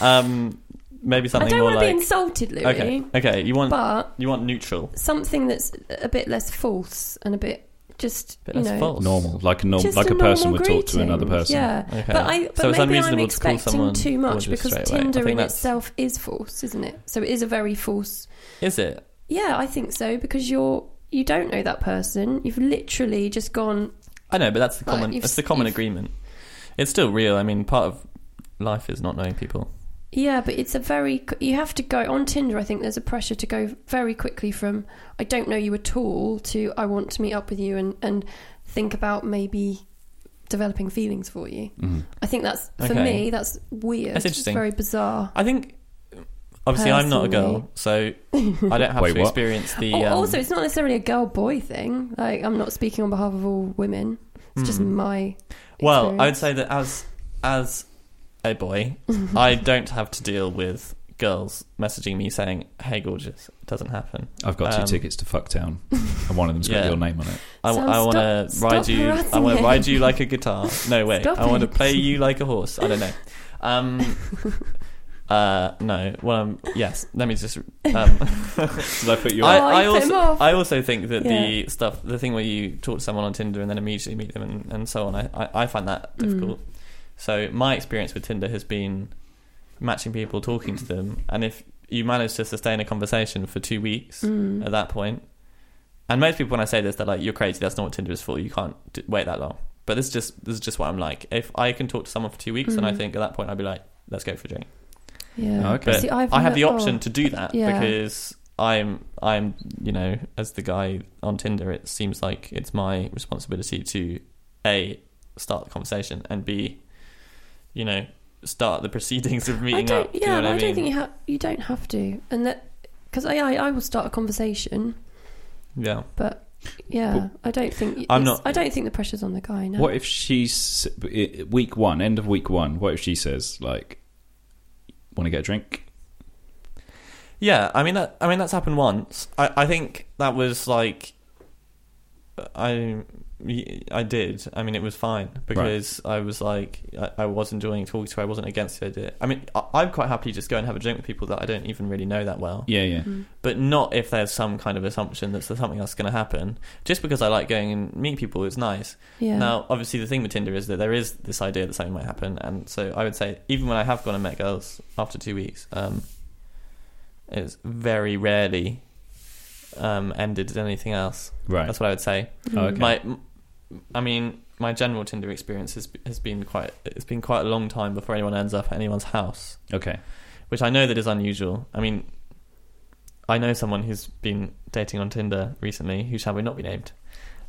Speaker 2: Um, maybe
Speaker 3: I
Speaker 2: something
Speaker 3: don't
Speaker 2: more
Speaker 3: want to be
Speaker 2: like
Speaker 3: insulted, Louis,
Speaker 2: okay, okay. You want
Speaker 3: but
Speaker 2: you want neutral,
Speaker 3: something that's a bit less false and a bit just
Speaker 2: but
Speaker 3: you
Speaker 2: that's
Speaker 3: know,
Speaker 2: false.
Speaker 1: normal, like a normal,
Speaker 3: just
Speaker 1: like a, person would
Speaker 3: normal
Speaker 1: talk to another
Speaker 3: greeting.
Speaker 1: person.
Speaker 3: Yeah.
Speaker 2: Okay.
Speaker 3: But I, but
Speaker 2: so it's
Speaker 3: maybe I'm
Speaker 2: unreasonable to call
Speaker 3: expecting
Speaker 2: someone
Speaker 3: too much
Speaker 2: gorgeous
Speaker 3: because
Speaker 2: straight away. I
Speaker 3: Tinder
Speaker 2: think
Speaker 3: in
Speaker 2: that's-
Speaker 3: itself is false, isn't it? So it is a very false.
Speaker 2: Is it?
Speaker 3: Yeah, I think so because you're you don't know that person. You've literally just gone.
Speaker 2: I know, but that's the
Speaker 3: Like,
Speaker 2: common.
Speaker 3: you've-
Speaker 2: It's the common
Speaker 3: you've-
Speaker 2: agreement. It's still real. I mean, part of life is not knowing people.
Speaker 3: Yeah, but it's a very you have to go on Tinder. I think there's a pressure to go very quickly from I don't know you at all to I want to meet up with you and and think about maybe developing feelings for you.
Speaker 1: Mhm.
Speaker 3: I think that's for
Speaker 2: Okay.
Speaker 3: me that's weird.
Speaker 2: That's interesting.
Speaker 3: It's very bizarre.
Speaker 2: I think. Obviously, I'm not a girl, so I don't
Speaker 1: *laughs*
Speaker 2: have
Speaker 1: Wait,
Speaker 2: to
Speaker 1: what?
Speaker 2: experience the.
Speaker 3: Al-
Speaker 2: um,
Speaker 3: Oh, also, it's not necessarily a girl boy thing. Like, I'm not speaking on behalf of all women. It's just
Speaker 2: Hmm.
Speaker 3: my.
Speaker 2: Well, I would
Speaker 3: experience.
Speaker 2: say that as as a boy,
Speaker 3: *laughs*
Speaker 2: I don't have to deal with girls messaging me saying, "Hey, gorgeous." It doesn't happen.
Speaker 1: I've got two
Speaker 2: Um,
Speaker 1: tickets to Fucktown, and one of them's got
Speaker 2: yeah.
Speaker 1: your name on it.
Speaker 2: I,
Speaker 3: Sam,
Speaker 2: want to
Speaker 3: stop-
Speaker 2: ride
Speaker 3: stop
Speaker 2: you. I
Speaker 3: harassing
Speaker 2: want to
Speaker 3: him.
Speaker 2: ride you like a guitar.
Speaker 3: *laughs*
Speaker 2: No way.
Speaker 3: Stop
Speaker 2: I want to
Speaker 3: it.
Speaker 2: play you like a horse. I don't know.
Speaker 3: *laughs*
Speaker 2: Um, uh, no. Well, um, yes. Let me just. Um,
Speaker 3: *laughs*
Speaker 1: Did I put you?
Speaker 2: I,
Speaker 1: on?
Speaker 3: Oh,
Speaker 2: I
Speaker 3: you put him
Speaker 2: also
Speaker 3: off.
Speaker 2: I also think that the
Speaker 3: Yeah.
Speaker 2: stuff, the thing where you talk to someone on Tinder and then immediately meet them and, and so on, I, I, I find that
Speaker 3: Mm.
Speaker 2: difficult. So my experience with Tinder has been matching people, talking to them, and if you manage to sustain a conversation for two weeks
Speaker 3: Mm.
Speaker 2: at that point, and most people when I say this, they're like, "You're crazy. That's not what Tinder is for. You can't d- wait that long." But this is just this is just what I'm like. If I can talk to someone for two weeks, and I
Speaker 3: Mm.
Speaker 2: think at that point I'd be like, "Let's go for a drink."
Speaker 3: Yeah.
Speaker 1: Oh, okay. But
Speaker 3: See, I've
Speaker 2: I have
Speaker 3: no-
Speaker 2: the option
Speaker 3: oh.
Speaker 2: to do that
Speaker 3: Yeah.
Speaker 2: because I'm I'm you know as the guy on Tinder, it seems like it's my responsibility to a start the conversation and b you know start the *laughs* proceedings of
Speaker 3: I
Speaker 2: meeting
Speaker 3: don't.
Speaker 2: up. do
Speaker 3: yeah,
Speaker 2: you know
Speaker 3: but
Speaker 2: what
Speaker 3: I,
Speaker 2: I,
Speaker 3: don't
Speaker 2: mean?
Speaker 3: think you have. You don't have to, and that because I, I I will start a conversation,
Speaker 2: yeah,
Speaker 3: but yeah, I don't think.
Speaker 2: I'm
Speaker 3: it's-
Speaker 2: not-
Speaker 3: I don't think the pressure's on the guy. No.
Speaker 1: What if she's week one, end of week one? What if she says like, "Want to get a drink?"
Speaker 2: yeah. I mean that. I mean that's happened once. I I think that was like I I did. I mean, it was fine because I was like, I, I was enjoying talking to her. I wasn't against the idea. I mean, I, I'm quite happy to just go and have a drink with people that I don't even really know that well.
Speaker 1: Yeah, yeah.
Speaker 3: Mm.
Speaker 2: But not if there's some kind of assumption that there's something else going to happen. Just because I like going and meet people, it's nice.
Speaker 3: Yeah.
Speaker 2: Now, obviously, the thing with Tinder is that there is this idea that something might happen, and so I would say even when I have gone and met girls after two weeks, um, it's very rarely um, ended in anything else.
Speaker 1: Right.
Speaker 2: That's what I would say.
Speaker 3: Mm.
Speaker 1: Oh, okay.
Speaker 2: My, m- I mean, my general Tinder experience has, has been quite. It's been quite a long time before anyone ends up at anyone's house,
Speaker 1: okay.
Speaker 2: which I know that is unusual. I mean, I know someone who's been dating on Tinder recently, who shall we not be named,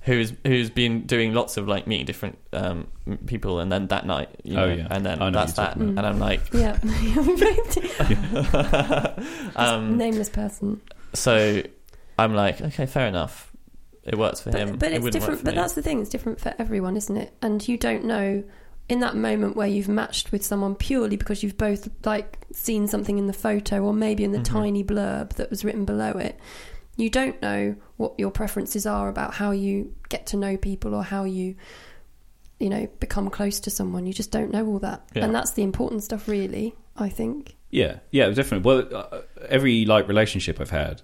Speaker 2: who's who's been doing lots of like meeting different um, m- people, and then that night, you
Speaker 1: Oh,
Speaker 2: know,
Speaker 1: yeah.
Speaker 2: and then
Speaker 1: I know
Speaker 2: that's
Speaker 1: what you're
Speaker 2: that,
Speaker 3: talking
Speaker 2: and
Speaker 3: about.
Speaker 2: I'm like,
Speaker 3: Yeah.
Speaker 2: *laughs* um,
Speaker 3: *laughs* Nameless person.
Speaker 2: so I'm like, okay, fair enough. It works for him.
Speaker 3: But, but
Speaker 2: it wouldn't
Speaker 3: it's
Speaker 2: work
Speaker 3: different.
Speaker 2: for
Speaker 3: But
Speaker 2: me.
Speaker 3: that's the thing. It's different for everyone, isn't it? And you don't know in that moment where you've matched with someone purely because you've both like seen something in the photo or maybe in the
Speaker 2: Mhm.
Speaker 3: tiny blurb that was written below it. You don't know what your preferences are about how you get to know people or how you, you know, become close to someone. You just don't know all that,
Speaker 2: Yeah.
Speaker 3: and that's the important stuff, really. I think.
Speaker 1: Yeah, yeah, definitely. Well, uh, every like relationship I've had,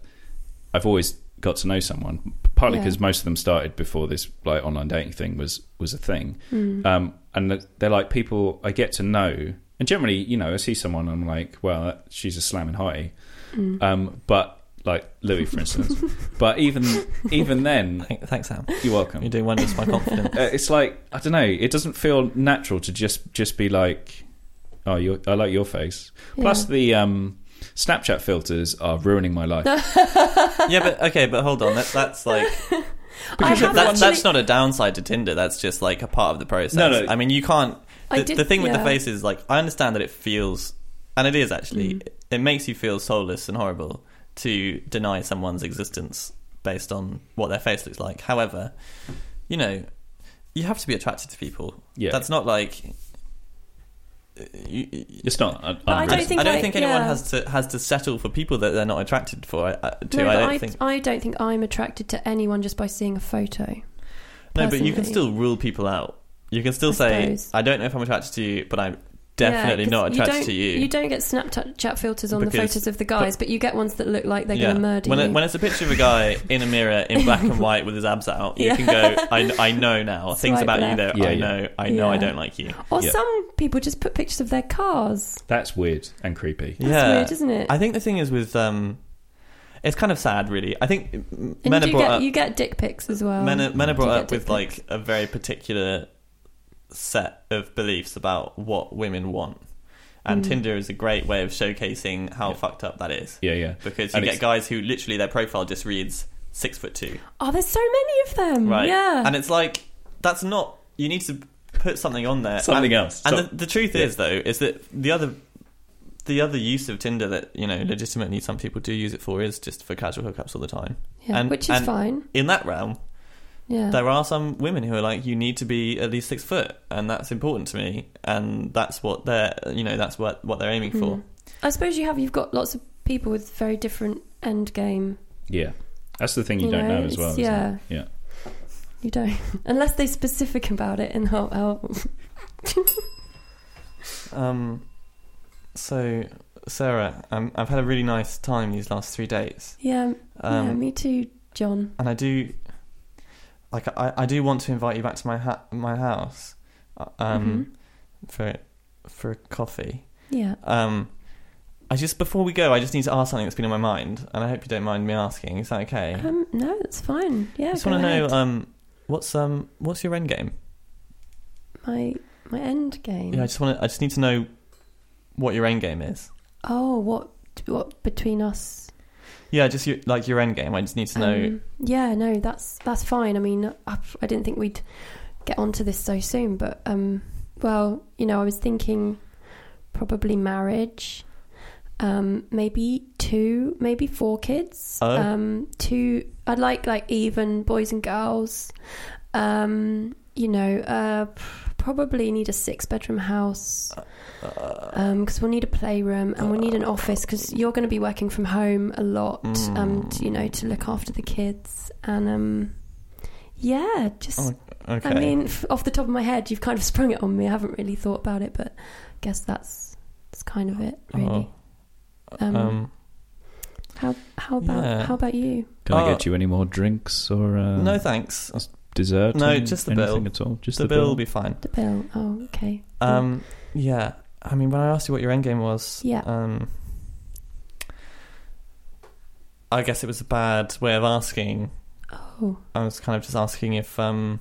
Speaker 1: I've always got to know someone. Partly
Speaker 3: Yeah.
Speaker 1: because most of them started before this like online dating thing was was a thing,
Speaker 3: Mm.
Speaker 2: Uh,
Speaker 1: um, and that- they're like people I get to know. And generally, you know, I see someone, I'm like, well, that, she's a slamming hottie.
Speaker 2: uh,
Speaker 3: Mm.
Speaker 1: Um, but like Louis, for instance. but even even then,
Speaker 2: Thank- Thanks, Sam.
Speaker 1: you're welcome.
Speaker 2: You're doing wonders for my confidence.
Speaker 1: Uh, it's like I don't know. It doesn't feel natural to just just be like, oh, you're, I like your face. Plus, the um, Snapchat filters are ruining my life.
Speaker 2: yeah, but okay, but hold on. That, that's
Speaker 3: *laughs*
Speaker 2: like
Speaker 3: I
Speaker 2: that's,
Speaker 3: have
Speaker 2: that's
Speaker 3: actually-
Speaker 2: not a downside to Tinder. That's just like a part of the process.
Speaker 1: No, no.
Speaker 2: I mean, you can't.
Speaker 3: I
Speaker 2: The,
Speaker 3: did-
Speaker 2: the thing with the
Speaker 3: yeah.
Speaker 2: face is like I understand that it feels, and it is actually,
Speaker 3: Mm.
Speaker 2: it makes you feel soulless and horrible to deny someone's existence based on what their face looks like. However, you know, you have to be attracted to people.
Speaker 1: Yeah.
Speaker 2: that's not like. You, you-
Speaker 1: It's not. Un-
Speaker 3: But I don't
Speaker 1: unreasonable.
Speaker 3: think
Speaker 2: I don't
Speaker 3: like,
Speaker 2: think anyone
Speaker 3: yeah.
Speaker 2: has to has to settle for people that they're not attracted for. I- I- To
Speaker 3: no,
Speaker 2: I
Speaker 3: but
Speaker 2: don't
Speaker 3: I,
Speaker 2: think.
Speaker 3: I don't think I'm attracted to anyone just by seeing a photo.
Speaker 2: No, but you can
Speaker 3: personally.
Speaker 2: still rule people out. You can still
Speaker 3: I
Speaker 2: say,
Speaker 3: suppose.
Speaker 2: "I don't know if I'm attracted to you, but I'm definitely
Speaker 3: Yeah, 'cause
Speaker 2: not attracted
Speaker 3: don't-
Speaker 2: to you."
Speaker 3: You don't get Snapchat filters on the
Speaker 2: Because-
Speaker 3: photos of the guys, but, you get ones that look like they're
Speaker 2: Yeah.
Speaker 3: going to murder
Speaker 2: when,
Speaker 3: you.
Speaker 2: it- when it's a picture of a guy in a mirror in black
Speaker 3: *laughs*
Speaker 2: and white with his abs out, you
Speaker 3: Yeah.
Speaker 2: can go, I, I know
Speaker 3: *laughs*
Speaker 2: now. Things
Speaker 3: Swipe
Speaker 2: about you
Speaker 3: left.
Speaker 2: that
Speaker 1: Yeah,
Speaker 2: I
Speaker 1: yeah.
Speaker 2: know, I know I
Speaker 3: Yeah.
Speaker 2: don't like you.
Speaker 3: or
Speaker 1: Yeah.
Speaker 3: some people just put pictures of their cars.
Speaker 1: That's weird and creepy.
Speaker 3: That's
Speaker 2: yeah.
Speaker 3: weird, isn't it?
Speaker 2: I think the thing is with, um, it's kind of sad, really. I think m-
Speaker 3: and
Speaker 2: men
Speaker 3: you
Speaker 2: are
Speaker 3: do
Speaker 2: brought
Speaker 3: get
Speaker 2: up,
Speaker 3: you get dick pics as well.
Speaker 2: men are, men are
Speaker 3: Do
Speaker 2: brought
Speaker 3: you
Speaker 2: up
Speaker 3: get
Speaker 2: with
Speaker 3: dick
Speaker 2: like
Speaker 3: pics?
Speaker 2: a very particular set of beliefs about what women want. And
Speaker 3: Mm.
Speaker 2: Tinder is a great way of showcasing how
Speaker 1: Yeah.
Speaker 2: fucked up that is.
Speaker 1: Yeah, yeah.
Speaker 2: because you
Speaker 1: And
Speaker 2: get
Speaker 1: it's-
Speaker 2: guys who literally their profile just reads six foot two,
Speaker 3: oh, there's so many of them.
Speaker 2: right?
Speaker 3: Yeah,
Speaker 2: and it's like that's not. You need to put something on there.
Speaker 1: Something
Speaker 2: Uh, and,
Speaker 1: else.
Speaker 2: And
Speaker 1: So-
Speaker 2: the, the truth
Speaker 1: Yeah.
Speaker 2: is, though, is that the other, the other use of Tinder that you know legitimately some people do use it for is just for casual hookups all the time.
Speaker 3: yeah,
Speaker 2: and-
Speaker 3: which is
Speaker 2: and-
Speaker 3: fine.
Speaker 2: In that realm,
Speaker 3: Yeah,
Speaker 2: there are some women who are like, you need to be at least six foot, and that's important to me, and that's what they're, you know, that's what what they're aiming for.
Speaker 3: Mm. I suppose you have. You've got lots of people with very different end game.
Speaker 1: yeah, that's the thing you,
Speaker 3: You
Speaker 1: don't
Speaker 3: know,
Speaker 1: know as well.
Speaker 3: it's-
Speaker 1: isn't
Speaker 3: yeah.
Speaker 1: it? yeah.
Speaker 3: You don't, *laughs* unless they're specific about it and how. how Mm-hmm.
Speaker 2: Um, so Sarah, um, I've had a really nice time these last three dates.
Speaker 3: yeah,
Speaker 2: Um,
Speaker 3: yeah, me too, John.
Speaker 2: and I do, like, I, I do want to invite you back to my ha- my house, uh, um,
Speaker 3: Mm-hmm.
Speaker 2: for for a coffee.
Speaker 3: Yeah.
Speaker 2: Um, I just before we go, I just need to ask something that's been in my mind, and I hope you don't mind me asking. Is that okay?
Speaker 3: Um, no, it's fine. Yeah,
Speaker 2: I just
Speaker 3: go
Speaker 2: want to know,
Speaker 3: ahead.
Speaker 2: um, what's um, what's your end game?
Speaker 3: my my end game.
Speaker 2: Yeah, I just want to, I just need to know what your end game is.
Speaker 3: oh, what what between us?
Speaker 2: Yeah, just your, like your end game. I just need to know.
Speaker 3: um, yeah, no, that's that's fine. I mean, I, I didn't think we'd get onto this so soon, but um, well, you know, I was thinking probably marriage, um, maybe two, maybe four kids.
Speaker 2: Oh.
Speaker 3: Um, two. I'd like like even boys and girls. Um, you know, uh, probably need a six bedroom house. Um,
Speaker 2: uh,
Speaker 3: because we'll need a playroom and we'll need an office because you're going to be working from home a lot, um,
Speaker 2: Mm.
Speaker 3: t- you know, to look after the kids and um, yeah, just
Speaker 2: Oh, okay.
Speaker 3: I mean, f- off the top of my head, you've kind of sprung it on me. I haven't really thought about it, but I guess that's that's kind of it, really. Um,
Speaker 2: Uh-huh. um,
Speaker 3: how how about
Speaker 2: yeah.
Speaker 3: how about you?
Speaker 1: Can I
Speaker 2: Oh.
Speaker 1: get you any more drinks or uh,
Speaker 2: no thanks.
Speaker 1: dessert?
Speaker 2: No,
Speaker 1: or
Speaker 2: just the
Speaker 1: anything
Speaker 2: bill.
Speaker 1: at all. Just
Speaker 2: the, bill will be fine.
Speaker 3: The bill? Oh, okay.
Speaker 2: Um, yeah. I mean, when I asked you what your end game was,
Speaker 3: Yeah.
Speaker 2: Um, I guess it was a bad way of asking.
Speaker 3: Oh,
Speaker 2: I was kind of just asking if, um,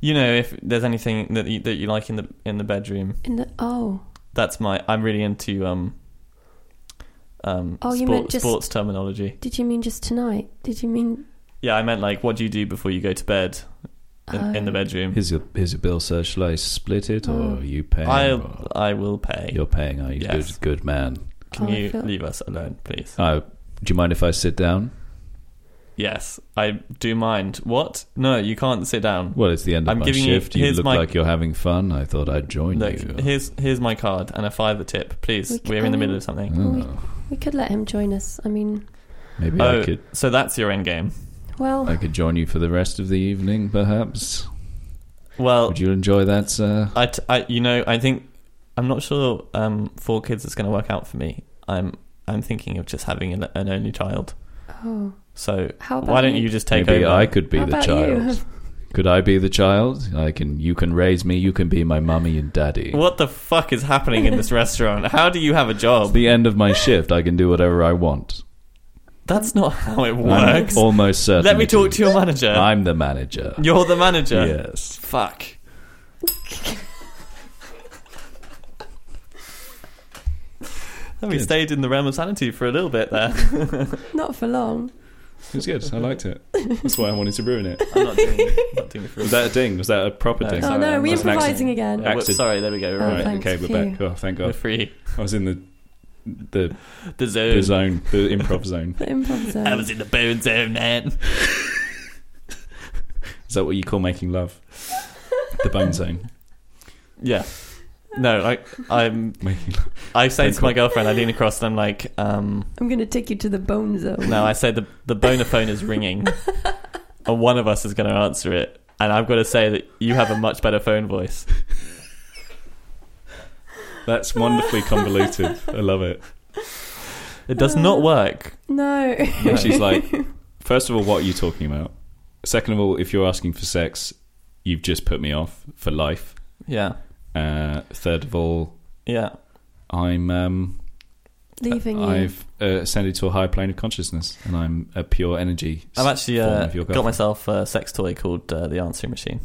Speaker 2: you know, if there's anything that you, that you like in the in the bedroom.
Speaker 3: in the oh
Speaker 2: That's my. I'm really into um, um,
Speaker 3: Oh, you
Speaker 2: sport-
Speaker 3: Oh, meant just-
Speaker 2: sports terminology.
Speaker 3: Did you mean just tonight? Did you mean
Speaker 2: Yeah, I meant like, what do you do before you go to bed in, in the
Speaker 3: Oh.
Speaker 2: bedroom?
Speaker 1: Here's your here's your bill, sir. Shall I split it, or
Speaker 3: Oh.
Speaker 1: are you paying?
Speaker 2: I
Speaker 1: or-
Speaker 2: I will pay.
Speaker 1: you're paying, are you?
Speaker 2: Yes.
Speaker 1: Good, good man.
Speaker 2: Can
Speaker 3: Oh, I
Speaker 2: you
Speaker 3: feel-
Speaker 2: leave us alone, please?
Speaker 1: Oh, do you mind if I sit down?
Speaker 2: Yes, I do mind. What? No, you can't sit down.
Speaker 1: Well, it's the end of
Speaker 2: I'm
Speaker 1: my
Speaker 2: giving you-
Speaker 1: shift. You,
Speaker 2: here's
Speaker 1: look
Speaker 2: my-
Speaker 1: like you're having fun. I thought I'd join
Speaker 2: Look,
Speaker 1: you.
Speaker 2: here's here's my card and a fiver tip,
Speaker 3: We
Speaker 2: please.
Speaker 3: can-
Speaker 2: We're in the middle of something.
Speaker 1: Oh,
Speaker 3: We could let him join us. I mean,
Speaker 1: maybe
Speaker 2: Oh,
Speaker 1: I could
Speaker 2: so that's your end game.
Speaker 3: well,
Speaker 1: I could join you for the rest of the evening, perhaps.
Speaker 2: Well,
Speaker 1: Would you enjoy that, sir?
Speaker 2: I, t- I, you know, I think I'm not sure um, four kids is going to work out for me. I'm, I'm thinking of just having an, an only child.
Speaker 3: oh,
Speaker 2: So
Speaker 3: how about
Speaker 2: why don't you
Speaker 3: you?
Speaker 2: just take
Speaker 1: maybe
Speaker 2: over?
Speaker 1: I could be
Speaker 3: How
Speaker 1: the
Speaker 3: about
Speaker 1: child.
Speaker 3: you?
Speaker 1: Could I be the child? I can. You can raise me. You can be my mummy and daddy.
Speaker 2: What the fuck is happening in *laughs* this restaurant? How do you have a
Speaker 1: At
Speaker 2: job?
Speaker 1: the end of my shift, I can do whatever I want.
Speaker 2: That's not how it
Speaker 1: I'm
Speaker 2: works.
Speaker 1: almost certain.
Speaker 2: Let me
Speaker 1: it
Speaker 2: talk
Speaker 1: is.
Speaker 2: to your manager.
Speaker 1: I'm the manager.
Speaker 2: You're the manager.
Speaker 1: Yes.
Speaker 2: *laughs* Fuck. And we
Speaker 1: Good.
Speaker 2: stayed in the realm of sanity for a little bit *laughs* there.
Speaker 3: Not for long.
Speaker 1: It was good. I liked it. That's why I wanted to ruin it.
Speaker 2: I'm not doing, not doing it for a
Speaker 1: Was that a ding? Was that a proper
Speaker 2: No.
Speaker 1: ding?
Speaker 2: Sorry,
Speaker 3: oh no,
Speaker 2: that
Speaker 3: are we
Speaker 1: was an
Speaker 3: improvising
Speaker 1: accident.
Speaker 3: again?
Speaker 2: Uh, well,
Speaker 1: Accident.
Speaker 2: sorry, there we go. We're,
Speaker 3: Oh,
Speaker 2: right.
Speaker 1: right.
Speaker 3: thanks,
Speaker 1: Okay, we're
Speaker 3: phew.
Speaker 1: back. Oh, thank
Speaker 2: we're
Speaker 1: God.
Speaker 2: free.
Speaker 1: I was in the the,
Speaker 2: The zone.
Speaker 1: the zone, the improv zone.
Speaker 3: The improv zone.
Speaker 2: I was in the bone zone, man.
Speaker 1: Is that what you call making love? The bone zone.
Speaker 2: Yeah. No, I, I'm.
Speaker 1: Making love.
Speaker 2: I say
Speaker 1: Don't
Speaker 2: to my girlfriend, I lean across, and I'm like, um,
Speaker 3: I'm going to take you to the bone zone.
Speaker 2: no, I say the the bonophone
Speaker 1: *laughs*
Speaker 2: is ringing, and one of us is going to answer it, and I've got to say that you have a much better phone voice.
Speaker 1: That's wonderfully convoluted. I love it.
Speaker 2: It does
Speaker 1: Uh.
Speaker 2: not work.
Speaker 3: No. *laughs*
Speaker 2: No.
Speaker 1: She's like, first of all, what are you talking about? Second of all, if you're asking for sex, you've just put me off for life.
Speaker 2: Yeah,
Speaker 1: Uh, third of all,
Speaker 2: yeah.
Speaker 1: I'm um,
Speaker 3: Leaving you.
Speaker 1: I've uh, ascended to a higher plane of consciousness, and I'm a pure energy.
Speaker 2: I've actually
Speaker 1: form
Speaker 2: uh,
Speaker 1: of your
Speaker 2: got
Speaker 1: girlfriend.
Speaker 2: myself a sex toy called uh, the answering machine.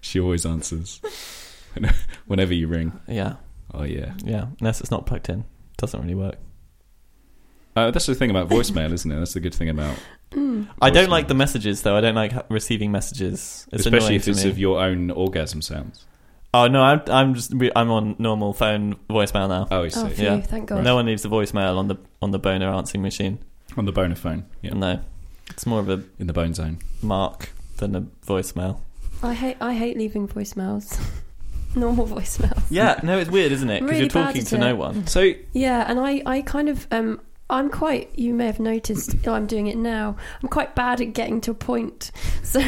Speaker 1: She always answers *laughs* whenever you ring.
Speaker 2: Yeah,
Speaker 1: Oh yeah,
Speaker 2: yeah. Unless it's not plugged in, doesn't really work.
Speaker 1: uh, that's the thing about voicemail, isn't it? That's the good thing about,
Speaker 3: Mm.
Speaker 2: I don't
Speaker 1: Voicemail.
Speaker 2: like the messages though. I don't like ha- receiving messages. It's
Speaker 1: especially
Speaker 2: annoying
Speaker 1: if
Speaker 2: to
Speaker 1: it's
Speaker 2: me.
Speaker 1: of your own orgasm sounds.
Speaker 2: Oh no, I'm, I'm just we- I'm on normal phone voicemail now.
Speaker 1: Oh, I see.
Speaker 3: Oh, phew,
Speaker 2: yeah.
Speaker 3: thank God.
Speaker 2: No one leaves a voicemail on the on the boner answering machine.
Speaker 1: on the boner phone. Yeah,
Speaker 2: No, it's more of a
Speaker 1: in the bone zone.
Speaker 2: mark than a voicemail.
Speaker 3: I hate I hate leaving voicemails. *laughs* Normal voicemails.
Speaker 2: Yeah, no, it's weird, isn't it? Because
Speaker 3: Really
Speaker 2: you're
Speaker 3: bad
Speaker 2: talking
Speaker 3: at
Speaker 2: to
Speaker 3: it.
Speaker 2: no
Speaker 1: *laughs*
Speaker 2: one.
Speaker 1: So
Speaker 3: Yeah, and I, I kind of um I'm quite you may have noticed oh, I'm doing it now. I'm quite bad at getting to a point. *laughs* So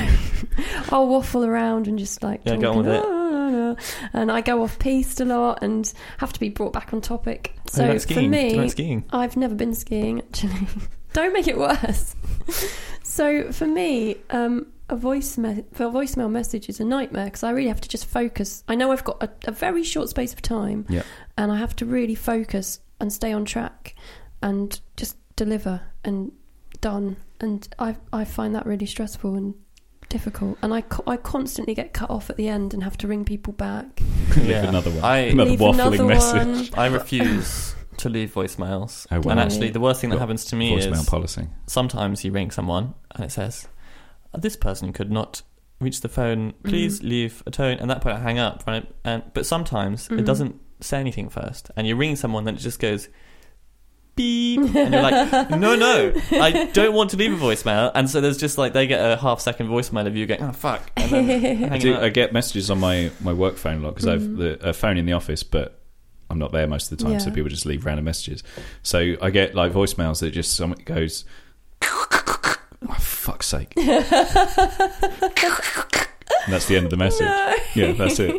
Speaker 3: I'll waffle around and just like
Speaker 2: Yeah,
Speaker 3: talk
Speaker 2: go on
Speaker 3: and,
Speaker 2: with it.
Speaker 3: "Ah, ah, ah," and I go off piste a lot and have to be brought back on topic.
Speaker 2: Oh,
Speaker 3: So
Speaker 2: you like
Speaker 3: for
Speaker 2: skiing. Do
Speaker 3: me
Speaker 2: you like skiing?
Speaker 3: I've never been skiing actually. *laughs* Don't make it worse. so for me, um, a voice me- for a voicemail message is a nightmare because I really have to just focus. I know I've got a, a very short space of time,
Speaker 1: Yeah.
Speaker 3: and I have to really focus and stay on track and just deliver and done. And I I find that really stressful and difficult. And I co- I constantly get cut off at the end and have to ring people back.
Speaker 1: leave
Speaker 2: Yeah.
Speaker 1: another one.
Speaker 2: I
Speaker 1: Another
Speaker 3: Leave
Speaker 1: waffling
Speaker 3: another
Speaker 1: message.
Speaker 3: one.
Speaker 2: I refuse to leave
Speaker 3: *laughs*
Speaker 2: voicemails.
Speaker 1: Oh, wow.
Speaker 2: And actually, the worst thing that
Speaker 1: Got
Speaker 2: happens to *laughs* me
Speaker 1: voicemail
Speaker 2: is
Speaker 1: policy.
Speaker 2: sometimes you ring someone and it says, "Uh, "This person could not reach the phone.
Speaker 3: Mm-hmm.
Speaker 2: Please leave a tone." And at that point, I hang up. Right? And but sometimes it
Speaker 3: Mhm.
Speaker 2: doesn't say anything first, and you ring someone, then it just goes
Speaker 3: *laughs*
Speaker 2: beep, and you're like, "No, no, I don't want to leave a voicemail." And so there's just like they get a half second voicemail of you going, "Oh fuck," and
Speaker 3: *laughs*
Speaker 2: then
Speaker 1: I,
Speaker 2: hanging
Speaker 1: do,
Speaker 2: up.
Speaker 1: I get messages on my, my work phone a lot because I've
Speaker 3: Mhm.
Speaker 1: the, a phone in the office, but I'm not there most of the time, so
Speaker 3: Yeah.
Speaker 1: people just leave random messages. So I get like voicemails that just someone goes, oh, "Fuck's sake!" and that's the end of the message.
Speaker 3: *laughs* No.
Speaker 1: Yeah, that's it.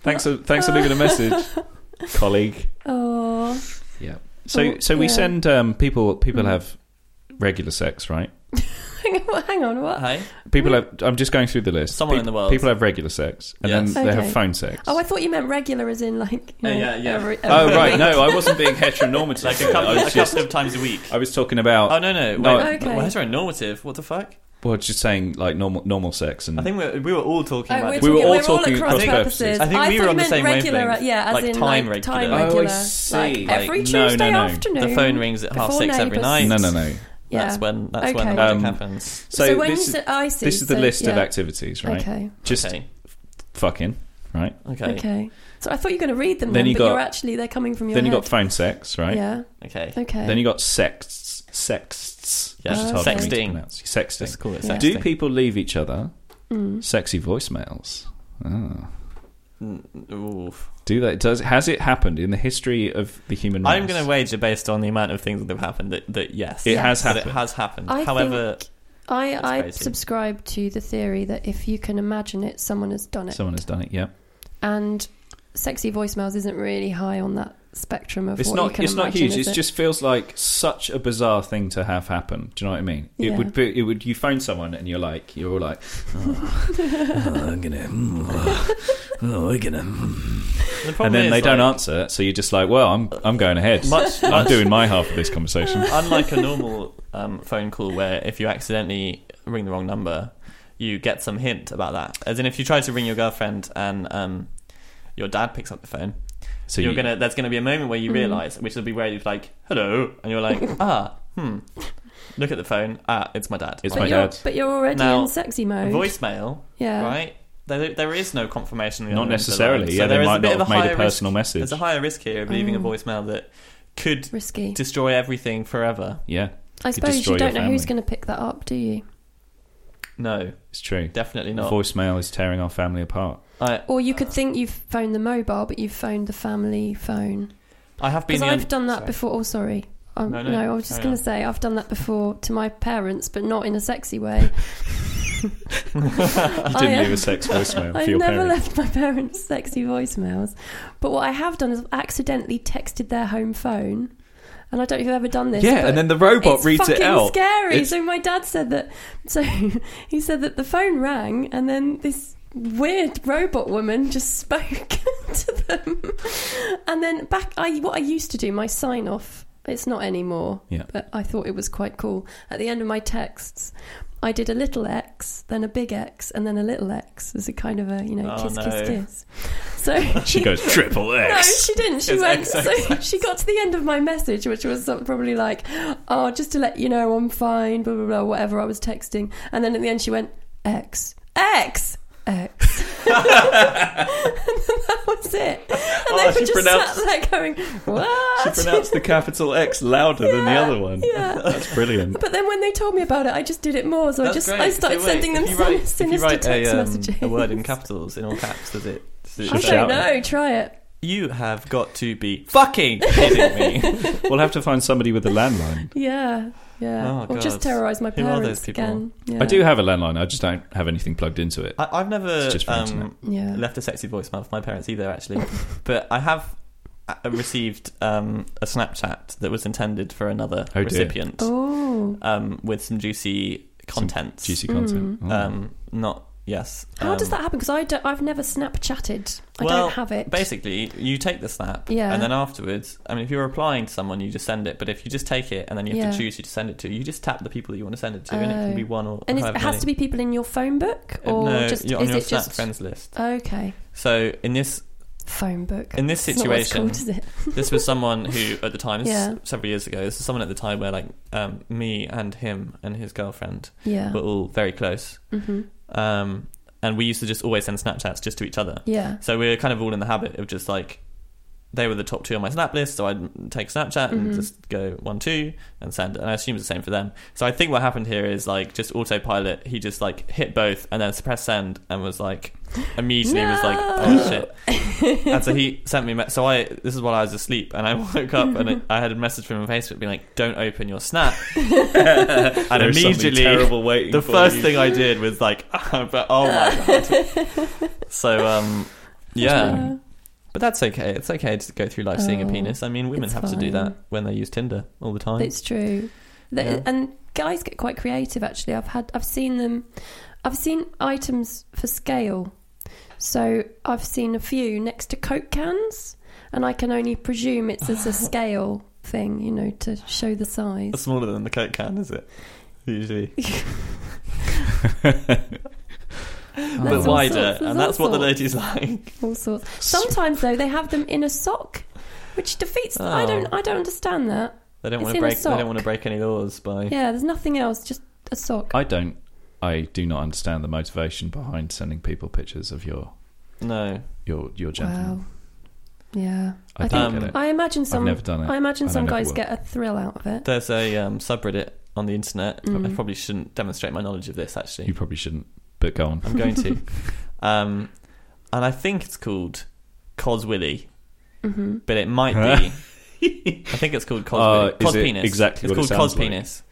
Speaker 1: Thanks, for, thanks for leaving a message,
Speaker 3: *laughs*
Speaker 1: colleague.
Speaker 3: Oh.
Speaker 1: Yeah. So
Speaker 3: Oh,
Speaker 1: so we
Speaker 3: yeah.
Speaker 1: send um, people people
Speaker 3: Mm.
Speaker 1: have regular sex, right?
Speaker 3: Hang on, hang on, what?
Speaker 2: Hey,
Speaker 1: People have.
Speaker 3: Mm.
Speaker 1: I'm just going through the list.
Speaker 2: Someone
Speaker 1: Pe-
Speaker 2: in the world.
Speaker 1: People have regular sex, and
Speaker 2: Yes.
Speaker 1: then they
Speaker 3: Okay.
Speaker 1: have phone sex.
Speaker 3: Oh, I thought you meant regular as in like. You
Speaker 2: Oh,
Speaker 3: know,
Speaker 2: yeah, yeah.
Speaker 3: Every,
Speaker 2: *laughs*
Speaker 1: Oh
Speaker 3: every
Speaker 1: right,
Speaker 3: week.
Speaker 1: no, I wasn't being heteronormative.
Speaker 2: like a couple,
Speaker 1: I
Speaker 2: a
Speaker 1: was just,
Speaker 2: couple of times a week.
Speaker 1: I was talking about.
Speaker 2: Oh no no,
Speaker 1: No.
Speaker 2: wait,
Speaker 3: Okay.
Speaker 2: well, heteronormative. What the fuck?
Speaker 1: Well, it's just saying like normal normal sex and
Speaker 2: I think we we were all talking
Speaker 3: Oh,
Speaker 2: about
Speaker 3: we're
Speaker 2: this.
Speaker 1: Mm. We were
Speaker 3: talking-
Speaker 1: all
Speaker 3: we're
Speaker 1: talking
Speaker 3: all across
Speaker 1: cross
Speaker 3: purposes.
Speaker 1: purposes.
Speaker 2: I think we
Speaker 3: thought
Speaker 2: were
Speaker 3: you
Speaker 2: on the
Speaker 3: meant
Speaker 2: same
Speaker 3: regular,
Speaker 2: wavelength.
Speaker 3: Yeah, as
Speaker 2: Like
Speaker 3: in
Speaker 2: time
Speaker 3: like,
Speaker 2: regular.
Speaker 3: time
Speaker 2: Oh, I
Speaker 3: regular.
Speaker 1: see.
Speaker 3: Like,
Speaker 1: Like,
Speaker 3: every
Speaker 1: no, no,
Speaker 3: Tuesday
Speaker 1: no.
Speaker 3: afternoon.
Speaker 2: the phone rings at half
Speaker 3: Before
Speaker 2: six every
Speaker 3: neighbours.
Speaker 2: night.
Speaker 1: no, no, no.
Speaker 3: Yeah.
Speaker 2: That's when that's when
Speaker 3: Okay.
Speaker 2: the magic
Speaker 1: Um,
Speaker 2: happens.
Speaker 1: So,
Speaker 3: so when
Speaker 1: this is
Speaker 3: is it? I see.
Speaker 1: this is the
Speaker 3: so,
Speaker 1: list of
Speaker 3: yeah.
Speaker 1: activities, right?
Speaker 3: Okay.
Speaker 1: Just
Speaker 2: okay.
Speaker 1: fucking, right?
Speaker 2: Okay. Okay.
Speaker 3: Okay. So I thought you were going to read them,
Speaker 1: Then
Speaker 3: then,
Speaker 1: you
Speaker 3: but
Speaker 1: got-
Speaker 3: you're actually they're coming from your.
Speaker 1: then you
Speaker 3: head.
Speaker 1: got phone sex, right?
Speaker 3: Yeah. Okay.
Speaker 1: Then you got sexts, sexts,
Speaker 2: Yeah.
Speaker 1: which is hard for me to
Speaker 2: Sexting.
Speaker 1: pronounce. Sexting.
Speaker 2: Let's call it
Speaker 3: Yeah.
Speaker 1: Do
Speaker 2: sexting.
Speaker 1: people leave each other
Speaker 3: Mm.
Speaker 1: sexy voicemails? Ah.
Speaker 2: Mm, oof.
Speaker 1: Do they? Does has it happened in the history of the human race?
Speaker 2: I'm going to wager based on the amount of things that have happened that, that yes,
Speaker 1: It
Speaker 3: Yes.
Speaker 1: has
Speaker 2: that
Speaker 1: happened.
Speaker 2: it has happened.
Speaker 3: I
Speaker 2: However,
Speaker 3: think I I
Speaker 2: crazy.
Speaker 3: subscribe to the theory that if you can imagine it, someone has done it.
Speaker 1: Someone has done it. Yeah,
Speaker 3: And sexy voicemails isn't really high on that spectrum of
Speaker 1: it's
Speaker 3: what you
Speaker 1: not.
Speaker 3: can
Speaker 1: It's not
Speaker 3: imagine,
Speaker 1: huge.
Speaker 3: is
Speaker 1: It
Speaker 3: it?
Speaker 1: just feels like such a bizarre thing to have happen. Do you know what I mean? It
Speaker 3: Yeah.
Speaker 1: would be. It would. You phone someone and you're like, you're all like, oh, oh, I'm gonna, mm, oh, oh, we're gonna, mm."
Speaker 2: the problem
Speaker 1: and then
Speaker 2: is,
Speaker 1: they
Speaker 2: like,
Speaker 1: don't answer. So you're just like, well, I'm I'm going ahead.
Speaker 2: Much,
Speaker 1: I'm
Speaker 2: much
Speaker 1: doing my half of this conversation. *laughs*
Speaker 2: unlike a normal um, phone call where if you accidentally ring the wrong number, you get some hint about that. As in, if you try to ring your girlfriend and um, your dad picks up the phone,
Speaker 1: So
Speaker 2: you're
Speaker 1: you-
Speaker 2: gonna there's gonna be a moment where you
Speaker 3: Mhm.
Speaker 2: realize, which will be where you're like, "Hello," and you're
Speaker 3: *laughs*
Speaker 2: like, "Ah, hmm." Look at the phone. Ah, it's my dad.
Speaker 1: It's
Speaker 3: but
Speaker 1: my
Speaker 3: you're,
Speaker 1: dad.
Speaker 3: But you're already
Speaker 2: Now,
Speaker 3: in sexy mode.
Speaker 2: voicemail,
Speaker 3: yeah.
Speaker 2: right? There, there is no confirmation. on the
Speaker 1: not
Speaker 2: other end of the
Speaker 1: necessarily.
Speaker 2: line. So
Speaker 1: yeah,
Speaker 2: there
Speaker 1: they
Speaker 2: is
Speaker 1: might
Speaker 2: bit
Speaker 1: not
Speaker 2: of
Speaker 1: have made a
Speaker 2: higher risk-
Speaker 1: personal message.
Speaker 2: There's a higher risk here of leaving a
Speaker 3: Mm.
Speaker 2: voicemail that could
Speaker 3: Risky.
Speaker 2: destroy everything forever.
Speaker 1: yeah,
Speaker 3: I suppose
Speaker 1: destroy
Speaker 3: you
Speaker 1: your
Speaker 3: don't know who's
Speaker 1: family.
Speaker 3: going to pick that up, do you?
Speaker 2: No,
Speaker 1: it's true.
Speaker 2: definitely not.
Speaker 1: Voicemail is tearing our family
Speaker 2: *laughs*
Speaker 1: apart.
Speaker 2: I,
Speaker 3: Or you could think you've phoned the mobile, but you've phoned the family phone.
Speaker 2: I have been.
Speaker 3: Because
Speaker 2: the
Speaker 3: I've
Speaker 2: un-
Speaker 3: done that
Speaker 2: Sorry.
Speaker 3: before. Oh, sorry. Um,
Speaker 2: No,
Speaker 3: no,
Speaker 2: no,
Speaker 3: I was just
Speaker 2: carry
Speaker 3: going
Speaker 2: on.
Speaker 3: to say I've done that before to my parents, but not in a
Speaker 1: *laughs*
Speaker 3: sexy way.
Speaker 2: Oh,
Speaker 1: You
Speaker 3: I,
Speaker 1: didn't
Speaker 3: uh,
Speaker 1: leave a
Speaker 2: *laughs*
Speaker 1: sex voicemail for
Speaker 3: I've
Speaker 1: your
Speaker 3: never
Speaker 1: parents.
Speaker 3: left my parents sexy voicemails, but what I have done is I've accidentally texted their home phone, and I don't know if you've ever done this.
Speaker 1: yeah,
Speaker 3: but
Speaker 1: and then the robot
Speaker 3: it's
Speaker 1: reads it
Speaker 3: fucking
Speaker 1: out.
Speaker 3: Scary.
Speaker 1: It's-
Speaker 3: So my dad said that. So *laughs* he said that the phone rang, and then this weird robot woman just *laughs* spoke to them. And then back, I what I used to do, my sign off. It's not anymore.
Speaker 1: Yeah.
Speaker 3: But I thought it was quite cool. At the end of my texts, I did a little X, then a big X, and then a little X as a kind of a you know
Speaker 2: Oh,
Speaker 3: kiss,
Speaker 2: no.
Speaker 3: kiss, kiss. So
Speaker 1: *laughs* She goes triple
Speaker 3: no,
Speaker 1: X.
Speaker 3: she didn't. She
Speaker 2: It's
Speaker 3: went.
Speaker 2: X, X,
Speaker 3: so she got to the end of my message, which was some- probably like, "Oh, just to let you know, I'm fine." Blah blah blah. Whatever I was texting, and then at the end, she went X X X. *laughs*
Speaker 2: *laughs*
Speaker 3: and then that was it. And
Speaker 2: Oh,
Speaker 3: they
Speaker 2: she
Speaker 3: were just
Speaker 2: pronounced-
Speaker 3: sat there going, "What?"
Speaker 1: the capital X louder than the
Speaker 3: Yeah,
Speaker 1: other one.
Speaker 3: yeah.
Speaker 1: That's brilliant.
Speaker 3: But then when they told me about it, I just did it more. So
Speaker 2: That's
Speaker 3: I just
Speaker 2: great.
Speaker 3: I started
Speaker 2: If you write-
Speaker 3: sending them
Speaker 2: if you write-
Speaker 3: sin-
Speaker 2: if you
Speaker 3: sinister
Speaker 2: write a,
Speaker 3: text
Speaker 2: um,
Speaker 3: messages.
Speaker 2: A word in capitals in all caps. Does it? Does it
Speaker 3: I
Speaker 2: shout?
Speaker 3: don't know. Try it.
Speaker 2: You have got to be
Speaker 1: *laughs*
Speaker 2: fucking kidding me.
Speaker 3: *laughs*
Speaker 1: We'll have to find somebody with a landline.
Speaker 3: Yeah, yeah.
Speaker 2: Oh,
Speaker 3: or just
Speaker 2: God.
Speaker 3: terrorise my
Speaker 2: Who
Speaker 3: parents
Speaker 2: are those people?
Speaker 3: again. Yeah.
Speaker 1: I do have a landline. I just don't have anything plugged into it.
Speaker 2: I, I've never
Speaker 1: It's just for internet.
Speaker 2: um,
Speaker 3: Yeah.
Speaker 2: left a sexy voicemail for my parents either,
Speaker 1: *laughs*
Speaker 2: actually. but I have uh, received um, a Snapchat that was intended for another
Speaker 1: Oh, dear.
Speaker 2: recipient
Speaker 3: Oh.
Speaker 2: um, with some juicy contents.
Speaker 1: Juicy
Speaker 3: Mm.
Speaker 1: content. Oh.
Speaker 2: Um, not yes.
Speaker 3: How
Speaker 2: um,
Speaker 3: does that happen? Because I don't, I've never Snapchatted. I
Speaker 2: Well,
Speaker 3: don't have it.
Speaker 2: Basically, you take the snap,
Speaker 3: Yeah.
Speaker 2: and then afterwards, I mean, if you're replying to someone, you just send it. But if you just take it and then you have to
Speaker 3: Yeah.
Speaker 2: choose who to send it to, you just tap the people that you want to send it to, and it can
Speaker 3: Oh.
Speaker 2: be one or
Speaker 3: and it's,
Speaker 2: however
Speaker 3: it has to
Speaker 2: many.
Speaker 3: be people in your phone book, or
Speaker 2: Uh, no,
Speaker 3: just
Speaker 2: you're on
Speaker 3: is
Speaker 2: your
Speaker 3: it
Speaker 2: Snap
Speaker 3: just
Speaker 2: friends list.
Speaker 3: okay
Speaker 2: So in this
Speaker 3: phone book?
Speaker 2: In this
Speaker 3: It's not what it's
Speaker 2: situation,
Speaker 3: called, is it?
Speaker 2: *laughs* this was someone who at the time this is
Speaker 3: Yeah.
Speaker 2: several years ago this is someone at the time where like um, me and him and his girlfriend
Speaker 3: Yeah.
Speaker 2: were all very close
Speaker 3: hmm
Speaker 2: um, and we used to just always send snapchats just to each other
Speaker 3: Yeah.
Speaker 2: so we were kind of all in the habit of just like they were the top two on my snap list so i'd take a snapchat and
Speaker 3: Mhm.
Speaker 2: just go one two and send and i assume it's the same for them so i think what happened here is like just autopilot he just like hit both and then pressed send and was like immediately was like oh
Speaker 3: No.
Speaker 2: shit and so he sent me. a Me- so I this is while I was asleep, and I *laughs* woke up and it, I had a message from him on Facebook being like, "Don't open your Snap." *laughs* and
Speaker 1: There's something
Speaker 2: immediately,
Speaker 1: terrible waiting
Speaker 2: the
Speaker 1: for
Speaker 2: first
Speaker 1: you.
Speaker 2: thing I did was like, *laughs* but "Oh my god!" So um, yeah, but that's okay. It's okay to go through life seeing a
Speaker 3: Oh,
Speaker 2: penis. I mean, women
Speaker 3: it's
Speaker 2: have to do
Speaker 3: fine.
Speaker 2: that when they use Tinder all the time.
Speaker 3: It's true. The-
Speaker 2: Yeah.
Speaker 3: And guys get quite creative actually. I've had I've seen them I've seen items for scale. So I've seen a few next to Coke cans and I can only presume it's
Speaker 1: *laughs*
Speaker 3: as a scale thing, you know, to show the size.
Speaker 2: It's smaller than the Coke can, is it? Usually, but
Speaker 3: There's all
Speaker 2: wider,
Speaker 3: sorts, there's
Speaker 2: and that's
Speaker 3: all
Speaker 2: what the ladies *laughs*
Speaker 3: sorts.
Speaker 2: like.
Speaker 3: all sorts. Sometimes though, they have them in a sock, which defeats. I don't.
Speaker 2: Oh.
Speaker 3: I don't understand that.
Speaker 2: They don't
Speaker 3: It's
Speaker 2: want
Speaker 3: in
Speaker 2: to
Speaker 3: a
Speaker 2: break. They
Speaker 3: sock.
Speaker 2: don't want to break any laws by.
Speaker 3: Yeah, there's nothing else. Just a sock.
Speaker 1: I don't. I do not understand the motivation behind sending people pictures of your
Speaker 2: No,
Speaker 1: your your gentleman.
Speaker 3: wow. Yeah.
Speaker 1: I,
Speaker 3: I
Speaker 1: don't
Speaker 2: think-
Speaker 1: get it.
Speaker 3: I imagine
Speaker 1: I've
Speaker 3: some.
Speaker 1: never done it.
Speaker 3: I imagine
Speaker 1: and I
Speaker 3: some
Speaker 1: never
Speaker 3: guys
Speaker 1: will.
Speaker 3: get a thrill out of it.
Speaker 2: there's a um, subreddit on the internet. I
Speaker 3: Mm.
Speaker 2: probably shouldn't demonstrate my knowledge of this. Actually,
Speaker 1: You probably shouldn't. But go on.
Speaker 2: I'm going to. *laughs* um, and I think it's called Coswilly,
Speaker 3: hmm
Speaker 2: but it might be. I think it's
Speaker 1: *laughs*
Speaker 2: called Coswilly.
Speaker 1: Uh, is it
Speaker 2: Cospenis.
Speaker 1: exactly
Speaker 2: it's
Speaker 1: what it
Speaker 2: called
Speaker 1: sounds like?
Speaker 2: Cospenis.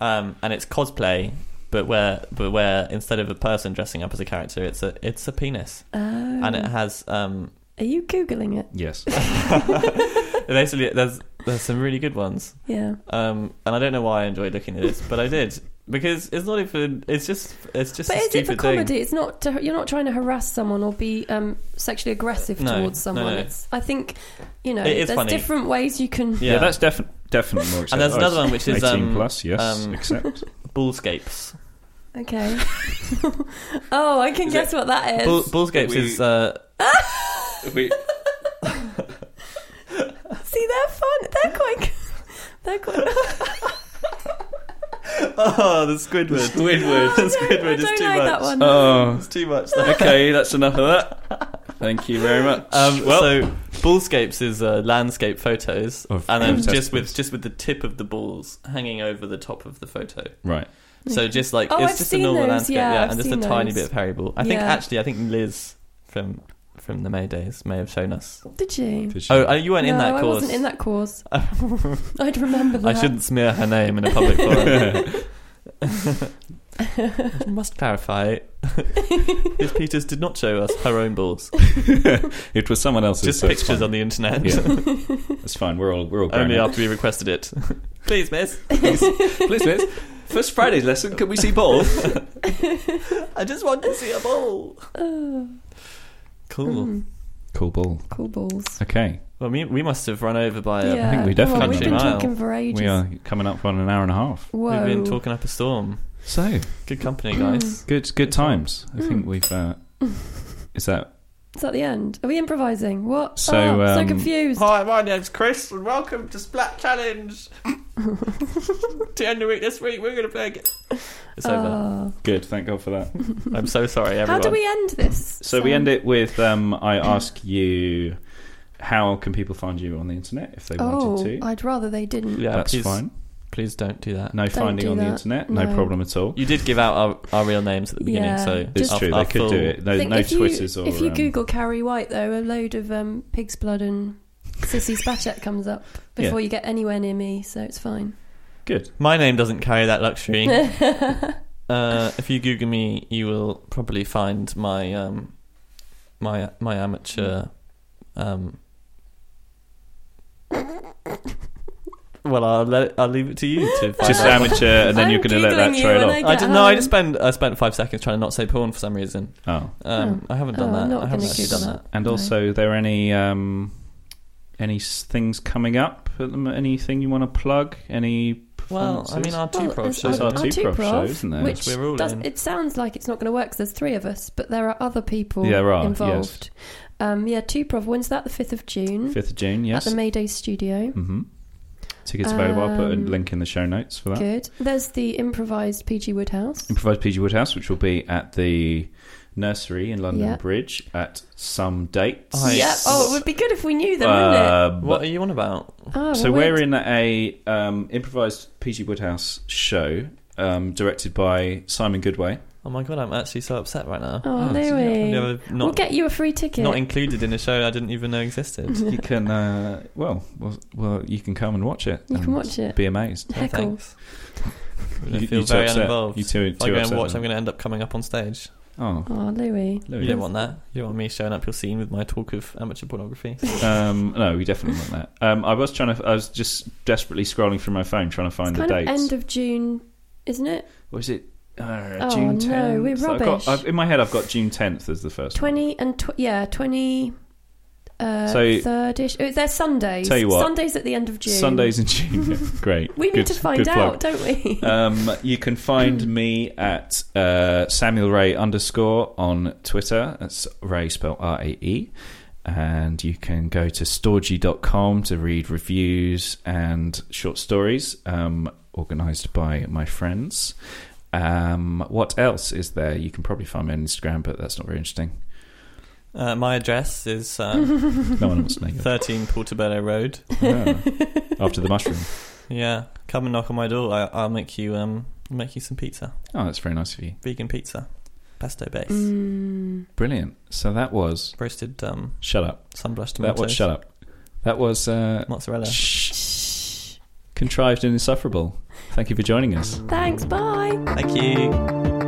Speaker 2: Um, and it's cosplay, but where but where instead of a person dressing up as a character, it's a it's a penis,
Speaker 3: Oh.
Speaker 2: and it has
Speaker 3: *laughs*
Speaker 2: um, *laughs*
Speaker 3: Are you googling it?
Speaker 1: Yes.
Speaker 2: basically there's there's some really good ones.
Speaker 3: Yeah.
Speaker 2: Um, and I don't know why I enjoyed looking at this, but I did because it's not even. It's just. It's just. a
Speaker 3: but is it
Speaker 2: stupid
Speaker 3: for comedy? It's not. To, you're not trying to harass someone or be um, sexually aggressive
Speaker 2: No,
Speaker 3: towards
Speaker 2: no,
Speaker 3: someone.
Speaker 2: no.
Speaker 3: It's, I think you know.
Speaker 2: It is
Speaker 3: there's
Speaker 2: funny.
Speaker 3: different ways you can.
Speaker 1: Yeah,
Speaker 2: Yeah.
Speaker 1: that's definitely definitely more. acceptable.
Speaker 2: there's
Speaker 1: Oh,
Speaker 2: another
Speaker 1: it's
Speaker 2: one which is,
Speaker 1: 18
Speaker 2: um,
Speaker 1: plus. Yes,
Speaker 2: um,
Speaker 3: *laughs*
Speaker 1: accept.
Speaker 2: Thing. Bullscapes.
Speaker 3: *laughs* Okay. *laughs* oh, I can
Speaker 2: Is
Speaker 3: guess what that is.
Speaker 2: Bull, Bullscapes
Speaker 1: We-
Speaker 2: is. Uh,
Speaker 1: We-
Speaker 3: See, they're fun. They're quite. good. *laughs* They're quite.
Speaker 2: oh, the Squidward.
Speaker 3: *laughs*
Speaker 1: Squidward.
Speaker 2: *laughs* The Squidward
Speaker 3: I
Speaker 2: is
Speaker 3: don't
Speaker 2: too
Speaker 3: like
Speaker 2: much.
Speaker 3: that one.
Speaker 1: oh,
Speaker 2: It's too much.
Speaker 1: *laughs* okay. That's enough of that. Thank you very much.
Speaker 2: Um,
Speaker 1: well, Oh,
Speaker 2: So bullscapes is uh, landscape photos,
Speaker 1: Of
Speaker 2: and then
Speaker 1: protesters.
Speaker 2: just with just with the tip of the balls hanging over the top of the photo.
Speaker 1: right.
Speaker 2: So just like
Speaker 3: Oh,
Speaker 2: it's
Speaker 3: I've
Speaker 2: just
Speaker 3: seen
Speaker 2: a normal
Speaker 3: those,
Speaker 2: landscape,
Speaker 3: yeah,
Speaker 2: yeah,
Speaker 3: I've
Speaker 2: and just a
Speaker 3: seen
Speaker 2: tiny
Speaker 3: those.
Speaker 2: bit of Harry Ball. I think
Speaker 3: Yeah.
Speaker 2: actually, I think Liz from from the May days may have shown us.
Speaker 3: Did you?
Speaker 1: Did you-
Speaker 2: Oh, uh, you weren't in
Speaker 3: no,
Speaker 2: that
Speaker 3: I
Speaker 2: course.
Speaker 3: wasn't in that course.
Speaker 2: *laughs*
Speaker 3: I'd remember
Speaker 2: I
Speaker 3: that.
Speaker 2: shouldn't smear her name in a public forum.
Speaker 3: *laughs*
Speaker 2: Must clarify, Miss Peters did not show us her own balls,
Speaker 1: it was someone else's.
Speaker 2: just
Speaker 1: so it's
Speaker 2: pictures
Speaker 1: fine.
Speaker 2: on the internet.
Speaker 1: Yeah,
Speaker 3: *laughs*
Speaker 1: it's fine. We're all we're all grown
Speaker 2: Only
Speaker 1: up.
Speaker 2: after we requested it. *laughs* Please,
Speaker 3: *laughs*
Speaker 2: Miss.
Speaker 1: Please, miss. First Friday's lesson. Can we see ball?
Speaker 2: I just want to see a ball.
Speaker 3: Oh,
Speaker 2: Cool.
Speaker 3: mm,
Speaker 1: Cool ball.
Speaker 3: cool balls.
Speaker 1: Okay,
Speaker 2: Well, we, we must have run over by. Uh,
Speaker 1: think we
Speaker 3: Well,
Speaker 1: definitely
Speaker 3: we've been
Speaker 2: did.
Speaker 3: talking for ages.
Speaker 1: we are coming up on an hour and a half.
Speaker 3: Whoa.
Speaker 2: *laughs*
Speaker 3: Hmm.
Speaker 2: We've been talking up a storm.
Speaker 1: So
Speaker 2: Good company, guys.
Speaker 1: good, good times. I think
Speaker 3: Mm.
Speaker 1: we've. *laughs* Uh, is that
Speaker 3: Is that the end? Are we improvising? What?
Speaker 1: So,
Speaker 3: oh, so
Speaker 1: um,
Speaker 3: confused.
Speaker 2: Hi, my name's Chris, and welcome to Splat Challenge. to end the week this week, we're going to play. It's over.
Speaker 3: Oh.
Speaker 1: good? Thank God for that.
Speaker 2: I'm so sorry, everyone.
Speaker 3: How do we end this?
Speaker 1: So we end it with um, I ask you, how can people find you on the internet if they
Speaker 3: Oh,
Speaker 1: wanted to?
Speaker 3: I'd rather they didn't.
Speaker 2: Yeah,
Speaker 1: That's
Speaker 2: please,
Speaker 1: fine.
Speaker 2: Please don't do that.
Speaker 1: No
Speaker 3: Don't
Speaker 1: finding
Speaker 3: do
Speaker 1: on the
Speaker 3: that.
Speaker 1: internet. No,
Speaker 3: No.
Speaker 1: problem at all.
Speaker 2: You did give out our, our real names at the beginning,
Speaker 3: Yeah.
Speaker 2: so
Speaker 1: It's
Speaker 2: our-
Speaker 1: true.
Speaker 2: our
Speaker 1: They could
Speaker 2: full-
Speaker 1: do it. No,
Speaker 3: Think
Speaker 1: no
Speaker 3: if you-
Speaker 1: Twitters or
Speaker 3: If you
Speaker 1: um,
Speaker 3: Google Carrie White, though, a load of um, pig's blood and sissy spachet comes up
Speaker 1: Yeah.
Speaker 3: before you get anywhere near me, so it's fine.
Speaker 1: Good.
Speaker 2: My name doesn't carry that
Speaker 3: *laughs*
Speaker 2: luxury. uh, if you Google me, you will probably find my um, my my amateur. Um, well, I'll let it, I'll leave it to you
Speaker 3: *laughs*
Speaker 2: to find
Speaker 1: Just
Speaker 2: out.
Speaker 1: amateur, and then you're
Speaker 3: I'm
Speaker 1: going to let
Speaker 3: Googling
Speaker 1: that
Speaker 3: you
Speaker 1: trail
Speaker 3: and
Speaker 1: off.
Speaker 2: I
Speaker 3: get
Speaker 2: did, no, I
Speaker 3: home.
Speaker 2: just spent I spent five seconds trying to not say porn for some reason.
Speaker 1: Oh,
Speaker 2: Um, I haven't done
Speaker 3: Oh,
Speaker 2: that.
Speaker 3: I'm not
Speaker 2: I haven't
Speaker 3: gonna
Speaker 2: actually
Speaker 3: Google
Speaker 2: done that.
Speaker 1: and
Speaker 3: No.
Speaker 1: also, are there any um, any s- things coming up? at the mo- Anything you want to plug? Any
Speaker 2: Well,
Speaker 1: performances?
Speaker 2: I mean, our two
Speaker 3: Well,
Speaker 2: prof
Speaker 3: there's
Speaker 1: There's
Speaker 2: shows.
Speaker 1: our
Speaker 3: our-
Speaker 2: aren't
Speaker 3: our
Speaker 1: two
Speaker 3: two
Speaker 1: prof
Speaker 3: prof,
Speaker 1: shows, isn't there?
Speaker 3: which
Speaker 2: We're all
Speaker 3: does,
Speaker 2: in.
Speaker 3: it sounds like it's not going to work 'cause there's three of us, but there are other people
Speaker 1: Yeah, there are,
Speaker 3: involved. Um, yeah, two prov. When's that? The 5th of June
Speaker 1: 5th of June, yes.
Speaker 3: at the Mayday Studio.
Speaker 1: hmm Tickets available. I'll put a
Speaker 3: Um,
Speaker 1: link in the show notes for that.
Speaker 3: Good. There's the improvised PG Woodhouse.
Speaker 1: Improvised PG Woodhouse, which will be at the nursery in London
Speaker 3: Yeah.
Speaker 1: Bridge at some date.
Speaker 2: Nice.
Speaker 3: Yep. Oh, it would be good if we knew them, wouldn't
Speaker 1: Uh,
Speaker 2: What
Speaker 1: but-
Speaker 2: are you on about?
Speaker 3: it? Oh,
Speaker 1: so
Speaker 3: well,
Speaker 1: we're
Speaker 3: we'd-
Speaker 1: in a um, improvised PG Woodhouse show um, directed by Simon Goodway.
Speaker 2: Oh my god, I'm actually so upset right now. *sighs*
Speaker 3: Oh, Louis.
Speaker 2: I've never not,
Speaker 3: we'll get you a free ticket.
Speaker 2: not included in a show I didn't even know existed.
Speaker 3: *laughs*
Speaker 1: You can uh, well, well, well, you can come and watch it.
Speaker 3: you
Speaker 1: and
Speaker 3: can watch it.
Speaker 1: Be amazed.
Speaker 2: No,
Speaker 3: Heckle.
Speaker 2: thanks. I'm gonna
Speaker 1: You-
Speaker 2: feel
Speaker 1: you too
Speaker 2: very
Speaker 1: upset.
Speaker 2: uninvolved.
Speaker 1: You too,
Speaker 2: if I
Speaker 1: too
Speaker 2: go and
Speaker 1: upset
Speaker 2: watch, I'm
Speaker 1: then.
Speaker 2: going to end up coming up on stage.
Speaker 1: Oh,
Speaker 3: Oh, Louis.
Speaker 1: Louis.
Speaker 2: You don't want that. You don't want me showing up your scene with my talk of amateur pornography.
Speaker 1: um, no, we definitely want that. Um, I was trying to. I was just desperately scrolling through my phone trying to find
Speaker 3: It's
Speaker 1: the
Speaker 3: kind of
Speaker 1: dates.
Speaker 3: end of June, isn't it?
Speaker 1: Was it uh,
Speaker 3: Oh,
Speaker 1: June
Speaker 3: no,
Speaker 1: 10th?
Speaker 3: we're
Speaker 1: I've got-
Speaker 3: rubbish.
Speaker 1: I've- in my head, I've got June 10th as the first one.
Speaker 3: Twenty and tw- yeah, twenty. Uh,
Speaker 1: So-
Speaker 3: third-ish. Oh, they're Sundays.
Speaker 1: Tell you what.
Speaker 3: Sundays at the end of June.
Speaker 1: Sundays in June. Yeah,
Speaker 3: *laughs*
Speaker 1: Great.
Speaker 3: We need
Speaker 1: Good-
Speaker 3: to find
Speaker 1: good plug.
Speaker 3: out, don't we?
Speaker 1: um, you can find me at uh, Samuel Ray underscore on Twitter. That's Ray spelled R A E. And you can go to storgy.com to read reviews and short stories um, organized by my friends. Um, what else is there? You can probably find me on Instagram, but that's not very interesting.
Speaker 2: Uh, my address is um,
Speaker 1: No one wants to know.
Speaker 2: *laughs*
Speaker 1: your-
Speaker 2: 13 Portobello Road.
Speaker 1: Ah, after the mushroom.
Speaker 2: Yeah, come and knock on my door. I, I'll make you um make you some pizza,
Speaker 1: Oh, that's very nice of you.
Speaker 2: vegan pizza, pesto base,
Speaker 3: *laughs* Mm.
Speaker 1: Brilliant. So that was.
Speaker 2: roasted um
Speaker 1: Shut up.
Speaker 2: sunblushed
Speaker 1: That
Speaker 2: tomatoes,
Speaker 1: was. Shut up. That was. Uh,
Speaker 2: mozzarella.
Speaker 1: Shh. Contrived and insufferable. Thank you for joining us.
Speaker 3: Thanks. Bye.
Speaker 2: Thank you.